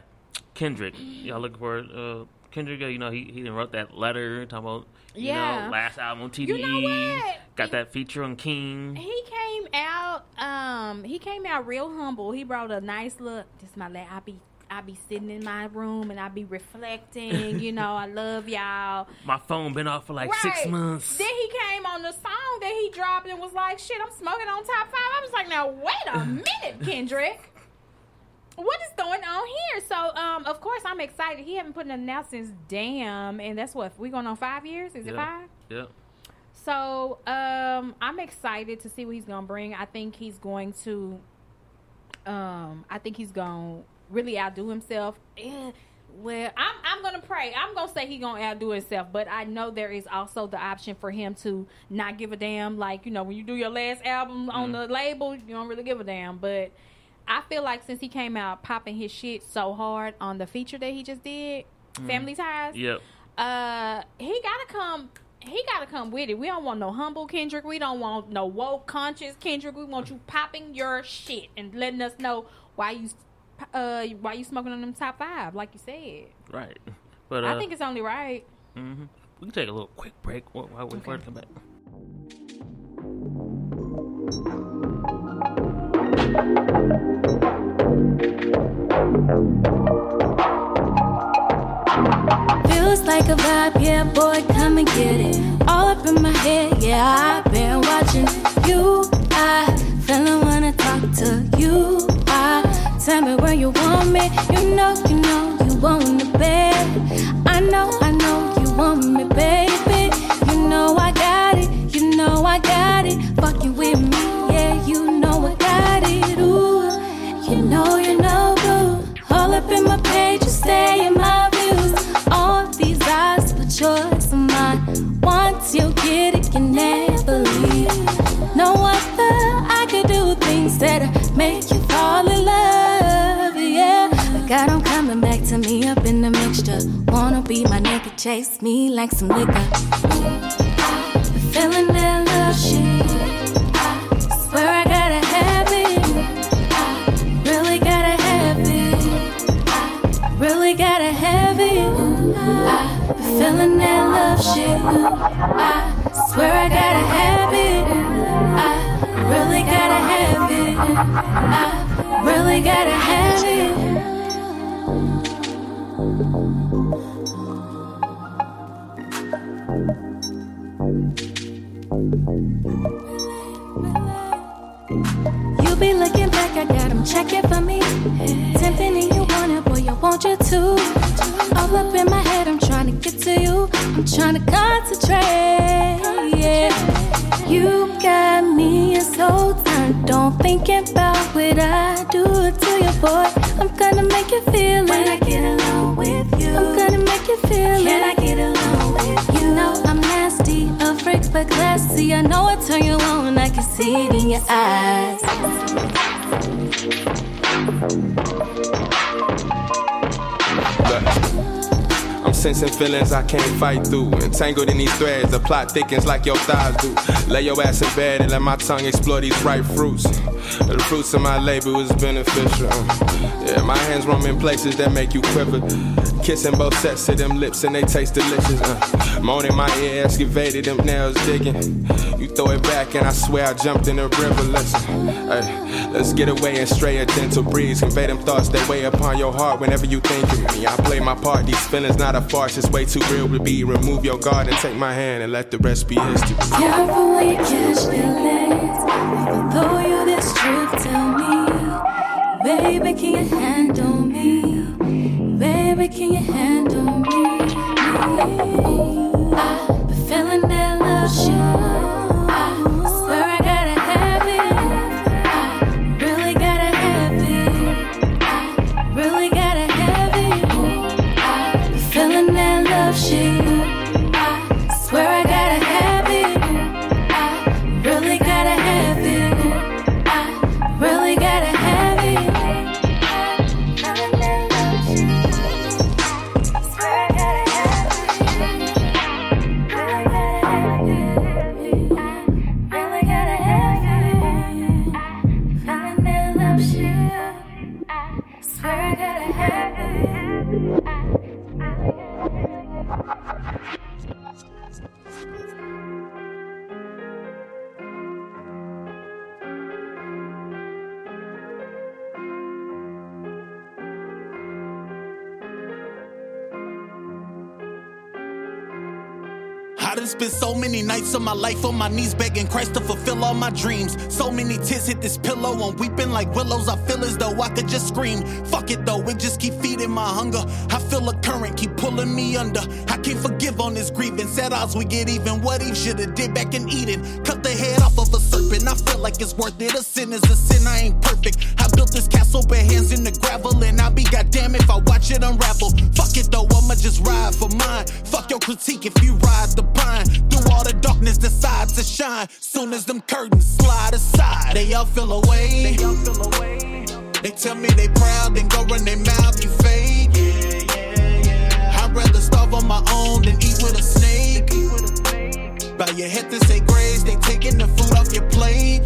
[SPEAKER 2] Kendrick? Y'all looking for uh, Kendrick? uh, You know, he he done wrote that letter talking about you
[SPEAKER 4] Yeah.
[SPEAKER 2] know last album on TDE.
[SPEAKER 4] You know what?
[SPEAKER 2] Got that feature on King.
[SPEAKER 4] He came out. Um, he came out real humble. He brought a nice look. Just my let I be. I be sitting in my room and I be reflecting. You know, I love y'all.
[SPEAKER 2] My phone been off for like six
[SPEAKER 4] Right.
[SPEAKER 2] months.
[SPEAKER 4] Then he came on the song that he dropped and was like, "Shit, I'm smoking on top five. I was like, "Now wait a minute, Kendrick." What is going on here? So, um, of course, I'm excited. He haven't put nothing out since damn, and that's what we going on five years. Is it
[SPEAKER 2] yeah.
[SPEAKER 4] five?
[SPEAKER 2] yeah.
[SPEAKER 4] So um, I'm excited to see what he's gonna bring. I think he's going to. Um, I think he's gonna really outdo himself. Eh, well, I'm I'm gonna pray. I'm gonna say he's gonna outdo himself, but I know there is also the option for him to not give a damn. Like you know, when you do your last album on the label, you don't really give a damn. But I feel like since he came out popping his shit so hard on the feature that he just did, Family Ties,
[SPEAKER 2] Yep.
[SPEAKER 4] uh he gotta come he gotta come with it. We don't want no humble Kendrick. We don't want no woke conscious Kendrick. We want you popping your shit and letting us know why you uh why you smoking on them top five, like you said.
[SPEAKER 2] Right. But uh,
[SPEAKER 4] I think it's only right.
[SPEAKER 2] mhm. we can take a little quick break while while we okay. come back.
[SPEAKER 6] Feels like a vibe, yeah, boy, come and get it. All up in my head, yeah, I've been watching you. I fella wanna talk to you. I tell me where you want me. You know, you know, you want me, babe. I know, I know, you want me, baby. You know I got it, you know I got it. Fuck you with me, yeah, you know I got it. Ooh, you know, you know, boo. All up in my page, you stay in my views. All these eyes, but yours are mine. Once you get it, you never leave. No other, I could do things that make you fall in love. Yeah, like I don't coming back to me up in the mixture. Wanna be my nigga, chase me like some liquor. Feeling that love shit. I swear I gotta have it. I really gotta have it. Really gotta have it. I be feeling that love shit. I swear I gotta have it. I really gotta have it. I really gotta have it. You be looking back, I got 'em checking for me. Tempting and you want it, boy, I want you too. All up in my head, I'm trying to get to you. I'm trying to concentrate. Yeah. You got me so turned on, thinking about what I do to you, boy. I'm gonna make you feel it. When I get along with you, I'm gonna make you feel it. Can I get along with you? You know I'm nasty, a freak but classy. I know I turn you on, I can see it in your eyes.
[SPEAKER 7] Look, I'm Sensing feelings I can't fight through. Entangled in these threads, the plot thickens like your thighs do. Lay your ass in bed and let my tongue explore these ripe fruits. The fruits of my labor is beneficial. uh. Yeah, my hands roam in places that make you quiver. Kissing both sets of them lips and they taste delicious. Uh. Moan in my ear, excavated them nails digging. You throw it back and I swear I jumped in the river. Listen, hey, let's get away and stray a gentle breeze. Convey them thoughts that weigh upon your heart whenever you think of me. I play my part, these feelings not a farce, it's way too real to be. Remove your guard and take my hand and let the rest be history.
[SPEAKER 6] Careful when you catch feelings. I will blow you this truth. Tell me, baby, can you handle me? Baby, can you handle me? I've been feeling that love shit. I swear I gotta have it. I really gotta have it. I really gotta have it. I've been feeling that love shit. I swear I gotta have it. I really gotta have it. I really gotta have it.
[SPEAKER 8] I done spent so many nights of my life on my knees begging Christ to fulfill all my dreams. So many tears hit this pillow, I'm weeping like willows. I feel as though I could just scream. Fuck it though, it just keep feeding my hunger. I feel a current keep pulling me under. I can't forgive on this grievance. At odds we get even. What Eve shoulda did back in Eden? Cut the head off of a serpent. I feel like it's worth it. A sin is a sin. I ain't perfect. I built this castle, but hands in the gravel, and I'll be goddamn if I watch it unravel. Fuck it though, I'ma just ride for mine. Fuck your critique if you ride the pine. Through all the darkness, decide to shine. Soon as them curtains slide aside, they all feel away. They all feel away. They tell me they proud, then go run their mouth, you fake. I'd rather starve on my own than eat with a snake. Bow your head to say grace, they taking the food off your plate.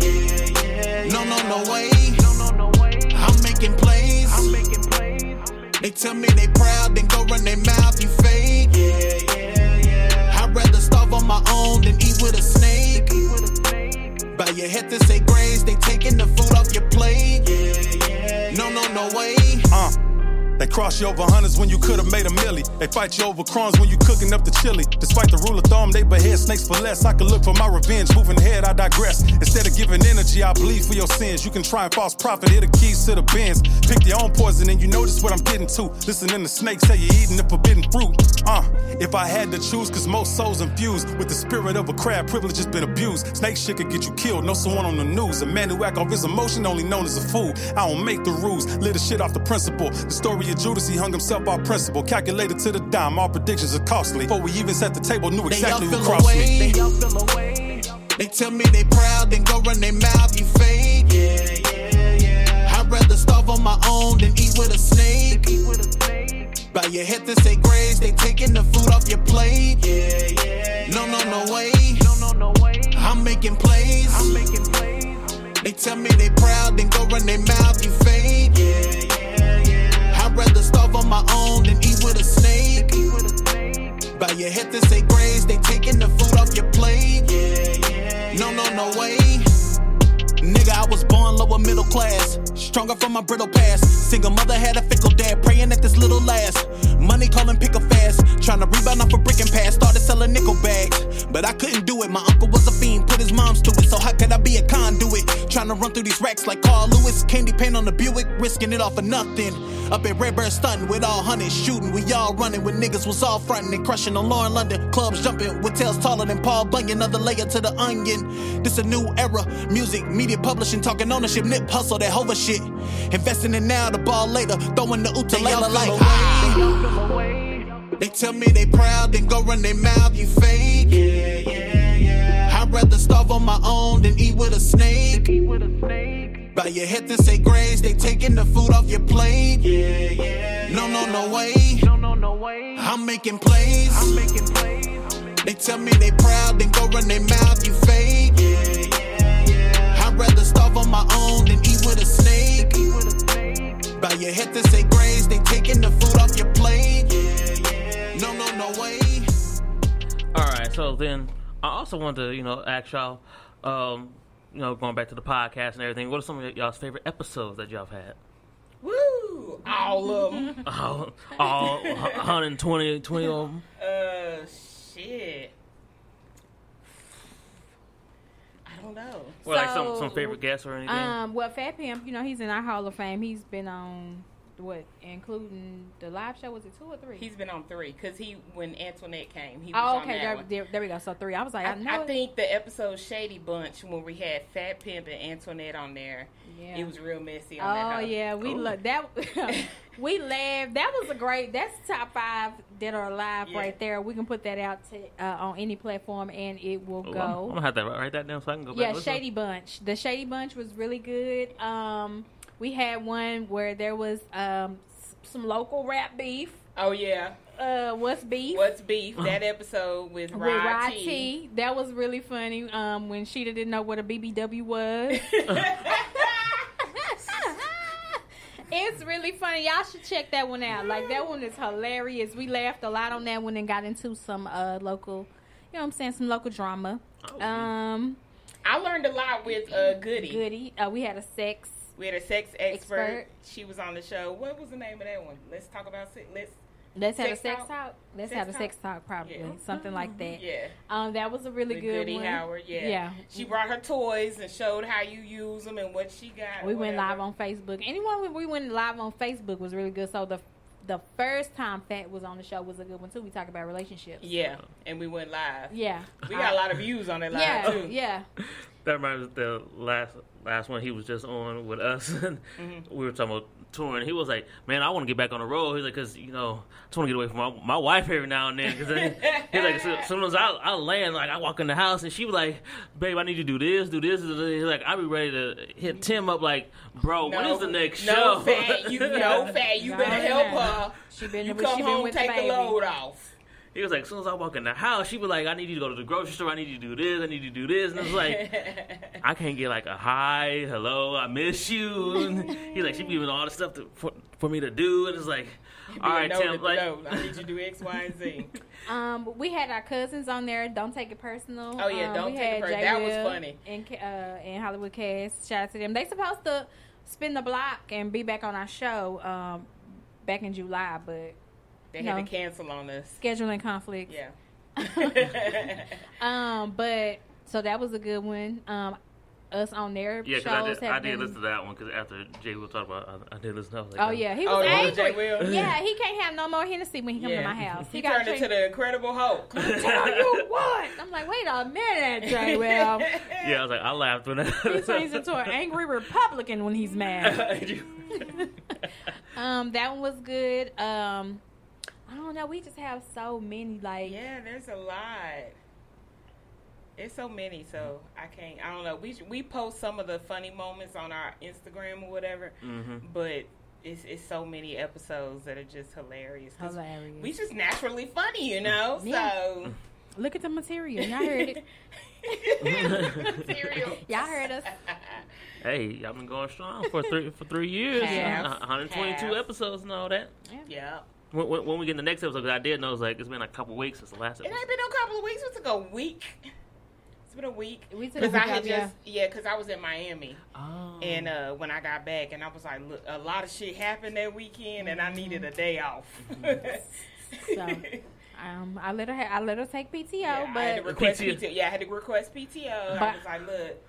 [SPEAKER 8] No, no, no way. I'm making plays. They tell me they proud, then go run their mouth, you fake. I'd rather starve on my own than eat with a snake. Bow your head to say grace, they taking the food off your plate. No, no, no way.
[SPEAKER 9] Uh. They cross you over hundreds when you could've made a milli. They fight you over crumbs when you cooking up the chili. Despite the rule of thumb, they behead snakes for less. I could look for my revenge, moving ahead, I digress. Instead of giving energy, I bleed for your sins. You can try and false prophet, hit the keys to the bins. Pick your own poison and you notice what I'm getting to. Listening to snakes say you're eating the forbidden fruit. Uh, if I had to choose, cause most souls infused with the spirit of a crab, privilege has been abused. Snake shit could get you killed, know someone on the news. A man who act off his emotion, only known as a fool. I don't make the rules, live the shit off the principle. The story of Judas, he hung himself off principle. Calculated to the dime, all predictions are costly. Before we even set the table, knew exactly
[SPEAKER 8] they
[SPEAKER 9] who
[SPEAKER 8] all feel
[SPEAKER 9] crossed
[SPEAKER 8] away.
[SPEAKER 9] me.
[SPEAKER 8] They all feel away. They tell me they proud, then go run their mouth, you fake. Yeah, yeah, yeah. I'd rather starve on my own than eat with a snake. Bow your head to say grace, they taking the food off your plate. Yeah, yeah. No, no, no way. No, no, no way. I'm making plays. I'm making plays. They tell me they proud, then go run their mouth, you fake. Yeah, yeah, yeah. I'd rather starve on my own than eat with a snake. Bow your head to say grace, they taking the food off your plate. No, no, no way. Nigga, I was born lower middle class, stronger from my brittle past. Single mother had a fickle dad, praying that this little last. Money calling pick a fast, trying to rebound off a brick and pass. Started selling nickel bags, but I couldn't do it. My uncle was a fiend, put his moms to it, so how could I be a conduit? Trying to run through these racks like Carl Lewis, candy paint on the Buick, risking it all for nothing. Up at Redbird, stunting with all hunting, shooting, we all running when niggas was all fronting and crushing on Lauren London. Clubs jumping with tails taller than Paul Bunyan, another layer to the onion. This a new era, music, media publishing, talking ownership, nip hustle, that hover shit. Investing in now, the ball later, throwing the oot to later like. ah. They tell me they proud, then go run their mouth, you fake. Yeah, yeah, yeah. I'd rather starve on my own than eat with a snake. Bow your head to say grace, they taking the food off your plate. Yeah, yeah. No, no, no way. No, no, no way. I'm making plays. I'm making plays. They tell me they proud, then go run their mouth. You fake. Yeah, yeah, yeah. I'd rather starve on my own than eat with a snake. Eat with a snake. Bow your head to say grace. They taking the food off your plate. Yeah, yeah. No, no, no way.
[SPEAKER 2] All right, so then I also wanted to, you know, ask y'all, um, you know, going back to the podcast and everything, what are some of y'all's favorite episodes that y'all have had?
[SPEAKER 3] Woo! All of them.
[SPEAKER 2] All, all 120 20 of them.
[SPEAKER 4] Mm-hmm.
[SPEAKER 3] uh, shit. I don't know.
[SPEAKER 2] Well, like some,
[SPEAKER 4] So,
[SPEAKER 2] some favorite guests or anything?
[SPEAKER 4] Um, well, Fat Pimp, you know, he's in our Hall of Fame. He's been on what, including the live show? Was it two or three?
[SPEAKER 3] He's been on three because he, when Antoinette came, he was
[SPEAKER 4] oh,
[SPEAKER 3] on
[SPEAKER 4] okay.
[SPEAKER 3] that
[SPEAKER 4] There,
[SPEAKER 3] one.
[SPEAKER 4] there, there we go. So three. I was like, I, know.
[SPEAKER 3] I, I
[SPEAKER 4] it.
[SPEAKER 3] think the episode Shady Bunch when we had Fat Pimp and Antoinette on there,
[SPEAKER 4] Yeah.
[SPEAKER 3] it was real messy. On that
[SPEAKER 4] Oh
[SPEAKER 3] hoe.
[SPEAKER 4] yeah, we
[SPEAKER 2] Ooh.
[SPEAKER 4] look that. we laughed. That was a great. That's top five that are alive
[SPEAKER 3] Yeah.
[SPEAKER 4] right there. We can put that out to, uh, on any platform, and it will
[SPEAKER 2] Ooh,
[SPEAKER 4] go.
[SPEAKER 2] Oh, I'm, I'm gonna have to write that down so I can go back. and
[SPEAKER 4] Yeah,
[SPEAKER 2] listen.
[SPEAKER 4] Shady Bunch. The Shady Bunch was really good. Um, we had one where there was um s- some local rap beef.
[SPEAKER 3] Oh yeah.
[SPEAKER 4] Uh, what's beef?
[SPEAKER 3] What's beef? That episode with
[SPEAKER 4] With
[SPEAKER 3] Rod
[SPEAKER 4] YT.
[SPEAKER 3] T.
[SPEAKER 4] That was really funny. Um, when Sheeta didn't know what a BBW was. it's really funny. Y'all should check that one out. Like that one is hilarious. We laughed a lot on that one and got into some uh local, you know what I'm saying, some local drama.
[SPEAKER 3] Oh,
[SPEAKER 4] Um,
[SPEAKER 3] I learned a lot with uh, Goody.
[SPEAKER 4] Goody. Uh, we had a sex.
[SPEAKER 3] We had a sex expert.
[SPEAKER 4] Expert.
[SPEAKER 3] She was on the show. What was the name of that one? Let's talk about sex. Let's
[SPEAKER 4] Let's have
[SPEAKER 3] Sex
[SPEAKER 4] a sex
[SPEAKER 3] talk?
[SPEAKER 4] talk. Let's
[SPEAKER 3] Sex
[SPEAKER 4] have a
[SPEAKER 3] talk?
[SPEAKER 4] sex talk, probably
[SPEAKER 3] Yeah.
[SPEAKER 4] something like that.
[SPEAKER 3] yeah.
[SPEAKER 4] Um, that was a really
[SPEAKER 3] With
[SPEAKER 4] good
[SPEAKER 3] Goody
[SPEAKER 4] one.
[SPEAKER 3] Howard. Yeah.
[SPEAKER 4] yeah.
[SPEAKER 3] She brought her toys and showed how you use them and what she got.
[SPEAKER 4] We went live
[SPEAKER 3] whatever.
[SPEAKER 4] on Facebook. Anyone we- we went live on Facebook was really good. So the the first time Fat was on the show was a good one too. We talked about relationships.
[SPEAKER 3] Yeah, and we went live.
[SPEAKER 4] Yeah.
[SPEAKER 3] We got a lot of views on that live
[SPEAKER 4] yeah,
[SPEAKER 3] too.
[SPEAKER 4] yeah.
[SPEAKER 2] That reminds me of the last last one he was just on with us. and
[SPEAKER 3] Mm-hmm.
[SPEAKER 2] We were talking about touring. He was like, "Man, I want to get back on the road." He's like, "Cause you know, I just want to get away from my, my wife every now and then." Cause then, he's like, so, "Sometimes I, I land like I walk in the house and she was like, babe, I need you to do this, do this." do this." He's like, "I be ready to hit Tim up like, bro, when is the next
[SPEAKER 3] no
[SPEAKER 2] show?"
[SPEAKER 3] Fat, you know, fat. You
[SPEAKER 4] No,
[SPEAKER 3] better
[SPEAKER 4] no.
[SPEAKER 3] help her.
[SPEAKER 4] She been
[SPEAKER 3] You
[SPEAKER 4] with-
[SPEAKER 3] come
[SPEAKER 4] she been
[SPEAKER 3] home,
[SPEAKER 4] with the
[SPEAKER 3] take the,
[SPEAKER 4] baby.
[SPEAKER 3] load off.
[SPEAKER 2] He was like, as soon as I walk in the house, she was like, I need you to go to the grocery store. I need you to do this. I need you to do this. And it's like, I can't get like a hi, hello, I miss you. And he's like, she be giving all the stuff to, for, for me to do. And it's like, all right,
[SPEAKER 3] no,
[SPEAKER 2] Tim,
[SPEAKER 3] no,
[SPEAKER 2] like,
[SPEAKER 3] no, I need you to do X, Y, and Z.
[SPEAKER 4] Um, but we had our cousins on there. Don't take it personal.
[SPEAKER 3] Oh, yeah,
[SPEAKER 4] Um,
[SPEAKER 3] Don't
[SPEAKER 4] we
[SPEAKER 3] Take
[SPEAKER 4] had
[SPEAKER 3] It Personal.
[SPEAKER 4] J.
[SPEAKER 3] That was
[SPEAKER 4] Will
[SPEAKER 3] funny.
[SPEAKER 4] And Ca- uh, and Hollywood Cast. Shout out to them. They supposed to spin the block and be back on our show um, back in July, but
[SPEAKER 3] They had
[SPEAKER 4] No.
[SPEAKER 3] to cancel on us.
[SPEAKER 4] scheduling conflicts.
[SPEAKER 3] Yeah.
[SPEAKER 4] Um, but so that was a good one. Um, us on their
[SPEAKER 2] yeah, because I
[SPEAKER 4] shows
[SPEAKER 2] did, I
[SPEAKER 4] have
[SPEAKER 2] did
[SPEAKER 4] been-
[SPEAKER 2] listen to that one because after Jay will talk about I, I did listen to that. I was like,
[SPEAKER 4] Oh yeah, he
[SPEAKER 3] Oh,
[SPEAKER 4] was
[SPEAKER 3] the one with
[SPEAKER 4] angry.
[SPEAKER 3] Jay Will?
[SPEAKER 4] Yeah, he can't have no more Hennessy when he come
[SPEAKER 3] Yeah.
[SPEAKER 4] to my house.
[SPEAKER 3] He,
[SPEAKER 4] gotta
[SPEAKER 3] turned into
[SPEAKER 4] drink-
[SPEAKER 3] the Incredible Hulk.
[SPEAKER 4] tell you what. I'm like, wait a minute, Jay Will.
[SPEAKER 2] Yeah, I was like, I laughed when
[SPEAKER 4] He turns into an angry Republican when he's mad. Um, that one was good. Um, I don't know. We just have so many like
[SPEAKER 3] yeah, there's a lot. There's so many, so I can't. I don't know. We we post some of the funny moments on our Instagram or whatever,
[SPEAKER 2] hmm
[SPEAKER 3] but it's it's so many episodes that are just hilarious. 'cause
[SPEAKER 4] hilarious.
[SPEAKER 3] We just naturally funny, you know.
[SPEAKER 4] Yeah.
[SPEAKER 3] So
[SPEAKER 4] Look at the material. Y'all heard it.
[SPEAKER 3] Material.
[SPEAKER 4] Y'all heard us.
[SPEAKER 2] Hey, y'all been going strong for three for three years,
[SPEAKER 3] Half,
[SPEAKER 2] 122
[SPEAKER 3] half.
[SPEAKER 2] episodes and all that.
[SPEAKER 3] Yeah.
[SPEAKER 2] When, when, when we get in the next episode, 'cause I did know it's like it's been a couple weeks since the last
[SPEAKER 3] It
[SPEAKER 2] episode.
[SPEAKER 3] ain't been a couple of weeks. It took a week. It's been a week.
[SPEAKER 4] We took
[SPEAKER 3] Because
[SPEAKER 4] a
[SPEAKER 3] I
[SPEAKER 4] week
[SPEAKER 3] had
[SPEAKER 4] off, yeah.
[SPEAKER 3] just, yeah, because I was in Miami.
[SPEAKER 2] Oh.
[SPEAKER 3] And uh, when I got back, and I was like, look, a lot of shit happened that weekend, and I needed a day off.
[SPEAKER 4] So, Um, I let her. Ha- I let her take PTO,
[SPEAKER 3] yeah, I had to
[SPEAKER 4] but
[SPEAKER 3] request
[SPEAKER 2] PTO.
[SPEAKER 3] PTO. Yeah, I had to request PTO. I
[SPEAKER 4] But-
[SPEAKER 3] was like, look,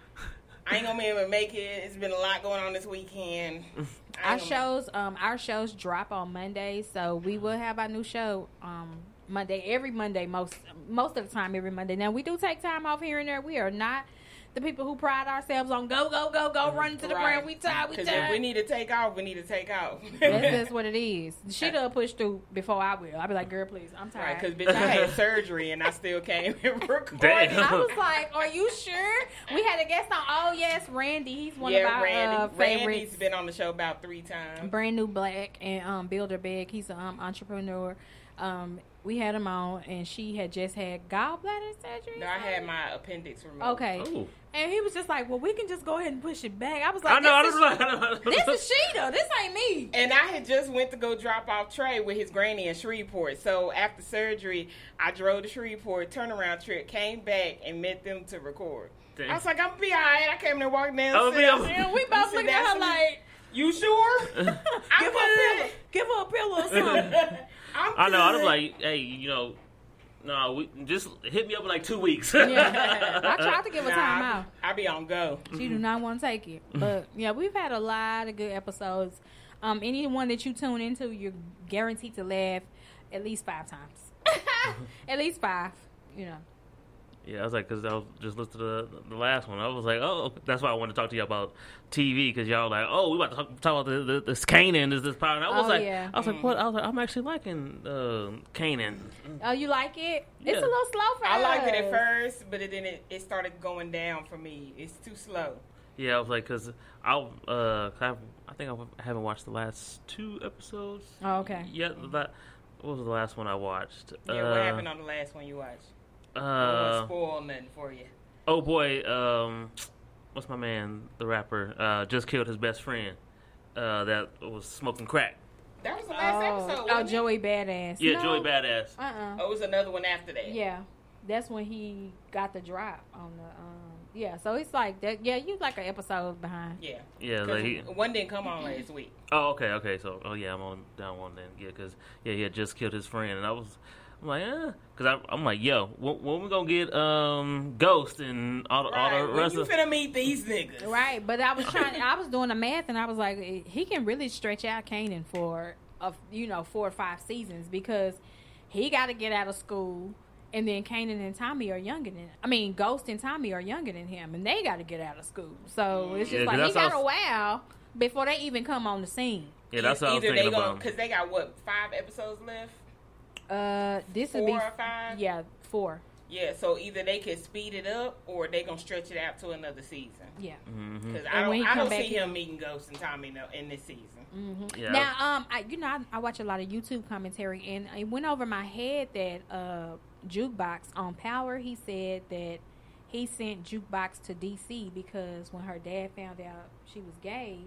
[SPEAKER 3] I ain't gonna be able to make it. It's been a lot going on this weekend. I ain't
[SPEAKER 4] our
[SPEAKER 3] gonna-
[SPEAKER 4] shows, um, our shows drop on Monday, so we will have our new show um Monday every Monday most most of the time every Monday. Now we do take time off here and there. We are not the people who pride ourselves on go go go go run to the
[SPEAKER 3] Mm-hmm. Right.
[SPEAKER 4] ground. We tired. We
[SPEAKER 3] Because if we
[SPEAKER 4] tired.
[SPEAKER 3] need to take off, we need to take off.
[SPEAKER 4] That's just what it is. She done push through before I will. I'll be like, girl, please, I'm
[SPEAKER 3] Right,
[SPEAKER 4] tired.
[SPEAKER 3] because bitch, I had surgery and I still came and recorded.
[SPEAKER 2] Damn.
[SPEAKER 4] I was like, "Are you sure?" We had a guest on. Oh yes, Randy. He's one of
[SPEAKER 3] Yeah,
[SPEAKER 4] our
[SPEAKER 3] Randy.
[SPEAKER 4] uh,
[SPEAKER 3] Randy's
[SPEAKER 4] favorites.
[SPEAKER 3] been on the show about three times.
[SPEAKER 4] brand new black and um builder big he's an um, entrepreneur Um, we had him on, and she had just had gallbladder surgery.
[SPEAKER 3] No, I had my appendix removed.
[SPEAKER 4] Okay,
[SPEAKER 2] Ooh.
[SPEAKER 4] and he was just like, "Well, we can just go ahead and push it back." I was like,
[SPEAKER 2] Oh. I know. I
[SPEAKER 4] this
[SPEAKER 2] was
[SPEAKER 4] is-
[SPEAKER 2] like, I know.
[SPEAKER 4] This is Sheeta. This ain't me.
[SPEAKER 3] And I had just went to go drop off Trey with his granny in Shreveport. So after surgery, I drove to Shreveport, turnaround trip, came back and met them to record.
[SPEAKER 2] Dang.
[SPEAKER 3] I was like, I'm gonna be all right. I came there walking down.
[SPEAKER 2] I'ma
[SPEAKER 3] the
[SPEAKER 2] be
[SPEAKER 3] steps.
[SPEAKER 2] all-
[SPEAKER 4] And we both
[SPEAKER 3] You
[SPEAKER 4] looking
[SPEAKER 3] sit
[SPEAKER 4] at
[SPEAKER 3] down
[SPEAKER 4] her
[SPEAKER 3] to me.
[SPEAKER 4] like,
[SPEAKER 3] You sure?
[SPEAKER 4] give her a pillow. Give her a pillow or something.
[SPEAKER 3] I'm
[SPEAKER 2] I know. I was
[SPEAKER 3] good.
[SPEAKER 2] like, hey, you know, no, we, just hit me up in like two weeks.
[SPEAKER 4] Yeah. I tried to give her
[SPEAKER 3] Nah,
[SPEAKER 4] time
[SPEAKER 3] I
[SPEAKER 4] out.
[SPEAKER 3] be- I be on go.
[SPEAKER 4] She do not want to take it.
[SPEAKER 3] Mm-hmm.
[SPEAKER 4] But yeah, we've had a lot of good episodes. Um, anyone that you tune into, you're guaranteed to laugh at least five times.
[SPEAKER 3] Mm-hmm.
[SPEAKER 4] at least five. You know.
[SPEAKER 2] Yeah, I was like, because I was just listening to the, the last one. I was like, oh, that's why I wanted to talk to you about TV because y'all were like, oh, we about to talk, talk about the, the, this Canaan is this power. And I was
[SPEAKER 4] Oh,
[SPEAKER 2] like,
[SPEAKER 4] yeah.
[SPEAKER 2] I was like, what? I was like, I'm actually liking uh, Canaan.
[SPEAKER 4] Oh, you like it?
[SPEAKER 2] Yeah.
[SPEAKER 4] It's a little slow for
[SPEAKER 3] I liked it at
[SPEAKER 4] us.
[SPEAKER 3] first, but it, then it, it started going down for me. It's too slow.
[SPEAKER 2] Yeah, I was like, because I, uh, 'cause I, I think I haven't watched the last two episodes.
[SPEAKER 4] Oh, okay.
[SPEAKER 2] Yeah, that what was the last one I watched?
[SPEAKER 3] Yeah,
[SPEAKER 2] uh,
[SPEAKER 3] what happened on the last one you watched? I don't
[SPEAKER 2] uh,
[SPEAKER 3] wanna spoil nothing for you.
[SPEAKER 2] oh boy, um, what's my man, the rapper, uh, just killed his best friend uh, that was smoking crack.
[SPEAKER 3] That was the last
[SPEAKER 4] Oh,
[SPEAKER 3] episode.
[SPEAKER 4] oh,
[SPEAKER 3] wasn't it?
[SPEAKER 4] Joey Badass.
[SPEAKER 2] Yeah,
[SPEAKER 4] No.
[SPEAKER 2] Joey Badass.
[SPEAKER 4] Uh-uh.
[SPEAKER 3] Oh, it was another one after that.
[SPEAKER 4] Yeah, that's when he got the drop on the. um Yeah, so it's like that. Yeah, you like an episode behind.
[SPEAKER 3] Yeah.
[SPEAKER 2] Yeah,
[SPEAKER 3] 'Cause
[SPEAKER 2] like he,
[SPEAKER 3] one didn't come on last week.
[SPEAKER 2] oh okay, okay. So oh yeah, I'm on down one then. Yeah, because yeah, he had just killed his friend, and I was I'm like, eh, because I'm like, yo, when, when we gonna get um Ghost and all the all the
[SPEAKER 3] Right, when
[SPEAKER 2] rest
[SPEAKER 3] you
[SPEAKER 2] of
[SPEAKER 3] finna meet these niggas.
[SPEAKER 4] Right, but I was trying. I was doing the math, and I was like, eh, he can really stretch out Kanan for a you know four or five seasons because he got to get out of school, and then Kanan and Tommy are younger than. I mean, Ghost and Tommy are younger than him, and they got to get out of school. So it's
[SPEAKER 2] Yeah,
[SPEAKER 4] just
[SPEAKER 2] 'cause
[SPEAKER 4] like he
[SPEAKER 2] that's
[SPEAKER 4] got
[SPEAKER 2] how-
[SPEAKER 4] a while before they even come on the scene.
[SPEAKER 2] yeah, that's what I was
[SPEAKER 3] Either
[SPEAKER 2] thinking
[SPEAKER 3] they
[SPEAKER 2] about.
[SPEAKER 3] Because they got, what, five episodes left?
[SPEAKER 4] Uh, this would
[SPEAKER 3] Four
[SPEAKER 4] be
[SPEAKER 3] or five?
[SPEAKER 4] yeah four
[SPEAKER 3] Yeah, so either they can speed it up or they going to stretch it out to another season.
[SPEAKER 4] yeah.
[SPEAKER 2] Mm-hmm.
[SPEAKER 3] Because
[SPEAKER 4] And
[SPEAKER 3] I
[SPEAKER 4] when
[SPEAKER 3] don't,
[SPEAKER 4] he
[SPEAKER 3] I
[SPEAKER 4] come
[SPEAKER 3] don't
[SPEAKER 4] back, Mm.
[SPEAKER 3] see
[SPEAKER 4] he-
[SPEAKER 3] him meeting Ghost and Tommy no, in this season.
[SPEAKER 2] Yeah,
[SPEAKER 4] Now, um, I, you know, I, I watch a lot of YouTube commentary, and it went over my head that uh, Jukebox on Power, he said that he sent Jukebox to DC because when her dad found out she was gay,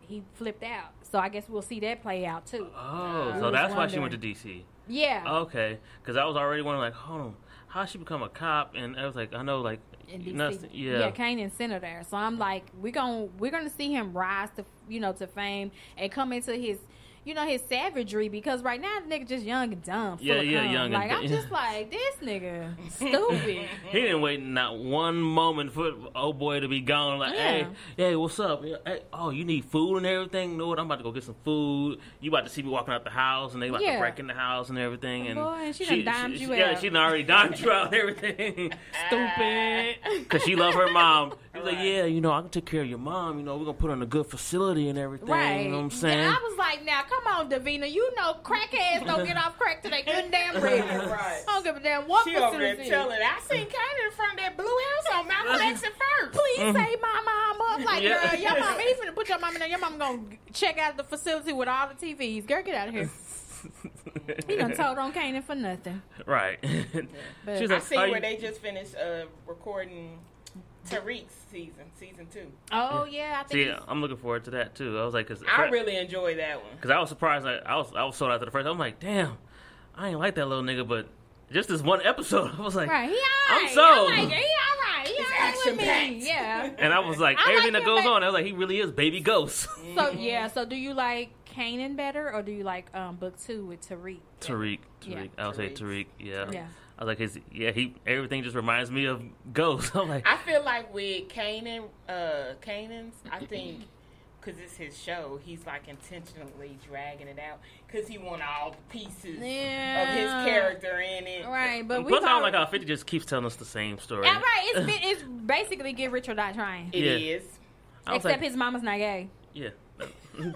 [SPEAKER 4] he flipped out. So I guess we'll see that play out too.
[SPEAKER 2] Oh,
[SPEAKER 4] I
[SPEAKER 2] so
[SPEAKER 4] was
[SPEAKER 2] that's why she went to
[SPEAKER 4] wondering.
[SPEAKER 2] DC.
[SPEAKER 4] yeah,
[SPEAKER 2] Okay, because I was already wondering, like, hold on, how she become a cop? And I was like, I know, like,
[SPEAKER 4] in
[SPEAKER 2] you
[SPEAKER 4] DC.
[SPEAKER 2] know, yeah,
[SPEAKER 4] yeah, Kanan sent her there. So I'm like, we're gonna we're gonna see him rise to you know to fame and come into his you know his savagery because right now the nigga just young and dumb. Full
[SPEAKER 2] Yeah,
[SPEAKER 4] of
[SPEAKER 2] yeah,
[SPEAKER 4] cum.
[SPEAKER 2] young and
[SPEAKER 4] Like I'm
[SPEAKER 2] dumb.
[SPEAKER 4] just like this nigga stupid.
[SPEAKER 2] he didn't wait not one moment for oh boy to be gone. Like,
[SPEAKER 4] Yeah.
[SPEAKER 2] hey, hey, what's up? Yeah, Hey, oh, you need food and everything. Know what? I'm about to go get some food. You about to see me walking out the house, and they about to
[SPEAKER 4] Yeah. Oh,
[SPEAKER 2] break in the house and everything. And
[SPEAKER 4] Boy, and she done dimed you
[SPEAKER 2] yeah,
[SPEAKER 4] out.
[SPEAKER 2] she done already dimed you out and everything.
[SPEAKER 4] stupid.
[SPEAKER 2] Cause she love her mom. He's like,
[SPEAKER 3] Right.
[SPEAKER 2] yeah, you know, I can take care of your mom. You know, we're gonna put her in a good facility and everything.
[SPEAKER 4] Right.
[SPEAKER 2] You know what I'm saying?
[SPEAKER 4] And I was like, now come on, Davina, you know crackheads don't get off crack till they good and damn ready.
[SPEAKER 3] Right.
[SPEAKER 4] I don't give a damn what
[SPEAKER 3] She over there
[SPEAKER 4] facility.
[SPEAKER 3] telling, I seen Kanan in front of that blue house on Mount Jackson first.
[SPEAKER 4] Please say my mom up. Like,
[SPEAKER 2] Uh-huh. Yeah.
[SPEAKER 4] girl, your mom, even put your mom in there. Your mom gonna check out the facility with all the TVs. Girl, get out of here. He done told on Kanan for nothing.
[SPEAKER 2] Right.
[SPEAKER 4] But-
[SPEAKER 2] She's
[SPEAKER 3] I
[SPEAKER 2] like,
[SPEAKER 3] see
[SPEAKER 2] "Are
[SPEAKER 3] where
[SPEAKER 2] you-
[SPEAKER 3] they just finished uh, recording Tariq's season, season two.
[SPEAKER 4] Oh yeah, I
[SPEAKER 2] See,
[SPEAKER 4] think.
[SPEAKER 2] I'm looking forward to that too. I was like, because
[SPEAKER 3] I
[SPEAKER 2] I,
[SPEAKER 3] really enjoy that one.
[SPEAKER 2] was surprised. Like, I was I was sold out to the first. I'm like, damn, I ain't like that little nigga, but just this one episode, I was like,
[SPEAKER 4] Right, he
[SPEAKER 2] I'm
[SPEAKER 4] all right.
[SPEAKER 2] sold.
[SPEAKER 4] I'm like, he all right. He all right with me.
[SPEAKER 3] action-packed.
[SPEAKER 4] Yeah.
[SPEAKER 2] and I was like,
[SPEAKER 4] I like
[SPEAKER 2] everything that
[SPEAKER 4] him,
[SPEAKER 2] goes
[SPEAKER 4] but-
[SPEAKER 2] on, I was like, he really is baby ghost.
[SPEAKER 4] So yeah. So do you like Kanan better, or do you like um, book two with Tariq?
[SPEAKER 2] Tariq, Tariq,
[SPEAKER 4] Yeah.
[SPEAKER 2] I would say Tariq.
[SPEAKER 3] Tariq.
[SPEAKER 2] Yeah.
[SPEAKER 4] Yeah.
[SPEAKER 2] I was like, his yeah, he everything just reminds me of ghost. I'm like,
[SPEAKER 3] I feel like with Kanan, uh, Kanan's, I think because it's his show, he's like intentionally dragging it out because he want all the pieces of his
[SPEAKER 4] Yeah.
[SPEAKER 3] character in it.
[SPEAKER 4] Right, but we
[SPEAKER 2] plus I don't
[SPEAKER 4] talk-
[SPEAKER 2] like how Fifty just keeps telling us the same story.
[SPEAKER 4] Yeah, right. It's been- it's basically get rich or die trying.
[SPEAKER 3] It
[SPEAKER 2] Yeah.
[SPEAKER 3] is.
[SPEAKER 2] I was
[SPEAKER 4] Except
[SPEAKER 2] like,
[SPEAKER 4] his mama's not gay.
[SPEAKER 2] yeah.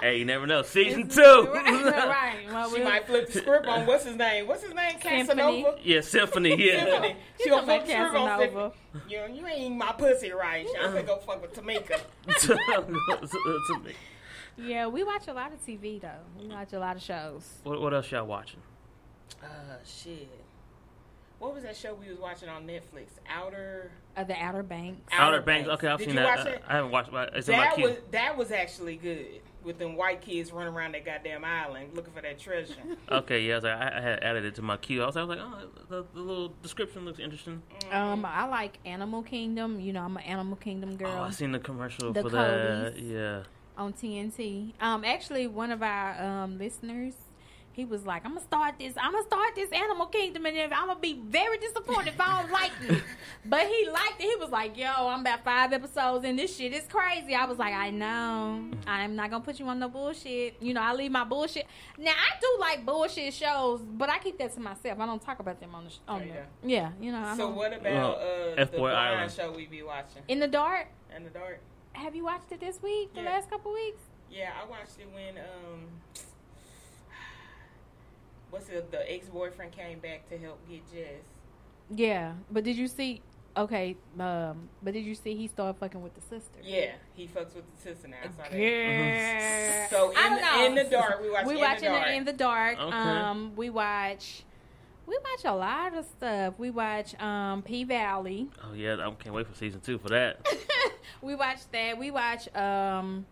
[SPEAKER 2] Hey, you never know. Season two.
[SPEAKER 4] right. Well,
[SPEAKER 3] She
[SPEAKER 4] we-
[SPEAKER 3] might flip the script on what's his name. What's his name?
[SPEAKER 4] Symphony.
[SPEAKER 3] Casanova.
[SPEAKER 2] Yeah, symphony. Yeah.
[SPEAKER 3] Symphony. She gonna
[SPEAKER 4] gonna
[SPEAKER 3] flip
[SPEAKER 4] go
[SPEAKER 3] the script on
[SPEAKER 4] Casanova.
[SPEAKER 3] Symphony. You, you ain't eating my pussy right. I'm gonna go fuck with Tamika.
[SPEAKER 4] yeah, we watch a lot of TV though. We watch a lot of shows.
[SPEAKER 2] what, what else y'all watching?
[SPEAKER 3] Uh, shit. What was that show we was watching on Netflix? Outer
[SPEAKER 4] Uh, the Outer Banks.
[SPEAKER 2] Outer Banks. Okay, I've
[SPEAKER 3] Did
[SPEAKER 2] seen
[SPEAKER 3] you
[SPEAKER 2] that. Uh,
[SPEAKER 3] watch it?
[SPEAKER 2] I, I haven't watched. It. It's in my
[SPEAKER 3] That
[SPEAKER 2] queue.
[SPEAKER 3] was that was actually good with them white kids running around that goddamn island looking for that treasure.
[SPEAKER 4] Uh-huh.
[SPEAKER 2] Okay, yeah, I, was like, I I had added it to my queue. I was, I was like, oh, the, the little description looks interesting.
[SPEAKER 4] Um, I like Animal Kingdom. You know, I'm an Animal Kingdom girl.
[SPEAKER 2] Oh, I seen the commercial
[SPEAKER 4] The
[SPEAKER 2] for that.
[SPEAKER 4] Coleys.
[SPEAKER 2] Yeah.
[SPEAKER 4] on TNT. Um, actually, one of our um, listeners, he was like, "I'm gonna start this. I'm gonna start this Animal Kingdom, and if, I'm gonna be very disappointed if I don't like it." But he liked it. He was like, "Yo, I'm about five episodes, and this shit is crazy." I was like, "I know. I'm not gonna put you on no bullshit. You know, I leave my bullshit. Now I do like bullshit shows, but I keep that to myself. I don't talk about them on the sh- on
[SPEAKER 3] yeah.
[SPEAKER 4] the yeah. You know, I
[SPEAKER 3] so
[SPEAKER 4] don't-
[SPEAKER 3] what about
[SPEAKER 2] Well,
[SPEAKER 3] uh, the
[SPEAKER 2] F-Boy
[SPEAKER 3] blind
[SPEAKER 2] Island.
[SPEAKER 3] show we be watching
[SPEAKER 4] in the dark.
[SPEAKER 3] in the dark?
[SPEAKER 4] Have you watched it this week? The
[SPEAKER 3] Yeah.
[SPEAKER 4] last couple weeks?
[SPEAKER 3] Yeah, I watched it when um, what's it? The ex boyfriend came back to help get Jess.
[SPEAKER 4] Yeah, but did you see? Okay, um, but did you see he started fucking with the sister?
[SPEAKER 3] Yeah, he fucks with the sister now. I saw that.
[SPEAKER 4] Yeah.
[SPEAKER 3] So
[SPEAKER 4] Uh-huh. I
[SPEAKER 3] in
[SPEAKER 4] don't know.
[SPEAKER 3] the, in the dark, we watch.
[SPEAKER 4] we
[SPEAKER 3] in
[SPEAKER 4] watch
[SPEAKER 3] the dark.
[SPEAKER 4] in the dark.
[SPEAKER 2] Okay.
[SPEAKER 4] Um, we watch, we watch a lot of stuff. We watch um P Valley.
[SPEAKER 2] Oh, yeah, I can't wait for season two for that.
[SPEAKER 4] we watch that. We watch um.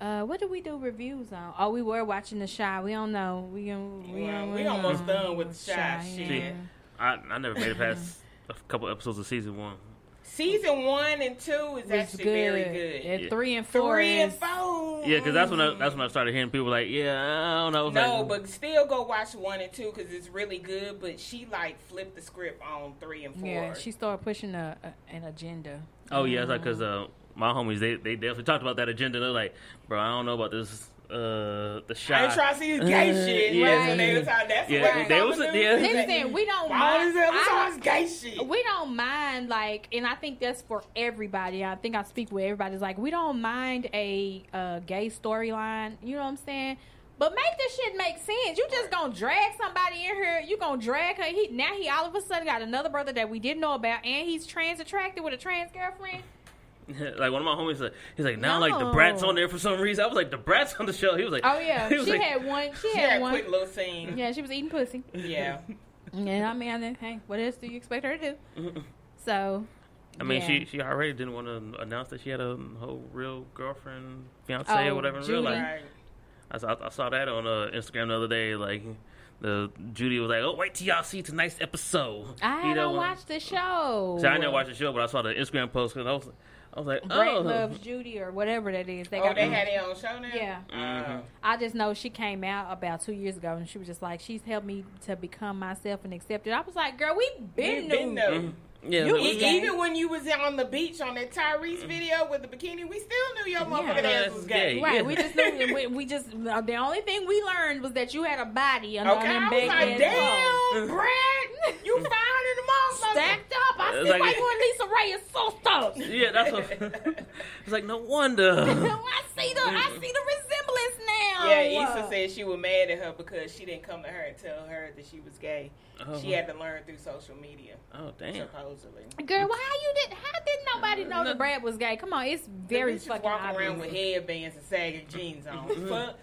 [SPEAKER 4] Uh, what do we do reviews on? Oh, we were watching The Shy. We don't know. We don't- we,
[SPEAKER 3] Well,
[SPEAKER 4] don't-
[SPEAKER 3] we
[SPEAKER 4] don't
[SPEAKER 3] almost
[SPEAKER 4] know.
[SPEAKER 3] done with The Shy shit.
[SPEAKER 2] See,
[SPEAKER 4] yeah.
[SPEAKER 2] I, I never made it past a couple episodes of season one.
[SPEAKER 3] Season one and two is
[SPEAKER 4] It's
[SPEAKER 3] actually
[SPEAKER 4] good.
[SPEAKER 3] very good.
[SPEAKER 4] And
[SPEAKER 2] Yeah.
[SPEAKER 4] Three and four.
[SPEAKER 3] Three and
[SPEAKER 4] is-
[SPEAKER 3] four.
[SPEAKER 2] Yeah, because that's when I, that's when I started hearing people like, yeah, I don't know. I was
[SPEAKER 3] No,
[SPEAKER 2] like,
[SPEAKER 3] but still go watch one and two because it's really good. But she like flipped the script on three and four.
[SPEAKER 4] Yeah, she started pushing a, a, an agenda.
[SPEAKER 2] Oh yeah, it's like because uh, my homies they they definitely talked about that agenda. They're like, bro, I don't know about this uh the shot.
[SPEAKER 3] I ain't trying to see this gay
[SPEAKER 2] Uh,
[SPEAKER 3] shit.
[SPEAKER 2] yeah.
[SPEAKER 3] That's when they was out. That's
[SPEAKER 2] Yeah,
[SPEAKER 3] what they,
[SPEAKER 2] they was-
[SPEAKER 3] was
[SPEAKER 2] yeah.
[SPEAKER 4] Listen, we don't
[SPEAKER 3] All
[SPEAKER 4] mind.
[SPEAKER 3] these
[SPEAKER 4] I,
[SPEAKER 3] episodes gay shit.
[SPEAKER 4] we don't mind like, and I think that's for everybody. I think I speak with everybody. It's like we don't mind a uh, gay storyline. You know what I'm saying? But make this shit make sense. You just gonna drag somebody in here. You gonna drag her. He now he all of a sudden got another brother that we didn't know about, and he's trans attracted with a trans girlfriend.
[SPEAKER 2] like one of my homies, like, he's like, now like the brats
[SPEAKER 4] No.
[SPEAKER 2] on there for some reason. I was like, the brats on the show. He was like,
[SPEAKER 4] Oh yeah,
[SPEAKER 2] he was
[SPEAKER 4] she
[SPEAKER 2] like,
[SPEAKER 4] had one. She
[SPEAKER 3] She
[SPEAKER 4] had
[SPEAKER 3] had a
[SPEAKER 4] one.
[SPEAKER 3] quick little scene.
[SPEAKER 4] Yeah, she was eating pussy.
[SPEAKER 3] Yeah.
[SPEAKER 4] Yeah, I mean, I think, hey, what else do you expect her to do? So,
[SPEAKER 2] I mean,
[SPEAKER 4] yeah.
[SPEAKER 2] she she already didn't want to announce that she had a um, whole real girlfriend, fiance, or
[SPEAKER 4] Oh,
[SPEAKER 2] whatever in real
[SPEAKER 4] Judy.
[SPEAKER 2] life.
[SPEAKER 3] Right.
[SPEAKER 2] I saw, I saw that on uh, Instagram the other day. Like, the Judy was like, "Oh, wait till y'all see tonight's episode."
[SPEAKER 4] I
[SPEAKER 2] You know,
[SPEAKER 4] don't
[SPEAKER 2] uh,
[SPEAKER 4] watch the show.
[SPEAKER 2] So I didn't watch the show, but I saw the Instagram post because I was, I was like,
[SPEAKER 4] Brett
[SPEAKER 2] "Oh,
[SPEAKER 4] loves Judy or whatever that is. They
[SPEAKER 3] Oh,
[SPEAKER 4] got
[SPEAKER 3] they had it on show now.
[SPEAKER 4] Yeah.
[SPEAKER 3] Uh,
[SPEAKER 4] I just know she came out about two years ago and she was just like, she's helped me to become myself and accepted. I was like, girl, we been,
[SPEAKER 3] we been
[SPEAKER 4] knew.
[SPEAKER 2] Mm-hmm.
[SPEAKER 3] though.
[SPEAKER 2] yeah."
[SPEAKER 4] You
[SPEAKER 2] no,
[SPEAKER 4] eat
[SPEAKER 2] we-
[SPEAKER 3] E- Even when you was on the beach on that Tyrese video with the bikini, we still knew your motherfucking
[SPEAKER 2] Yeah.
[SPEAKER 3] ass was gay.
[SPEAKER 2] Yeah.
[SPEAKER 4] Right, we just knew. We, we just uh, the only thing we learned was that you had a body under
[SPEAKER 3] Okay,
[SPEAKER 4] them
[SPEAKER 3] I
[SPEAKER 4] big
[SPEAKER 3] was like,
[SPEAKER 4] ass clothes.
[SPEAKER 3] damn, Brad, you found in the motherfucker.
[SPEAKER 4] stacked up. I
[SPEAKER 2] It's
[SPEAKER 4] see
[SPEAKER 2] like-
[SPEAKER 4] why you and Lisa Ray is so stuffed.
[SPEAKER 2] Yeah, that's what. it's like no wonder.
[SPEAKER 4] I see the I see the resemblance now.
[SPEAKER 3] Yeah, Issa said she was mad at her because she didn't come to her and tell her that she was gay.
[SPEAKER 2] Oh.
[SPEAKER 3] She had to learn through social media,
[SPEAKER 2] oh damn!
[SPEAKER 3] supposedly.
[SPEAKER 4] Girl, why you did? How did nobody know that Brad was gay? Come on, it's very
[SPEAKER 3] the bitch was
[SPEAKER 4] fucking
[SPEAKER 3] walking
[SPEAKER 4] obvious.
[SPEAKER 3] around with headbands and sagging jeans on.
[SPEAKER 2] Mm-hmm.
[SPEAKER 3] Fuck.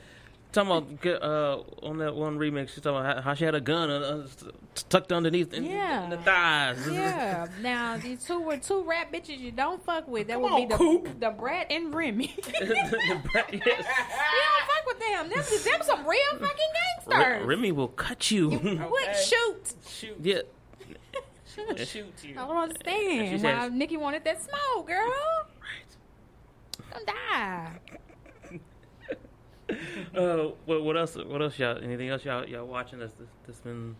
[SPEAKER 2] Talking about get, uh, on that one remix, she's talking about how, how she had a gun uh, uh, tucked underneath in,
[SPEAKER 4] Yeah.
[SPEAKER 2] in the thighs.
[SPEAKER 4] yeah. Now these two were two rap bitches you don't fuck with. That would
[SPEAKER 3] Come
[SPEAKER 4] be the
[SPEAKER 3] on, Coop.
[SPEAKER 4] the Brad and Remy. you don't
[SPEAKER 2] The bra- yes.
[SPEAKER 4] fuck with them. Them, them some real fucking
[SPEAKER 2] R-
[SPEAKER 4] gangsters.
[SPEAKER 2] Remy will cut you.
[SPEAKER 4] Would
[SPEAKER 3] Okay.
[SPEAKER 4] shoot.
[SPEAKER 3] Shoot.
[SPEAKER 2] yeah.
[SPEAKER 3] She would shoot you.
[SPEAKER 4] I don't understand
[SPEAKER 2] And she says-
[SPEAKER 4] why Nikki wanted that smoke, girl. Don't die.
[SPEAKER 2] Uh, what, what else? What else? Y'all? Anything else? Y'all? Y'all watching? That's that's been.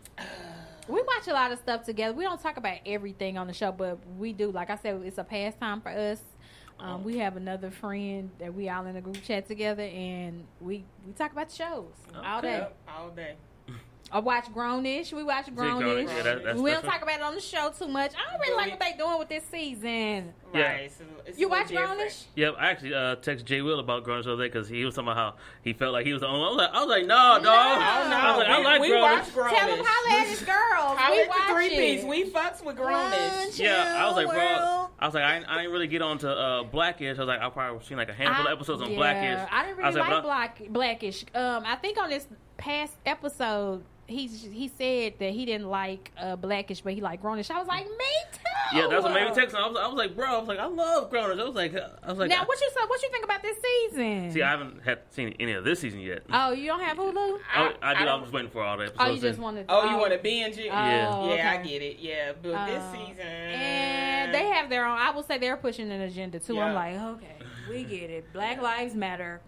[SPEAKER 4] We watch a lot of stuff together. We don't talk about everything on the show, but we do. Like I said, it's a pastime for us. Um, we have another friend that we all in a group chat together, and we we talk about the shows all day.
[SPEAKER 3] Yep, all day.
[SPEAKER 4] I watch Grownish. We watch
[SPEAKER 2] Grown-ish.
[SPEAKER 4] Grownish.
[SPEAKER 2] Yeah, that- that's-
[SPEAKER 4] we don't
[SPEAKER 2] that's what-
[SPEAKER 4] talk about it on the show too much. I don't really like what they doing with this season.
[SPEAKER 2] Yeah.
[SPEAKER 3] Right. So it's a
[SPEAKER 4] You
[SPEAKER 3] little
[SPEAKER 4] watch
[SPEAKER 3] different.
[SPEAKER 4] Grownish?
[SPEAKER 2] Yep, I actually uh, texted Jay Will about Grown Show there because he was talking about how he felt like he was the only one. I was like, I was like no, dog.
[SPEAKER 3] Oh, no.
[SPEAKER 2] I was like, I
[SPEAKER 3] we,
[SPEAKER 2] like
[SPEAKER 3] we
[SPEAKER 2] Grown.
[SPEAKER 3] watch Grownish.
[SPEAKER 4] Tell them holla at his girls.
[SPEAKER 3] Holla
[SPEAKER 4] we
[SPEAKER 3] at
[SPEAKER 4] watch
[SPEAKER 3] the three
[SPEAKER 4] it.
[SPEAKER 3] piece. We fucks with Grownish.
[SPEAKER 2] Yeah, I was like, bro,
[SPEAKER 4] World.
[SPEAKER 2] I was like, I ain't, I ain't really get on to uh, Blackish. I was like, I probably seen like a handful
[SPEAKER 4] I-
[SPEAKER 2] of episodes on
[SPEAKER 4] yeah,
[SPEAKER 2] Blackish.
[SPEAKER 4] I didn't
[SPEAKER 2] was
[SPEAKER 4] really
[SPEAKER 2] but
[SPEAKER 4] like Black Blackish. Um, I think on this past episode, he he said that he didn't like uh, Blackish, but he liked Grownish. I was like, me too.
[SPEAKER 2] Yeah, that's what made me text. him. I was, I was like, bro, I was like, I love Grown. I was like, I was like,
[SPEAKER 4] Now, what you so what you think about this season?
[SPEAKER 2] see, I haven't had seen any of this season yet.
[SPEAKER 4] oh, you don't have Hulu?
[SPEAKER 2] I, I, did. I,
[SPEAKER 3] don't-
[SPEAKER 2] was waiting for all the episodes.
[SPEAKER 4] Oh, you just
[SPEAKER 2] and-
[SPEAKER 4] want to?
[SPEAKER 3] Oh, you want to binge it?
[SPEAKER 2] Yeah.
[SPEAKER 4] Oh,
[SPEAKER 3] Yeah, I
[SPEAKER 4] okay.
[SPEAKER 3] get it. Yeah, but this
[SPEAKER 4] Oh.
[SPEAKER 3] season,
[SPEAKER 4] And they have their own. I will say they're pushing an agenda too. I'm
[SPEAKER 3] Yeah.
[SPEAKER 4] like, okay, we get it. Black lives matter.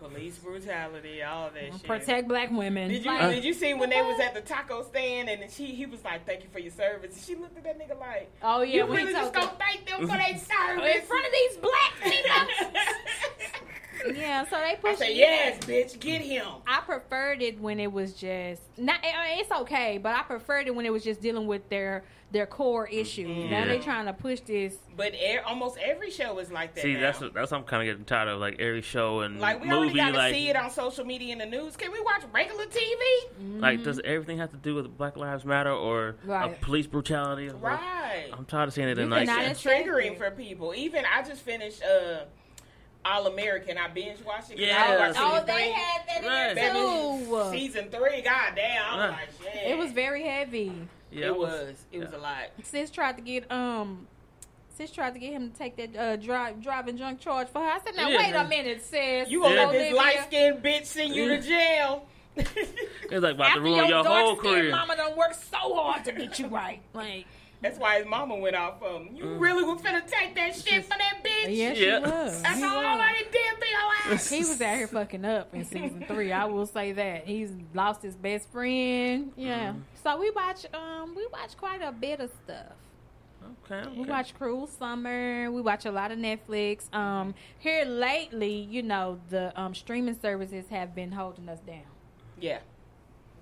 [SPEAKER 3] police brutality, all that shit.
[SPEAKER 4] Protect black women.
[SPEAKER 3] Did you
[SPEAKER 4] Like,
[SPEAKER 3] did you see when they was at the taco stand and she he was like, "Thank you for your service," and she looked at that nigga like,
[SPEAKER 4] oh yeah,
[SPEAKER 3] "You
[SPEAKER 4] we
[SPEAKER 3] really just
[SPEAKER 4] talking- Oh,
[SPEAKER 3] gonna thank them for their service
[SPEAKER 4] in front of these black people. yeah, so they
[SPEAKER 3] I
[SPEAKER 4] push.
[SPEAKER 3] said,
[SPEAKER 4] it.
[SPEAKER 3] "Yes, bitch, get him."
[SPEAKER 4] I preferred it when it was just not. I mean, It's okay, but I preferred it when it was just dealing with their their core
[SPEAKER 2] Mm-hmm.
[SPEAKER 4] issue. Now
[SPEAKER 2] Yeah.
[SPEAKER 4] they trying to push this.
[SPEAKER 3] But e- almost every show is like that.
[SPEAKER 2] See,
[SPEAKER 3] now.
[SPEAKER 2] that's what, that's what I'm kind of getting tired of. Like every show and
[SPEAKER 3] like we
[SPEAKER 2] movie,
[SPEAKER 3] already got to
[SPEAKER 2] like
[SPEAKER 3] see it on social media and the news. Can we watch regular TV?
[SPEAKER 2] like does everything have to do with Black Lives Matter or uh,
[SPEAKER 4] Mm-hmm. Right.
[SPEAKER 2] police brutality? I'm like,
[SPEAKER 3] Right.
[SPEAKER 2] I'm tired of seeing it in
[SPEAKER 4] cannot
[SPEAKER 2] like
[SPEAKER 4] Not
[SPEAKER 3] it's
[SPEAKER 4] as sacred.
[SPEAKER 3] triggering for people. Even I just finished uh, All American. I binge watched it. 'cause I
[SPEAKER 2] Yeah.
[SPEAKER 3] watched
[SPEAKER 4] Oh,
[SPEAKER 3] season
[SPEAKER 4] they
[SPEAKER 3] three.
[SPEAKER 4] had that in there
[SPEAKER 2] Right.
[SPEAKER 3] Baby,
[SPEAKER 4] too.
[SPEAKER 3] Season three. God damn. I'm
[SPEAKER 2] Right.
[SPEAKER 3] like, shit.
[SPEAKER 4] It was very heavy.
[SPEAKER 2] yeah, I
[SPEAKER 3] It
[SPEAKER 2] was-
[SPEAKER 3] was. It was
[SPEAKER 2] yeah.
[SPEAKER 3] a lot.
[SPEAKER 4] Sis tried to get um. Sis tried to get him to take that uh, drive driving drunk charge for her. I said, "Now
[SPEAKER 2] Yeah.
[SPEAKER 4] wait a minute, sis.
[SPEAKER 3] You gonna let this
[SPEAKER 4] Olivia,
[SPEAKER 3] light skinned bitch send you to jail?
[SPEAKER 2] It's like about to
[SPEAKER 4] after
[SPEAKER 2] ruin your,
[SPEAKER 4] dark
[SPEAKER 2] whole
[SPEAKER 4] skin
[SPEAKER 2] career.
[SPEAKER 4] Mama done worked so hard to get you right. Like,
[SPEAKER 3] That's why his mama went off on him.
[SPEAKER 2] Mm.
[SPEAKER 3] You really was finna take that shit for that bitch?
[SPEAKER 4] yeah,
[SPEAKER 2] Yeah.
[SPEAKER 4] she was.
[SPEAKER 3] That's all I done did for your ass.
[SPEAKER 4] He was out here fucking up in season three. I will say that he's lost his best friend. Yeah.
[SPEAKER 2] Mm-hmm.
[SPEAKER 4] So we watch um we watch quite a bit of stuff.
[SPEAKER 2] Okay,
[SPEAKER 4] We
[SPEAKER 2] okay.
[SPEAKER 4] watch Cruel Summer. We watch a lot of Netflix. Um, here lately, you know, the um streaming services have been holding us down
[SPEAKER 3] Yeah.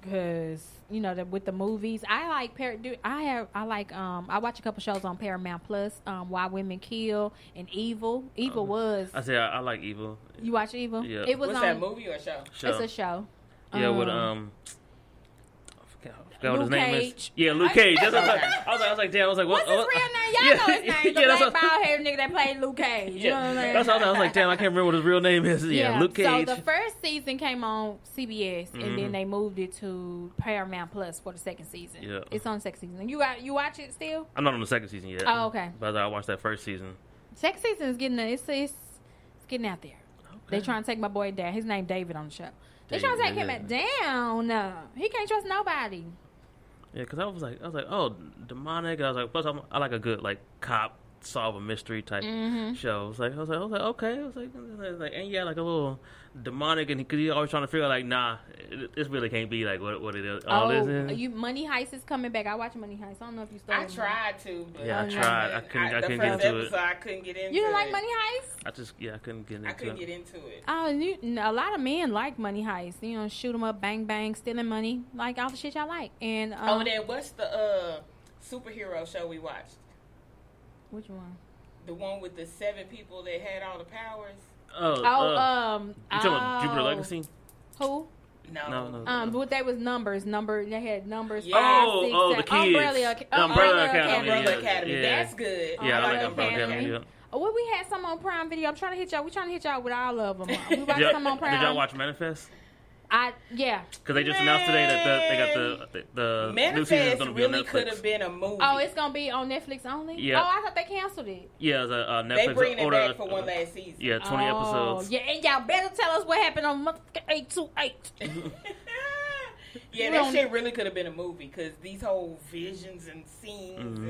[SPEAKER 4] because you know that with the movies i like par- do i have i like um i watch a couple shows on paramount plus um why women kill and evil evil was
[SPEAKER 2] Um, I said I, I like Evil.
[SPEAKER 4] you watch evil
[SPEAKER 2] Yeah.
[SPEAKER 4] it was
[SPEAKER 3] What's
[SPEAKER 4] on
[SPEAKER 3] that movie or show?
[SPEAKER 2] Show.
[SPEAKER 4] it's a show
[SPEAKER 2] Yeah, with
[SPEAKER 4] Um,
[SPEAKER 2] um, I forgot, I forgot what his
[SPEAKER 4] Luke
[SPEAKER 2] name is.
[SPEAKER 4] Cage.
[SPEAKER 2] Yeah, Luke
[SPEAKER 4] I-
[SPEAKER 2] Cage. That's what I, was like, I was like, I was like, damn, I was like, what?
[SPEAKER 4] What's his real
[SPEAKER 2] what-
[SPEAKER 4] name? Y'all know his name. The
[SPEAKER 2] Oh, yeah,
[SPEAKER 4] black
[SPEAKER 2] that's what,
[SPEAKER 4] bald headed nigga that played Luke Cage. You know what
[SPEAKER 2] yeah.
[SPEAKER 4] I'm saying?
[SPEAKER 2] That's what I was, like, I was like, damn, I can't remember what his real name is. Yeah, Luke Cage. Mm-hmm.
[SPEAKER 4] So the first season came on CBS, and then they moved it to Paramount Plus for the second season.
[SPEAKER 2] Yeah.
[SPEAKER 4] It's on the second season. You got you watch it still?
[SPEAKER 2] I'm not on the second season yet.
[SPEAKER 4] Oh, okay.
[SPEAKER 2] But I watched that first season.
[SPEAKER 4] Second season is getting it's it's, it's getting out there. They
[SPEAKER 2] Okay.
[SPEAKER 4] trying to take my boy down. His name David on the show. They trying to take him
[SPEAKER 2] David.
[SPEAKER 4] down. Uh, he can't trust nobody.
[SPEAKER 2] Yeah, because I was like, I was like, oh, demonic. I was like, plus I'm, I like a good like cop solve a mystery type show. I was like, I was like, I was like, okay. I was like, I was like and yeah, like a little demonic, and because he's always trying to figure out like, nah, it, this really can't be like what what it is. All this
[SPEAKER 4] oh,
[SPEAKER 2] is.
[SPEAKER 4] you Money Heist is coming back. I watch Money Heist. I don't know if you still.
[SPEAKER 3] I tried to, but
[SPEAKER 2] Yeah, I
[SPEAKER 4] Oh, no.
[SPEAKER 2] tried. I couldn't- I
[SPEAKER 3] the
[SPEAKER 2] couldn't get
[SPEAKER 3] first
[SPEAKER 2] into it.
[SPEAKER 3] episode, I couldn't get into.
[SPEAKER 4] You didn't like
[SPEAKER 3] it.
[SPEAKER 4] Money Heist?
[SPEAKER 2] I just yeah, I couldn't get into
[SPEAKER 3] I couldn't
[SPEAKER 2] it.
[SPEAKER 3] get into it.
[SPEAKER 4] Oh, and you, n- a lot of men like money heists. You know, shoot 'em up, bang bang, stealing money, like all the shit y'all like. And um,
[SPEAKER 3] Oh, then what's the uh, superhero show we watched?
[SPEAKER 4] which one?
[SPEAKER 3] The one with the seven people that had all the powers.
[SPEAKER 2] Oh,
[SPEAKER 4] Oh,
[SPEAKER 2] uh,
[SPEAKER 4] um,
[SPEAKER 2] you talking about Jupiter
[SPEAKER 4] oh,
[SPEAKER 2] Legacy?
[SPEAKER 4] Who?
[SPEAKER 3] No,
[SPEAKER 2] No, no.
[SPEAKER 4] Um, but they was numbers, number. They had numbers.
[SPEAKER 3] Yeah.
[SPEAKER 4] five,
[SPEAKER 2] Oh,
[SPEAKER 4] six,
[SPEAKER 2] oh, the
[SPEAKER 4] seven.
[SPEAKER 2] kids.
[SPEAKER 4] Umbrella, Ac-
[SPEAKER 2] The Umbrella Academy,
[SPEAKER 3] Oh, Umbrella
[SPEAKER 2] yeah,
[SPEAKER 3] Academy.
[SPEAKER 2] yeah.
[SPEAKER 3] That's good.
[SPEAKER 2] yeah, I like
[SPEAKER 4] Umbrella
[SPEAKER 2] Umbrella
[SPEAKER 4] Academy.
[SPEAKER 2] Academy. Yeah.
[SPEAKER 4] Oh, well, we had some on Prime Video. I'm trying to hit y'all. We trying to hit y'all with all of them. We watched
[SPEAKER 2] Did y'all,
[SPEAKER 4] some on Prime.
[SPEAKER 2] did y'all watch Manifest?
[SPEAKER 4] I yeah.
[SPEAKER 2] Because they just announced today that the, they got the the, the new season is
[SPEAKER 3] Manifest
[SPEAKER 2] going to be on
[SPEAKER 3] really
[SPEAKER 2] Netflix.
[SPEAKER 3] could have been a movie.
[SPEAKER 4] Oh, it's gonna be on Netflix only.
[SPEAKER 2] Yeah.
[SPEAKER 4] Oh, I thought they canceled it.
[SPEAKER 2] yeah, the uh, Netflix.
[SPEAKER 3] they bringing it
[SPEAKER 2] order- uh,
[SPEAKER 3] back for one last season.
[SPEAKER 2] Yeah, twenty
[SPEAKER 4] oh,
[SPEAKER 2] episodes.
[SPEAKER 4] Yeah, and y'all better tell us what happened on motherfucking eight two eight. We
[SPEAKER 3] yeah, that
[SPEAKER 4] don't-
[SPEAKER 3] shit really could have been a movie because these whole visions and scenes
[SPEAKER 2] Mm-hmm.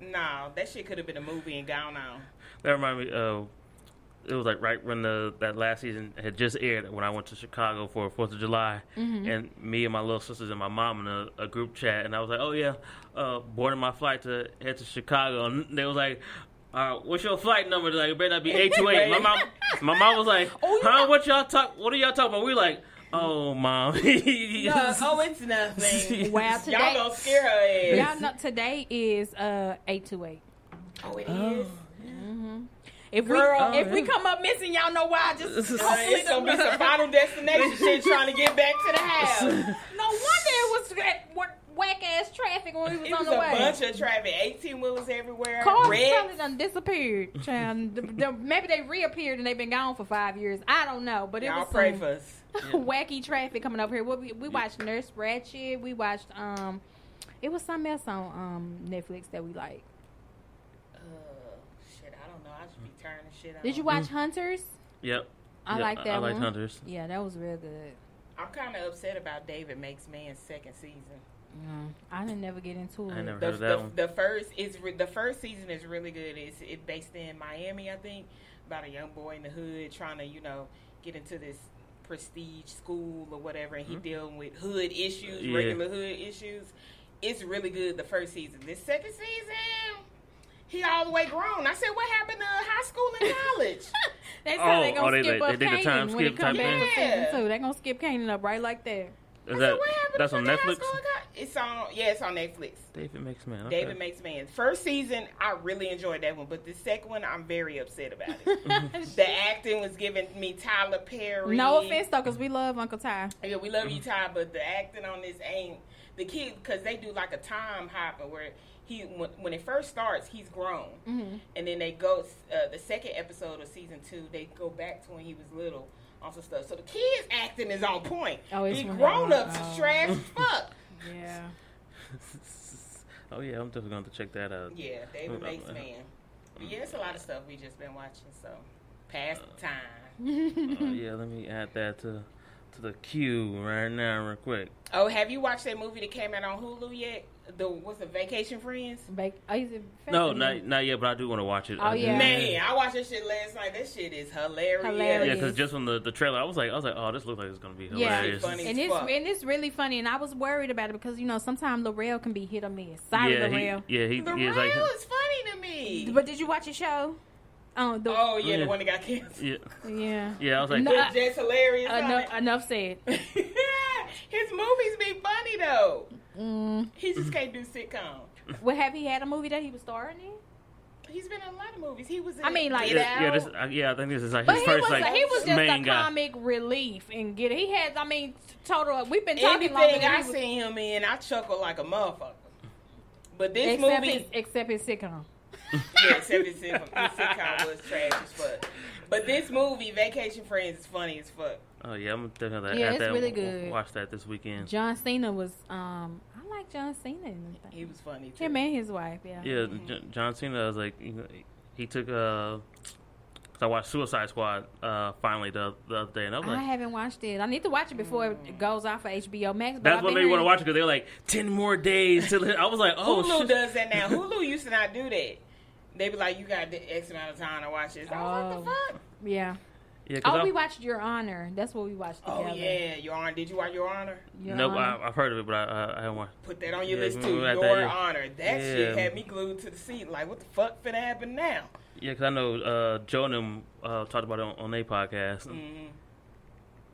[SPEAKER 3] and nah, that shit could have been a movie and gone on.
[SPEAKER 2] That reminded me. Uh, it was like right when the that last season had just aired when I went to Chicago for Fourth of July, and me and my little sisters and my mom in a, a group chat, and I was like, "Oh yeah, uh, boarding my flight to head to Chicago," and they was like. Uh, what's your flight number? They're like, it better not be eight two eight. My mom, my mom was like, "Huh? What y'all talk? What are y'all talking about?" We like, Oh, mom. Yes.
[SPEAKER 3] No, oh, it's nothing.
[SPEAKER 4] Wow,
[SPEAKER 3] Y'all
[SPEAKER 4] today,
[SPEAKER 3] gonna scare her ass.
[SPEAKER 4] y'all know today is uh eight two eight.
[SPEAKER 3] Oh, it is.
[SPEAKER 4] If
[SPEAKER 3] Girl.
[SPEAKER 4] we if we come up missing, y'all know why. I Just
[SPEAKER 2] This is-
[SPEAKER 3] Uh, it's gonna be some final destination shit trying to get back to the house.
[SPEAKER 4] no wonder it was that whack ass traffic when we was
[SPEAKER 3] It
[SPEAKER 4] on
[SPEAKER 3] was a
[SPEAKER 4] the way.
[SPEAKER 3] bunch of traffic, eighteen wheelers everywhere.
[SPEAKER 4] Cars
[SPEAKER 3] red.
[SPEAKER 4] probably done disappeared. Child. Th- th- Maybe they reappeared and they've been gone for five years. I don't know, but it
[SPEAKER 3] Y'all
[SPEAKER 4] was
[SPEAKER 3] pray
[SPEAKER 4] some
[SPEAKER 3] for us.
[SPEAKER 4] wacky traffic coming over here. What we, we watched Nurse Ratched. We watched um, it was something else on um Netflix that we like.
[SPEAKER 3] Uh, shit, I don't know. I should be turning shit on.
[SPEAKER 4] Did you watch Hunters?
[SPEAKER 2] Yep.
[SPEAKER 4] I
[SPEAKER 2] Yep,
[SPEAKER 4] like that
[SPEAKER 2] I like
[SPEAKER 4] one.
[SPEAKER 2] hunters.
[SPEAKER 4] Yeah, that was real good.
[SPEAKER 3] I'm kind of upset about David Makes Man's second season.
[SPEAKER 4] I didn't never get into
[SPEAKER 2] I ain't
[SPEAKER 4] it.
[SPEAKER 2] never
[SPEAKER 3] The,
[SPEAKER 2] heard of that
[SPEAKER 3] the,
[SPEAKER 2] one.
[SPEAKER 3] the first is re- the first season is really good. It's it based in Miami, I think, about a young boy in the hood trying to you know get into this prestige school or whatever, and he dealing with hood issues,
[SPEAKER 2] Mm-hmm. Yeah.
[SPEAKER 3] regular hood issues. It's really good. The first season. This second season, he all the way grown. I said, what happened to high school and college?
[SPEAKER 4] They said
[SPEAKER 2] Oh,
[SPEAKER 4] they
[SPEAKER 2] oh,
[SPEAKER 4] gonna
[SPEAKER 2] they-
[SPEAKER 4] skip
[SPEAKER 2] they-
[SPEAKER 4] up
[SPEAKER 2] they did the time
[SPEAKER 4] Kanan when
[SPEAKER 2] skip
[SPEAKER 4] it comes
[SPEAKER 2] type
[SPEAKER 4] back for
[SPEAKER 3] thing?
[SPEAKER 4] season
[SPEAKER 3] Yeah.
[SPEAKER 4] two. They gonna skip Kanan up right like that.
[SPEAKER 2] Is
[SPEAKER 3] I
[SPEAKER 2] that
[SPEAKER 3] said, what happened
[SPEAKER 2] that's
[SPEAKER 3] to
[SPEAKER 2] on
[SPEAKER 3] fucking high
[SPEAKER 2] Netflix?
[SPEAKER 3] school and college? It's on. Yeah, it's on Netflix.
[SPEAKER 2] David makes man. Okay.
[SPEAKER 3] David Makes Man. First season, I really enjoyed that one, but the second one, I'm very upset about it. the acting was giving me Tyler Perry.
[SPEAKER 4] No offense though, cause we love Uncle Ty.
[SPEAKER 3] Yeah, we love you, Ty, but the acting on this ain't the kid because they do like a time hopper where he when, when it first starts he's grown,
[SPEAKER 4] Mm-hmm.
[SPEAKER 3] and then they go uh, the second episode of season two they go back to when he was little on some stuff. So the kid's acting is on point.
[SPEAKER 4] Oh, it's
[SPEAKER 3] the
[SPEAKER 4] one of
[SPEAKER 3] grown
[SPEAKER 4] them.
[SPEAKER 3] ups
[SPEAKER 4] Oh.
[SPEAKER 3] is trash as fuck.
[SPEAKER 4] Yeah.
[SPEAKER 2] Oh yeah, I'm definitely going to check that out.
[SPEAKER 3] Yeah, David
[SPEAKER 2] Hold on,
[SPEAKER 3] Makes
[SPEAKER 2] hold on.
[SPEAKER 3] Man. But yeah, it's a lot of stuff we just been watching. So past the time.
[SPEAKER 2] Uh, yeah, let me add that to to the queue right now, real quick.
[SPEAKER 3] Oh, have you watched that movie that came out on Hulu yet? The what's the Vacation Friends?
[SPEAKER 4] Bake, oh, he's a
[SPEAKER 2] No, not not yet, but I do want to watch it. Uh,
[SPEAKER 4] Oh,
[SPEAKER 2] I do.
[SPEAKER 4] yeah.
[SPEAKER 3] Man, I watched that shit last night. That shit is hilarious.
[SPEAKER 4] Hilarious.
[SPEAKER 2] Yeah, because just from the, the trailer, I was like, I was like, oh, this looks like it's gonna be
[SPEAKER 4] Yeah.
[SPEAKER 2] hilarious.
[SPEAKER 3] Funny.
[SPEAKER 4] and
[SPEAKER 3] as
[SPEAKER 4] it's
[SPEAKER 3] fuck.
[SPEAKER 4] and it's really funny, and I was worried about it because you know sometimes L'Oreal can be hit or miss. Sorry,
[SPEAKER 2] yeah,
[SPEAKER 4] L'Oreal.
[SPEAKER 2] he, yeah, he,
[SPEAKER 3] The
[SPEAKER 2] he
[SPEAKER 3] real
[SPEAKER 2] is like,
[SPEAKER 3] is funny to me.
[SPEAKER 4] But did you watch your show? Oh, the,
[SPEAKER 3] oh yeah,
[SPEAKER 2] Yeah.
[SPEAKER 3] the one that got canceled.
[SPEAKER 2] yeah,
[SPEAKER 4] yeah.
[SPEAKER 2] yeah. I was like,
[SPEAKER 4] No,
[SPEAKER 3] It's just hilarious.
[SPEAKER 4] Enough,
[SPEAKER 3] honey.
[SPEAKER 4] enough said.
[SPEAKER 3] His movies be funny though.
[SPEAKER 4] Mm.
[SPEAKER 3] He just can't do sitcom.
[SPEAKER 4] well, have he had a movie that he was starring in?
[SPEAKER 3] He's been in a lot of movies. He was. In
[SPEAKER 4] I mean, like-
[SPEAKER 3] Get
[SPEAKER 2] yeah, yeah,
[SPEAKER 3] Out.
[SPEAKER 2] this, uh, yeah. I think this is like
[SPEAKER 4] But
[SPEAKER 2] his
[SPEAKER 4] he
[SPEAKER 2] first
[SPEAKER 4] was
[SPEAKER 2] like
[SPEAKER 4] he was just
[SPEAKER 2] main
[SPEAKER 4] a
[SPEAKER 2] guy.
[SPEAKER 4] comic relief and get. He had, I mean, total. We've been talking
[SPEAKER 3] anything
[SPEAKER 4] long. and he
[SPEAKER 3] I
[SPEAKER 4] was-
[SPEAKER 3] see him in, I chuckle like a motherfucker. But this
[SPEAKER 4] except his,
[SPEAKER 3] movie,
[SPEAKER 4] except his sitcom.
[SPEAKER 3] yeah, except this sitcom, this sitcom was trash as fuck. But this movie, Vacation Friends, is funny as fuck.
[SPEAKER 2] Oh yeah, I'm definitely gonna
[SPEAKER 4] Yeah,
[SPEAKER 2] add
[SPEAKER 4] it's
[SPEAKER 2] that.
[SPEAKER 4] really
[SPEAKER 2] w- w-
[SPEAKER 4] good.
[SPEAKER 2] Watch that this weekend.
[SPEAKER 4] John Cena was. Um, I like John Cena. In the
[SPEAKER 3] He was funny too.
[SPEAKER 4] Him and his wife. Yeah.
[SPEAKER 2] Yeah, J- John Cena was like, you know, he took uh 'cause I watched Suicide Squad uh, finally the, the other day, and I was
[SPEAKER 4] I
[SPEAKER 2] like,
[SPEAKER 4] haven't watched it. I need to watch it before
[SPEAKER 3] Mm.
[SPEAKER 4] it goes off of HBO Max. But
[SPEAKER 2] that's
[SPEAKER 4] I've
[SPEAKER 2] what
[SPEAKER 4] been
[SPEAKER 2] made me want to
[SPEAKER 4] hearing-
[SPEAKER 2] watch it because they were like ten more days till it- I was like, oh
[SPEAKER 3] Hulu
[SPEAKER 2] shit.
[SPEAKER 3] does that now. Hulu used to not do that. They be like, you got the X amount of time to watch this. I was like,
[SPEAKER 4] Oh.
[SPEAKER 3] the fuck?
[SPEAKER 4] Yeah.
[SPEAKER 2] Yeah, 'cause
[SPEAKER 4] Oh,
[SPEAKER 2] I-
[SPEAKER 4] we watched Your Honor. That's what we watched
[SPEAKER 3] Oh
[SPEAKER 4] together.
[SPEAKER 3] yeah, Your Honor. Did you watch Your Honor?
[SPEAKER 4] Your
[SPEAKER 2] nope,
[SPEAKER 4] Honor.
[SPEAKER 2] I, I've heard of it, but I, I, I haven't watched.
[SPEAKER 3] Put that on your
[SPEAKER 2] Yeah,
[SPEAKER 3] list
[SPEAKER 2] we
[SPEAKER 3] too.
[SPEAKER 2] were at
[SPEAKER 3] Your
[SPEAKER 2] that, yeah.
[SPEAKER 3] Honor. That shit
[SPEAKER 2] Yeah.
[SPEAKER 3] had me glued to the seat. Like, what the fuck finna happen now?
[SPEAKER 2] Yeah, because I know uh, Joe and him uh, talked about it on, on their podcast.
[SPEAKER 3] Mm-hmm.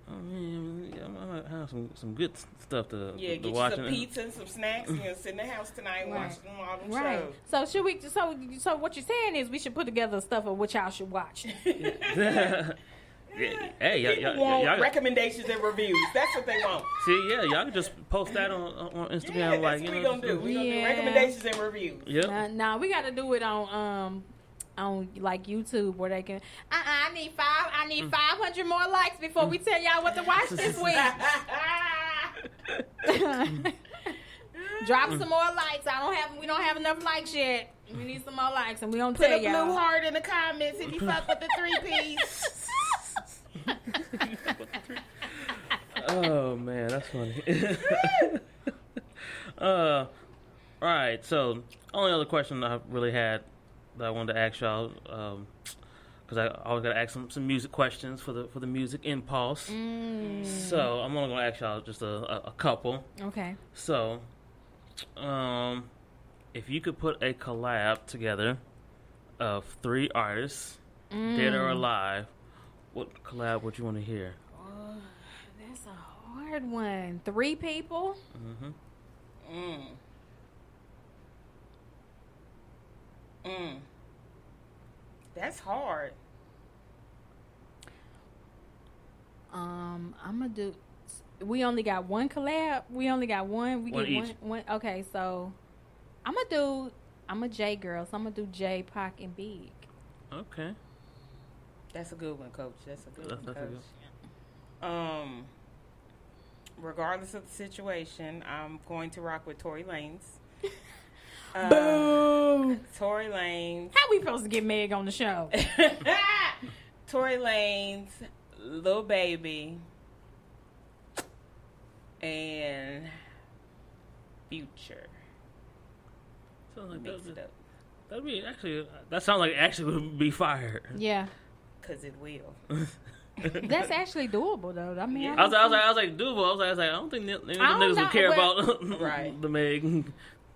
[SPEAKER 2] I mean, yeah, I might have some, some good s- stuff to,
[SPEAKER 3] Yeah,
[SPEAKER 2] to
[SPEAKER 3] get you
[SPEAKER 2] watch.
[SPEAKER 3] some
[SPEAKER 2] and-
[SPEAKER 3] pizza and some snacks. and You're sit in the house tonight and
[SPEAKER 4] Right.
[SPEAKER 3] watch them all them
[SPEAKER 4] Right.
[SPEAKER 3] shows.
[SPEAKER 4] So should we? So so what you're saying is we should put together stuff of what y'all should watch.
[SPEAKER 2] Yeah, hey, y'all,
[SPEAKER 3] People
[SPEAKER 2] y'all,
[SPEAKER 3] want
[SPEAKER 2] y'all-
[SPEAKER 3] recommendations and reviews. That's what they want.
[SPEAKER 2] see, yeah, y'all can just post that on on on Instagram,
[SPEAKER 3] Yeah, that's
[SPEAKER 2] like
[SPEAKER 3] what
[SPEAKER 2] you
[SPEAKER 3] we
[SPEAKER 2] know,
[SPEAKER 3] gonna
[SPEAKER 2] just-
[SPEAKER 3] do. We gonna do
[SPEAKER 4] Yeah.
[SPEAKER 3] recommendations and reviews.
[SPEAKER 2] Yep.
[SPEAKER 4] Now we got to do it on um on like YouTube where they can. Uh, uh I need five. I
[SPEAKER 2] Mm.
[SPEAKER 4] need 500 more likes before we tell y'all what to watch this week. Drop some more likes. I don't have. We don't have enough likes yet. We need some more likes, and we don't
[SPEAKER 3] Put a
[SPEAKER 4] tell
[SPEAKER 3] blue
[SPEAKER 4] y'all.
[SPEAKER 3] heart in the comments if you fuck with the three piece.
[SPEAKER 2] Oh man, that's funny. uh, all right. So, only other question I really had that I wanted to ask y'all, because I always gotta ask some, some music questions for the for the music impulse. So I'm only gonna ask y'all just a, a, a couple.
[SPEAKER 4] Okay.
[SPEAKER 2] So, um, if you could put a collab together of three artists, dead or alive, what collab would you want to hear?
[SPEAKER 4] That's a third one, three people.
[SPEAKER 3] Mm. Mm. That's hard.
[SPEAKER 4] Um, I'm gonna do. We only got one collab. We only got one. We
[SPEAKER 2] One
[SPEAKER 4] get
[SPEAKER 2] each.
[SPEAKER 4] one. One. Okay, so I'm gonna do. I'm a J girl, so I'm gonna do J, Pac, and Big.
[SPEAKER 2] Okay.
[SPEAKER 3] That's a good one, Coach. That's a good
[SPEAKER 2] That's-
[SPEAKER 3] one,
[SPEAKER 2] that's a
[SPEAKER 3] Coach. Um, regardless of the situation, I'm going to rock with Tory Lanez. Uh, Oh. Tory Lanez.
[SPEAKER 4] How we supposed to get Meg on the show?
[SPEAKER 3] Tory Lanez, Lil Baby, and Future.
[SPEAKER 2] Sounds like that'd
[SPEAKER 3] Mixed
[SPEAKER 2] be-
[SPEAKER 3] up.
[SPEAKER 2] that'd be actually. That sounds like actually would be fired.
[SPEAKER 4] yeah,
[SPEAKER 3] Because it will.
[SPEAKER 4] that's actually doable though. I mean, I
[SPEAKER 2] I was, I was like, I was like, dude, I was like, I was like, I don't think them, them
[SPEAKER 4] I don't
[SPEAKER 2] niggas
[SPEAKER 4] know,
[SPEAKER 2] would care
[SPEAKER 4] but-
[SPEAKER 2] about
[SPEAKER 3] Right.
[SPEAKER 2] the Meg.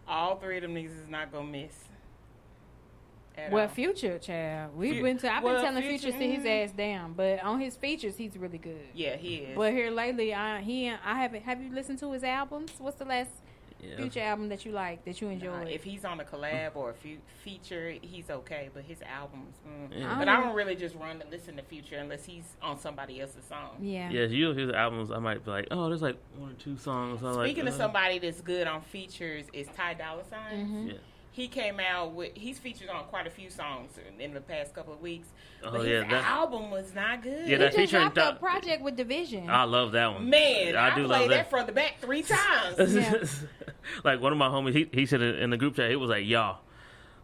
[SPEAKER 3] All three of them niggas is not going to miss. At
[SPEAKER 4] Well,
[SPEAKER 3] all.
[SPEAKER 4] future child, we've
[SPEAKER 3] Fu-
[SPEAKER 4] been to. I've
[SPEAKER 3] well,
[SPEAKER 4] been telling future,
[SPEAKER 3] Future,
[SPEAKER 4] to sit his
[SPEAKER 3] mm.
[SPEAKER 4] ass down, but on his features, he's really good.
[SPEAKER 3] Yeah, he is.
[SPEAKER 4] But here lately, I he ain't- I haven't. Have you listened to his albums? What's the last
[SPEAKER 2] Yeah.
[SPEAKER 4] future album that you like that you
[SPEAKER 3] Nah,
[SPEAKER 4] enjoyed?
[SPEAKER 3] if he's on a collab or a fe- feature, he's okay. But his albums, mm.
[SPEAKER 2] Yeah.
[SPEAKER 3] but I don't really just run to listen to Future unless he's on somebody else's song.
[SPEAKER 4] yeah.
[SPEAKER 2] Yes, you his albums, I might be like, oh, there's like one or two songs. I'm like,
[SPEAKER 3] Speaking of
[SPEAKER 2] uh,
[SPEAKER 3] somebody that's good on features, is Ty Dolla Sign.
[SPEAKER 2] Yeah.
[SPEAKER 3] He came out with he's featured on quite a few songs in, in the past couple of weeks. But
[SPEAKER 2] Oh,
[SPEAKER 3] his
[SPEAKER 2] yeah, that-
[SPEAKER 3] album was not good.
[SPEAKER 2] Yeah,
[SPEAKER 4] He
[SPEAKER 2] that-
[SPEAKER 4] just
[SPEAKER 2] featuring
[SPEAKER 4] dropped a
[SPEAKER 2] Doc-
[SPEAKER 4] project with Division.
[SPEAKER 3] Ah.
[SPEAKER 2] I love that one.
[SPEAKER 3] Man, I,
[SPEAKER 2] do
[SPEAKER 3] played
[SPEAKER 2] love
[SPEAKER 3] that. from the back three times.
[SPEAKER 4] Yeah.
[SPEAKER 2] like one of my homies, he, he said in in the group chat, he was like, y'all,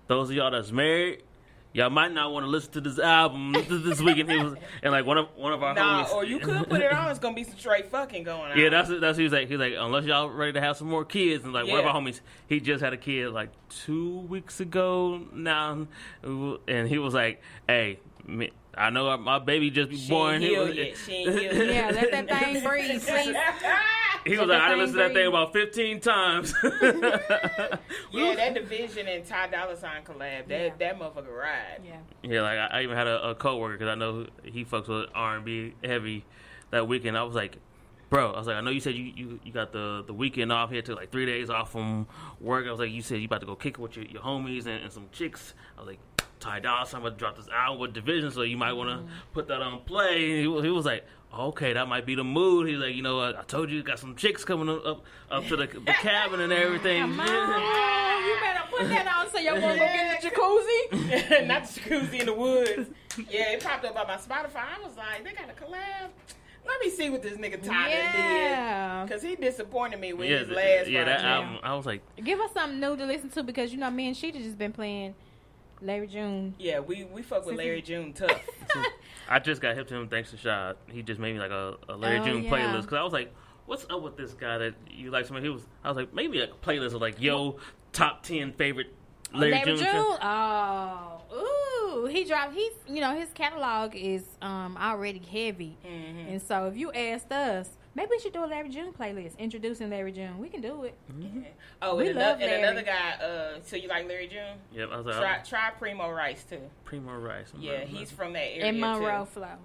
[SPEAKER 2] those of y'all that's married, y'all might not want to listen to this album this, this weekend. He was, and like one of one of our
[SPEAKER 3] nah,
[SPEAKER 2] homies,
[SPEAKER 3] or you could put it on. It's gonna be some straight fucking going on.
[SPEAKER 2] Yeah, that's that's he was like. He's like, unless y'all ready to have some more kids, and like one of
[SPEAKER 3] Yeah.
[SPEAKER 2] our homies, he just had a kid like two weeks ago now, and he was like, "Hey, me, I know our- my baby just be
[SPEAKER 3] She
[SPEAKER 2] born."
[SPEAKER 3] ain't
[SPEAKER 2] He
[SPEAKER 3] healed
[SPEAKER 2] was,
[SPEAKER 3] yet. She ain't healed yet.
[SPEAKER 4] yeah, let that thing breathe, please.
[SPEAKER 2] he was
[SPEAKER 4] Let
[SPEAKER 2] like, "I
[SPEAKER 4] that
[SPEAKER 2] done listened to
[SPEAKER 4] thing
[SPEAKER 2] that thing
[SPEAKER 4] breathe.
[SPEAKER 2] about fifteen times."
[SPEAKER 3] Yeah, that division and Ty Dolla Sign collab, that
[SPEAKER 4] Yeah.
[SPEAKER 3] that motherfucker ride.
[SPEAKER 4] Yeah.
[SPEAKER 2] Yeah, like I, I even had a, a coworker because I know he fucks with R and B heavy. That weekend, I was like, "Bro, I was like, I know you said you, you, you got the, the weekend off here, took like three days off from work. I was like, you said you about to go kick it with your, your homies and, and some chicks. I was like, Ty Dolla Sign, I'm gonna drop this album with Division, so you might want to put that on play." And he, was- he was like. Okay, that might be the mood. He's like, you know, I, I told you, got some chicks coming up up, up to the, the cabin and everything.
[SPEAKER 4] Come on, you better put that on so your woman go get the jacuzzi.
[SPEAKER 3] Not the jacuzzi in the woods. Yeah, it popped up on my Spotify. I was like, they got a collab. Let me see what this nigga Ty done did.
[SPEAKER 4] Yeah.
[SPEAKER 3] Because he disappointed me with
[SPEAKER 2] yeah,
[SPEAKER 3] his
[SPEAKER 2] th-
[SPEAKER 3] last
[SPEAKER 2] yeah, that
[SPEAKER 3] project.
[SPEAKER 2] album. I was like,
[SPEAKER 4] Give us something new to listen to because you know me and she just been playing Larry June.
[SPEAKER 3] Yeah, we, we fuck with Larry June tough.
[SPEAKER 2] I just got hip to him thanks to Shad. He just made me like a, a Larry
[SPEAKER 4] Oh,
[SPEAKER 2] June
[SPEAKER 4] yeah.
[SPEAKER 2] playlist because I was like, "What's up with this guy that you like so much?" He was, I was like, maybe a playlist of like yo top ten favorite Larry,
[SPEAKER 4] Larry,
[SPEAKER 2] June.
[SPEAKER 4] June.
[SPEAKER 2] songs."
[SPEAKER 4] Oh, ooh, he dropped. He's you know his catalog is um already heavy,
[SPEAKER 3] Mm-hmm.
[SPEAKER 4] and so if you asked us, maybe we should do a Larry June playlist introducing Larry June. We can do it.
[SPEAKER 3] Oh,
[SPEAKER 4] We
[SPEAKER 3] and,
[SPEAKER 4] love
[SPEAKER 3] another, and
[SPEAKER 4] Larry.
[SPEAKER 3] another guy, uh, so you like Larry June?
[SPEAKER 2] Yep, I was like,
[SPEAKER 3] Try,
[SPEAKER 2] oh,
[SPEAKER 3] try Primo Rice too.
[SPEAKER 2] Primo Rice. I'm
[SPEAKER 3] Yeah,
[SPEAKER 2] like,
[SPEAKER 3] he's from that area.
[SPEAKER 4] And Monroe
[SPEAKER 3] Too.
[SPEAKER 4] Flow.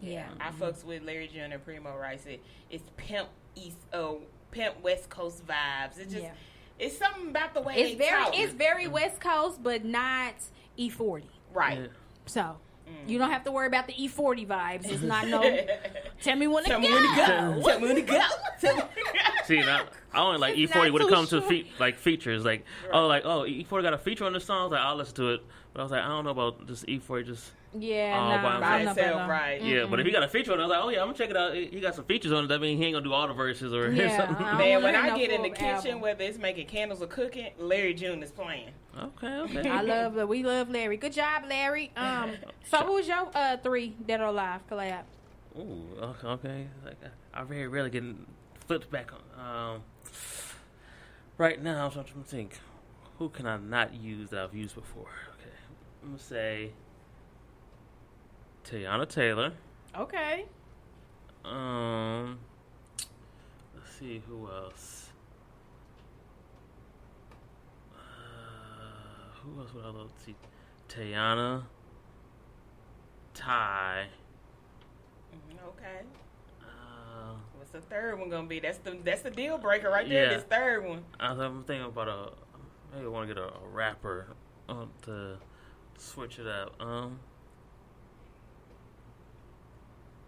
[SPEAKER 4] Yeah. Mm-hmm.
[SPEAKER 3] I fucks with Larry June and Primo Rice. It, it's pimp east, uh, pimp West Coast vibes. It just
[SPEAKER 4] Yeah.
[SPEAKER 3] it's something about the way
[SPEAKER 4] It's
[SPEAKER 3] they
[SPEAKER 4] very
[SPEAKER 3] talk.
[SPEAKER 4] it's very West Coast, but not E forty.
[SPEAKER 3] right.
[SPEAKER 2] Yeah.
[SPEAKER 4] So you
[SPEAKER 3] Mm.
[SPEAKER 4] don't have to worry about the E forty vibes. It's not no. tell me when to
[SPEAKER 3] Tell
[SPEAKER 4] go.
[SPEAKER 3] me when to go. Tell me when to go. Tell me when to go.
[SPEAKER 2] See, and I, I only like
[SPEAKER 4] It's
[SPEAKER 2] E40
[SPEAKER 4] not
[SPEAKER 2] when it
[SPEAKER 4] too
[SPEAKER 2] comes to
[SPEAKER 4] sure.
[SPEAKER 2] fe- like features. Like, oh, like oh, E40 got a feature on the songs. Like, I'll listen to it, but I was like, I don't know about just E40 just.
[SPEAKER 4] Yeah,
[SPEAKER 2] All
[SPEAKER 4] nah,
[SPEAKER 2] by
[SPEAKER 4] I
[SPEAKER 3] By
[SPEAKER 4] don't know about
[SPEAKER 3] itself,
[SPEAKER 4] them.
[SPEAKER 3] right?
[SPEAKER 2] Yeah, but if he got a feature on it, I was like, oh yeah, I'm gonna check it out. He he got some features on it. That means he ain't gonna do all the verses or
[SPEAKER 4] Yeah,
[SPEAKER 2] something.
[SPEAKER 4] I don't
[SPEAKER 3] Man, when
[SPEAKER 4] wanna hear
[SPEAKER 3] I
[SPEAKER 4] no
[SPEAKER 3] get in the
[SPEAKER 4] full
[SPEAKER 3] kitchen,
[SPEAKER 4] album.
[SPEAKER 3] whether it's making candles or cooking, Larry June is playing.
[SPEAKER 2] Okay, okay.
[SPEAKER 4] I love that. We love Larry. Good job, Larry. Um, so who's your uh three dead or alive collab?
[SPEAKER 2] Ooh, okay, okay. Like uh, I I very rarely get flipped back on. Um, right now, I'm trying to think. Who can I not use that I've used before? Okay, I'm gonna say Tiana Taylor.
[SPEAKER 4] Okay.
[SPEAKER 2] Um, let's see who else. Uh, who else would I love to see? Tiana, Ty.
[SPEAKER 3] Mm-hmm. Okay.
[SPEAKER 2] Um,
[SPEAKER 3] What's the third one gonna be? That's the that's the deal breaker right there.
[SPEAKER 2] Yeah.
[SPEAKER 3] This third one.
[SPEAKER 2] I was- I'm thinking about a maybe I want to get a, a rapper um, to switch it up. Um,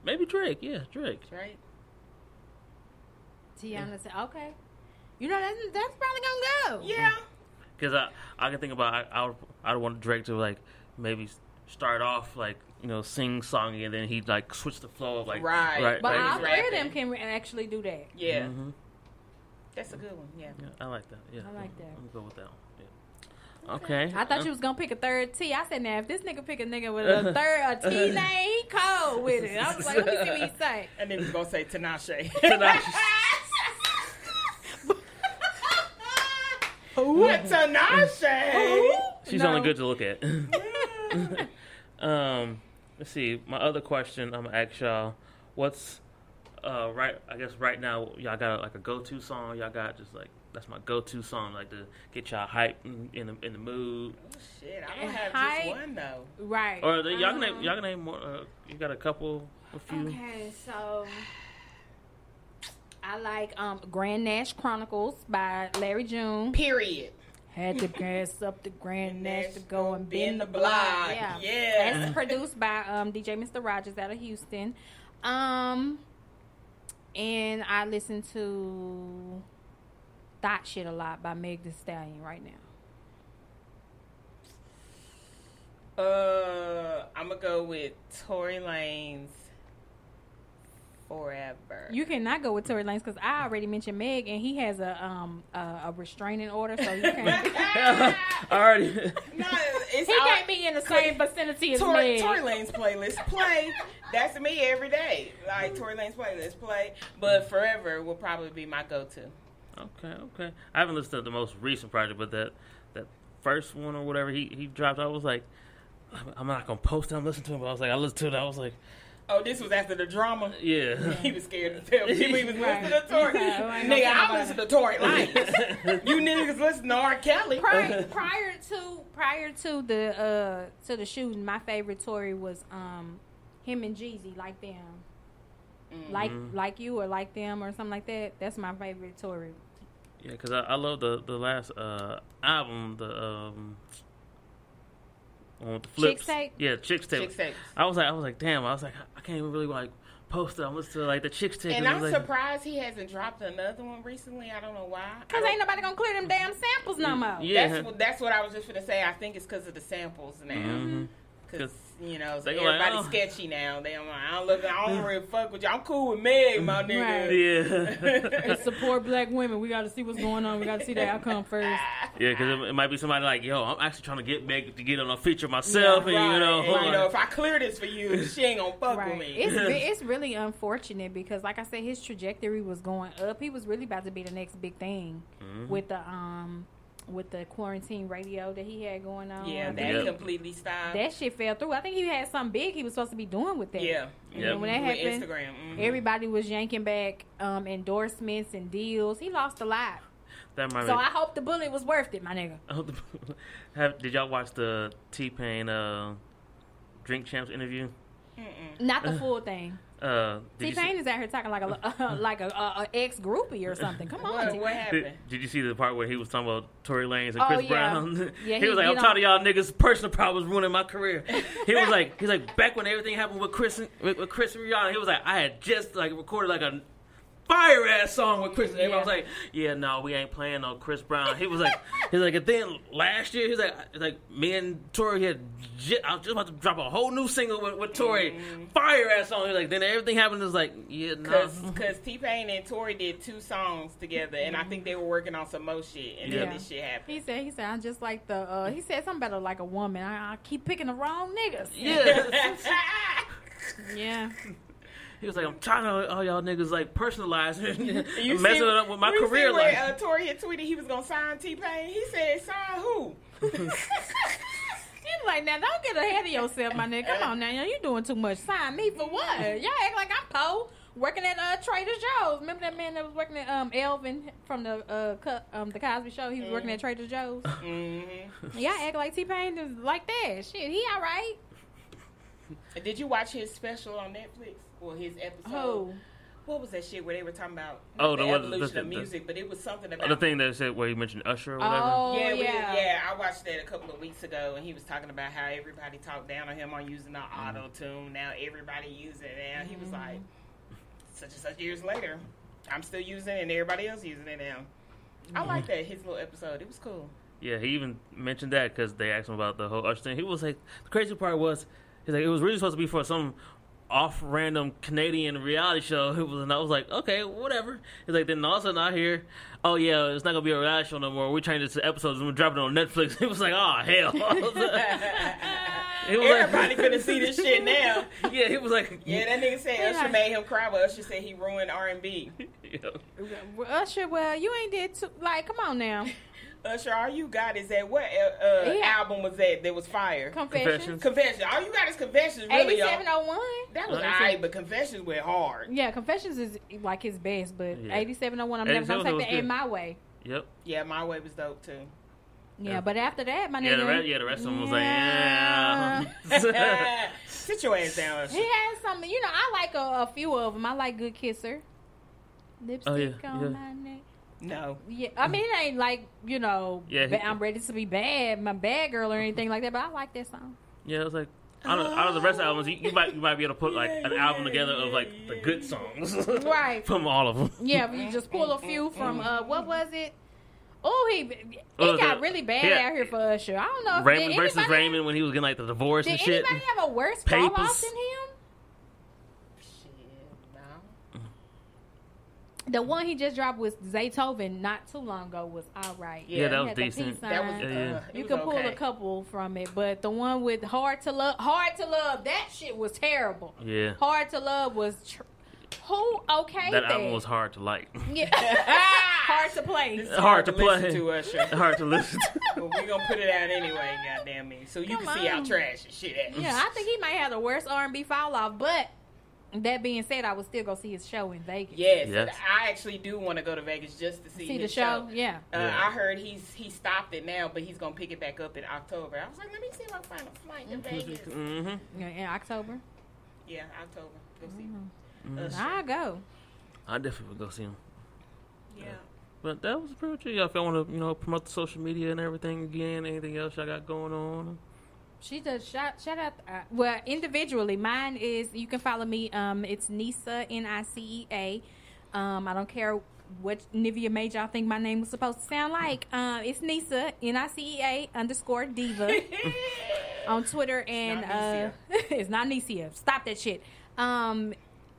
[SPEAKER 2] maybe Drake. Yeah, Drake.
[SPEAKER 3] Right?
[SPEAKER 4] Tiana said, okay. You know, that's, that's probably going to go.
[SPEAKER 3] Yeah.
[SPEAKER 2] Because I I can think about I I would, I would want Drake to like maybe s- start off like you know sing songy and then he like switch the flow of like
[SPEAKER 3] Right.
[SPEAKER 4] But
[SPEAKER 3] Right.
[SPEAKER 4] all three of them
[SPEAKER 3] Rapping.
[SPEAKER 4] can re- actually do that.
[SPEAKER 3] Yeah.
[SPEAKER 2] Mhm.
[SPEAKER 3] That's a good one. Yeah.
[SPEAKER 2] Yeah, I like that. Yeah,
[SPEAKER 4] I like that.
[SPEAKER 2] I'm go with that one. Yeah. Okay.
[SPEAKER 4] I thought you was gonna pick a third T. I said, now if this nigga pick a nigga with a third a T name, he cold with it. I was like, let me see what he say.
[SPEAKER 3] And then we're gonna say Tinashe. what Tinashe?
[SPEAKER 2] She's
[SPEAKER 4] No.
[SPEAKER 2] only good to look at. um, let's see. My other question I'm gonna ask y'all: What's uh right? I guess right now y'all got like a go-to song. Y'all got just like that's my go-to song, like to get y'all hype in, in the in the mood.
[SPEAKER 3] Shit, I don't have
[SPEAKER 4] Hi.
[SPEAKER 3] just one though.
[SPEAKER 4] Right. Um,
[SPEAKER 2] Or the, y'all can name, y'all can name more. Uh, you got a couple, a few.
[SPEAKER 4] Okay, so I like um Grand Nash Chronicles by Larry June.
[SPEAKER 3] Period.
[SPEAKER 4] Had to gas up the Grand Nash to go and
[SPEAKER 3] bend
[SPEAKER 4] bend
[SPEAKER 3] the
[SPEAKER 4] the
[SPEAKER 3] block.
[SPEAKER 4] block.
[SPEAKER 3] Yeah.
[SPEAKER 4] That's produced by um, DJ Mr. Rogers out of Houston. Um, and I listen to Thought Shit a lot by Meg The Stallion right now.
[SPEAKER 3] Uh, I'm gonna go with Tory Lanez. Forever.
[SPEAKER 4] You cannot go with Tory Lanez because I already mentioned Meg, and he has a um a, a restraining order, so you can't.
[SPEAKER 2] Alrighty.
[SPEAKER 3] no, it's
[SPEAKER 4] He
[SPEAKER 3] all-
[SPEAKER 4] can't be in the same vicinity as
[SPEAKER 3] Tory,
[SPEAKER 4] Meg.
[SPEAKER 3] Tory Lane's playlist play. That's me every day. Like Tory Lane's playlist play, but forever will probably be my go-to.
[SPEAKER 2] Okay, okay. I haven't listened to the most recent project, but that that first one or whatever he, he dropped, I was like, I'm- I'm not gonna post. it, I'm listening to him. But I was like, I listened to it. I was like,
[SPEAKER 3] Oh, this was after the drama.
[SPEAKER 2] yeah.
[SPEAKER 3] He was scared to tell people he was listening to Tory.
[SPEAKER 4] Right.
[SPEAKER 3] Nigga, I listen to Tory Lanez. you niggas listen to R. Kelly.
[SPEAKER 4] prior, prior to prior to the uh to the shooting, my favorite Tory was um him and Jeezy, like them, like
[SPEAKER 2] Mm-hmm.
[SPEAKER 4] like you or like them or something like that. That's my favorite Tory.
[SPEAKER 2] Yeah, because I, I love the the last uh, album, the um, one with the flips.
[SPEAKER 4] Tape?
[SPEAKER 2] Yeah, chicks tape.
[SPEAKER 3] Chicks Tape.
[SPEAKER 2] I was like, I was like, damn. I was like, I can't even really like post it. I'm listening to like the chicks tape.
[SPEAKER 3] And
[SPEAKER 2] it was
[SPEAKER 3] I'm
[SPEAKER 2] like,
[SPEAKER 3] surprised he hasn't dropped another one recently. I don't know why.
[SPEAKER 4] Cause ain't nobody gonna clear them damn samples no more.
[SPEAKER 2] Yeah, Mm-hmm.
[SPEAKER 3] That's what that's what I was just gonna say. I think it's because of the samples now. Mm-hmm. Cause you know, so
[SPEAKER 2] They go like,
[SPEAKER 3] everybody's
[SPEAKER 2] "Oh."
[SPEAKER 3] sketchy now. They don't, I don't look. I don't really fuck with you. I'm cool with Meg, my nigga.
[SPEAKER 2] yeah,
[SPEAKER 4] Support black women. We gotta see what's going on. We gotta see the outcome first.
[SPEAKER 2] yeah. Because it, it might be somebody like, yo, I'm actually trying to get Meg to get on a feature myself, and
[SPEAKER 3] Right.
[SPEAKER 2] you know,
[SPEAKER 3] And, you know, if I clear this for you, she ain't gonna fuck with
[SPEAKER 4] Right.
[SPEAKER 3] me.
[SPEAKER 4] It's re- it's really unfortunate because, like I said, his trajectory was going up. He was really about to be the next big thing with the um with the quarantine radio that he had going on.
[SPEAKER 3] yeah,
[SPEAKER 4] I
[SPEAKER 3] that
[SPEAKER 2] Yeah.
[SPEAKER 3] completely stopped.
[SPEAKER 4] that shit fell through. I think he had something big he was supposed to be doing with that.
[SPEAKER 3] yeah, Mm-hmm.
[SPEAKER 4] And
[SPEAKER 2] Yep.
[SPEAKER 4] then when that
[SPEAKER 3] with
[SPEAKER 4] happened,
[SPEAKER 3] Instagram. mhm.
[SPEAKER 4] everybody was yanking back um, endorsements and deals. He lost a lot.
[SPEAKER 2] that reminds
[SPEAKER 4] So
[SPEAKER 2] me.
[SPEAKER 4] I hope the bullet was worth it, my nigga.
[SPEAKER 2] I hope the- have, did y'all watch the T Pain uh, Drink Champs interview?
[SPEAKER 4] Not the full thing.
[SPEAKER 2] Uh, did
[SPEAKER 4] T
[SPEAKER 2] you see-
[SPEAKER 4] Pain is out here talking like a like a, a, a ex groupie or something. Come on,
[SPEAKER 3] What,
[SPEAKER 4] T-Pain.
[SPEAKER 3] what
[SPEAKER 2] Did,
[SPEAKER 3] happened?
[SPEAKER 2] did you see the part where he was talking about Tory Lanez and
[SPEAKER 4] Oh,
[SPEAKER 2] Chris
[SPEAKER 4] yeah.
[SPEAKER 2] Brown?
[SPEAKER 4] Yeah,
[SPEAKER 2] he,
[SPEAKER 4] he-
[SPEAKER 2] was like,
[SPEAKER 4] he
[SPEAKER 2] "I'm
[SPEAKER 4] don't-
[SPEAKER 2] tired of y'all niggas' personal problems ruining my career." He was like, "He's like back when everything happened with Chris and with, with Chris and Rihanna." He was like, "I had just like recorded like a fire ass song with Chris." And everyone was like, "Yeah, no, we ain't playing no Chris Brown." He was like, "He's like, and then last year, he's like, he's like me and Tory had just, I was just about to drop a whole new single with, with Tory,
[SPEAKER 4] Mm.
[SPEAKER 2] fire ass song." He was like, "Then everything happened." It was like, "Yeah, no."
[SPEAKER 3] Because T Pain and Tori did two songs together, and I think they were working on some mo shit, and
[SPEAKER 2] Mm-hmm. Yeah.
[SPEAKER 3] then this shit happened.
[SPEAKER 4] He said, he said, I'm just like the, uh, he said something about like a woman. I, I keep picking the wrong niggas.
[SPEAKER 2] Yeah.
[SPEAKER 4] Yeah.
[SPEAKER 2] He was like, I'm tired of all y'all niggas like personalizing,
[SPEAKER 3] You
[SPEAKER 2] and
[SPEAKER 3] see-
[SPEAKER 2] messing it up with my
[SPEAKER 3] you see
[SPEAKER 2] career.
[SPEAKER 3] where,
[SPEAKER 2] Like,
[SPEAKER 3] uh, Tory had tweeted he was gonna sign T Pain. He said, "Sign who?"
[SPEAKER 4] He's like, now don't get ahead of yourself, my nigga. Come on now, you you doing too much. Sign me for what? Y'all act like I'm poor. Working at uh, Trader Joe's. Remember that man that was working at um, Elvin from the uh, co- um, the Cosby Show? He was working at Trader Joe's.
[SPEAKER 3] Mm-hmm.
[SPEAKER 4] Y'all act like T Pain is like that. Shit, he all right.
[SPEAKER 3] Did you watch his special on Netflix or his episode?
[SPEAKER 4] Oh,
[SPEAKER 3] What was that shit where they were talking about
[SPEAKER 2] Oh,
[SPEAKER 3] the,
[SPEAKER 2] the one- the-
[SPEAKER 3] evolution
[SPEAKER 2] the-
[SPEAKER 3] of
[SPEAKER 2] the- Oh,
[SPEAKER 3] music? but it was something about
[SPEAKER 2] The thing that said where you mentioned Usher or whatever.
[SPEAKER 4] Oh
[SPEAKER 3] yeah,
[SPEAKER 4] yeah,
[SPEAKER 3] we, yeah. I watched that a couple of weeks ago, and he was talking about how everybody talked down on him on using the auto tune. Now everybody uses it. Now he was like, such and such years later, I'm still using it, and everybody else using it now. I like that his little episode. It was cool.
[SPEAKER 2] Yeah, he even mentioned that because they asked him about the whole Usher thing. He was like, the crazy part was, he's like, it was really supposed to be for some off random Canadian reality show. It was, and I was like, okay, whatever. He's like, then all of a sudden I hear, oh yeah, it's not gonna be a reality show no more. We changed it to episodes and we're dropping it on Netflix. It was like, oh hell. It was like-
[SPEAKER 3] Everybody finna see this shit now.
[SPEAKER 2] yeah, he was like,
[SPEAKER 3] Yeah, that nigga said Usher made him cry, but Usher said he ruined R and B.
[SPEAKER 2] yeah.
[SPEAKER 4] Well, Usher, well, you ain't did too. Like, come on now,
[SPEAKER 3] Usher, all you got is that what uh, uh,
[SPEAKER 4] Yeah.
[SPEAKER 3] album was that that was fire?
[SPEAKER 4] confession.
[SPEAKER 2] Confessions.
[SPEAKER 3] Confession. All you got is confessions, really, y'all.
[SPEAKER 4] Eighty-seven oh one.
[SPEAKER 3] That was
[SPEAKER 2] Like I said-
[SPEAKER 3] alright, but confessions went hard.
[SPEAKER 4] Yeah, confessions is like his best, but
[SPEAKER 2] Yeah.
[SPEAKER 4] eighty-seven oh one. I'm never gonna
[SPEAKER 2] 8701
[SPEAKER 4] take
[SPEAKER 2] was
[SPEAKER 4] that in
[SPEAKER 2] good.
[SPEAKER 4] my way.
[SPEAKER 2] Yep.
[SPEAKER 3] Yeah, my way was dope too.
[SPEAKER 4] Yeah,
[SPEAKER 2] Yeah.
[SPEAKER 4] but after that, my
[SPEAKER 2] Yeah, the
[SPEAKER 4] nigga,
[SPEAKER 2] rest, yeah, the rest of them was like, yeah.
[SPEAKER 3] Sit your ass down.
[SPEAKER 4] he had some. You know, I like a, a few of them. I like Good Kisser, Lipstick
[SPEAKER 2] Oh, yeah,
[SPEAKER 4] on
[SPEAKER 2] yeah.
[SPEAKER 4] my neck.
[SPEAKER 3] No,
[SPEAKER 4] Yeah, I mean, it ain't like you know,
[SPEAKER 2] Yeah, he-
[SPEAKER 4] ba- I'm ready to be bad, my bad girl or anything like that. But I like that song.
[SPEAKER 2] Yeah, it's like out of, out of the rest of the albums, you, you might you might be able to put like an album together of like the good songs,
[SPEAKER 4] Right.
[SPEAKER 2] From all of them.
[SPEAKER 4] Yeah, but you just pull a few from uh, what was it? Oh, he it
[SPEAKER 2] Oh,
[SPEAKER 4] got
[SPEAKER 2] the-
[SPEAKER 4] really bad
[SPEAKER 2] yeah.
[SPEAKER 4] out here for Usher. I don't know. If
[SPEAKER 2] Raymond
[SPEAKER 4] did
[SPEAKER 2] versus
[SPEAKER 4] anybody-
[SPEAKER 2] Raymond when he was getting like the divorce
[SPEAKER 4] Did
[SPEAKER 2] and shit.
[SPEAKER 4] anybody have a worse fall off
[SPEAKER 2] Papers.
[SPEAKER 4] than him?
[SPEAKER 3] shit, no.
[SPEAKER 4] The one he just dropped was Zaytoven not too long ago was all right.
[SPEAKER 3] Yeah, that
[SPEAKER 4] He
[SPEAKER 2] was
[SPEAKER 4] had the peace
[SPEAKER 2] decent.
[SPEAKER 4] sign.
[SPEAKER 3] That was
[SPEAKER 2] Yeah, yeah.
[SPEAKER 3] uh, it
[SPEAKER 4] you
[SPEAKER 3] was
[SPEAKER 4] could pull
[SPEAKER 3] okay.
[SPEAKER 4] a couple from it, but the one with Hard to Love, Hard to Love, that shit was terrible.
[SPEAKER 2] yeah,
[SPEAKER 4] Hard to Love was tr- who okay
[SPEAKER 2] that album was hard to like,
[SPEAKER 4] yeah. hard to play.
[SPEAKER 3] It's
[SPEAKER 2] hard to play,
[SPEAKER 3] listen to Usher,
[SPEAKER 2] hard to listen. to.
[SPEAKER 3] but we gonna put it out anyway. Goddamn me! So you
[SPEAKER 4] Come
[SPEAKER 3] can see how
[SPEAKER 4] on.
[SPEAKER 3] trash and shit. At.
[SPEAKER 4] Yeah, I think he might have the worst R and B fall off. But that being said, I would still go see his show in Vegas.
[SPEAKER 3] Yes,
[SPEAKER 2] Yes.
[SPEAKER 3] I actually do want to go to Vegas just to see,
[SPEAKER 4] see the
[SPEAKER 3] his
[SPEAKER 4] show. Yeah,
[SPEAKER 3] Uh,
[SPEAKER 2] Yeah.
[SPEAKER 3] I heard he's he stopped it now, but he's gonna pick it back up in October. I was like, let me see if I can find a flight to Vegas.
[SPEAKER 2] hmm
[SPEAKER 4] in, in October.
[SPEAKER 3] Yeah, October. Go see.
[SPEAKER 4] Mm-hmm.
[SPEAKER 3] Uh,
[SPEAKER 2] Mm-hmm.
[SPEAKER 3] Usher.
[SPEAKER 4] I go.
[SPEAKER 2] I definitely would go see him.
[SPEAKER 3] Yeah.
[SPEAKER 2] But that was pretty much it. Y'all, if y'all want to, you know, promote the social media and everything again, anything else y'all got going on?
[SPEAKER 4] She does shout shout out. Uh, well, individually, mine is you can follow me. Um, it's Nisa N I C E A. Um, I don't care what Nivea made y'all think my name was supposed to sound like. Um, it's Nisa N I C E A underscore Diva on Twitter and
[SPEAKER 3] not
[SPEAKER 4] uh, it's not Nisia. Stop that shit. Um,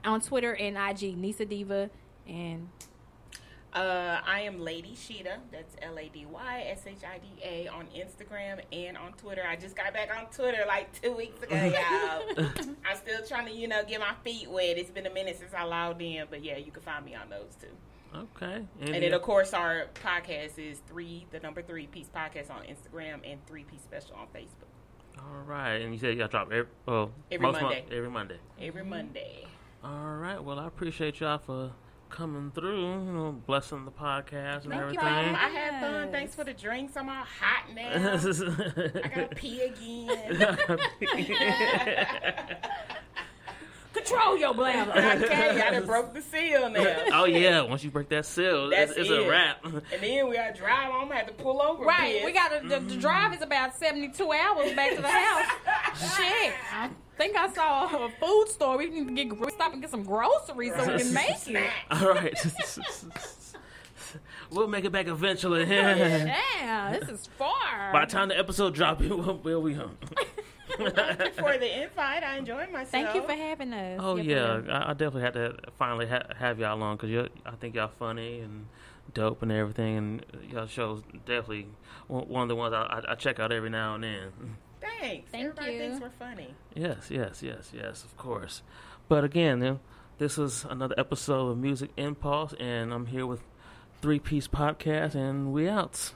[SPEAKER 4] on Twitter and IG Nisa Diva and
[SPEAKER 3] Uh, I am Lady Sheeta. That's L A D Y S H I D A on Instagram and on Twitter. I just got back on Twitter like two weeks ago, y'all. I'm still trying to, you know, get my feet wet. It's been a minute since I logged in, but yeah, you can find me on those too.
[SPEAKER 2] Okay.
[SPEAKER 3] And then, of course, our podcast is three, the number three piece podcast on Instagram and three piece special on Facebook
[SPEAKER 2] all right. And you said y'all drop every, well,
[SPEAKER 3] Every
[SPEAKER 2] most month-
[SPEAKER 3] Monday.
[SPEAKER 2] every Monday.
[SPEAKER 3] every Monday.
[SPEAKER 2] All right. Well, I appreciate y'all for coming through, you know, blessing the podcast and
[SPEAKER 4] Thank you,
[SPEAKER 3] Um,
[SPEAKER 2] everything.
[SPEAKER 3] I had fun. Thanks for the drinks. I'm all hot now. I gotta pee again.
[SPEAKER 4] control your bladder.
[SPEAKER 3] Okay, I done broke the seal now.
[SPEAKER 2] oh yeah, once you break that seal, it's,
[SPEAKER 3] That's
[SPEAKER 2] it's
[SPEAKER 3] it.
[SPEAKER 2] a wrap.
[SPEAKER 3] And then we gotta drive home. I had to pull over.
[SPEAKER 4] Right, we
[SPEAKER 3] got.
[SPEAKER 4] got to the, the drive is about seventy two hours back to the house. Shit, I think I saw a food store. We can get gro- stop and get some groceries so we can make it.
[SPEAKER 2] All right, we'll make it back eventually. By
[SPEAKER 4] Oh, Yeah, this is far.
[SPEAKER 2] the time the episode drops, we'll, we'll be home.
[SPEAKER 3] for the invite. I enjoyed myself.
[SPEAKER 4] Thank you for having us.
[SPEAKER 2] Oh
[SPEAKER 4] Yep,
[SPEAKER 2] yeah,
[SPEAKER 4] yep.
[SPEAKER 2] I, I definitely had to finally ha- have y'all on because I think y'all funny and dope and everything, and y'all shows definitely one one of the ones I, I, I check out every now and then.
[SPEAKER 3] Thanks.
[SPEAKER 4] Thank
[SPEAKER 3] Everybody
[SPEAKER 4] you.
[SPEAKER 3] thinks we're funny.
[SPEAKER 2] Yes, yes, yes, yes, of course. But again, you know, this was another episode of Music Impulse, and I'm here with Three Piece Podcast, and we out.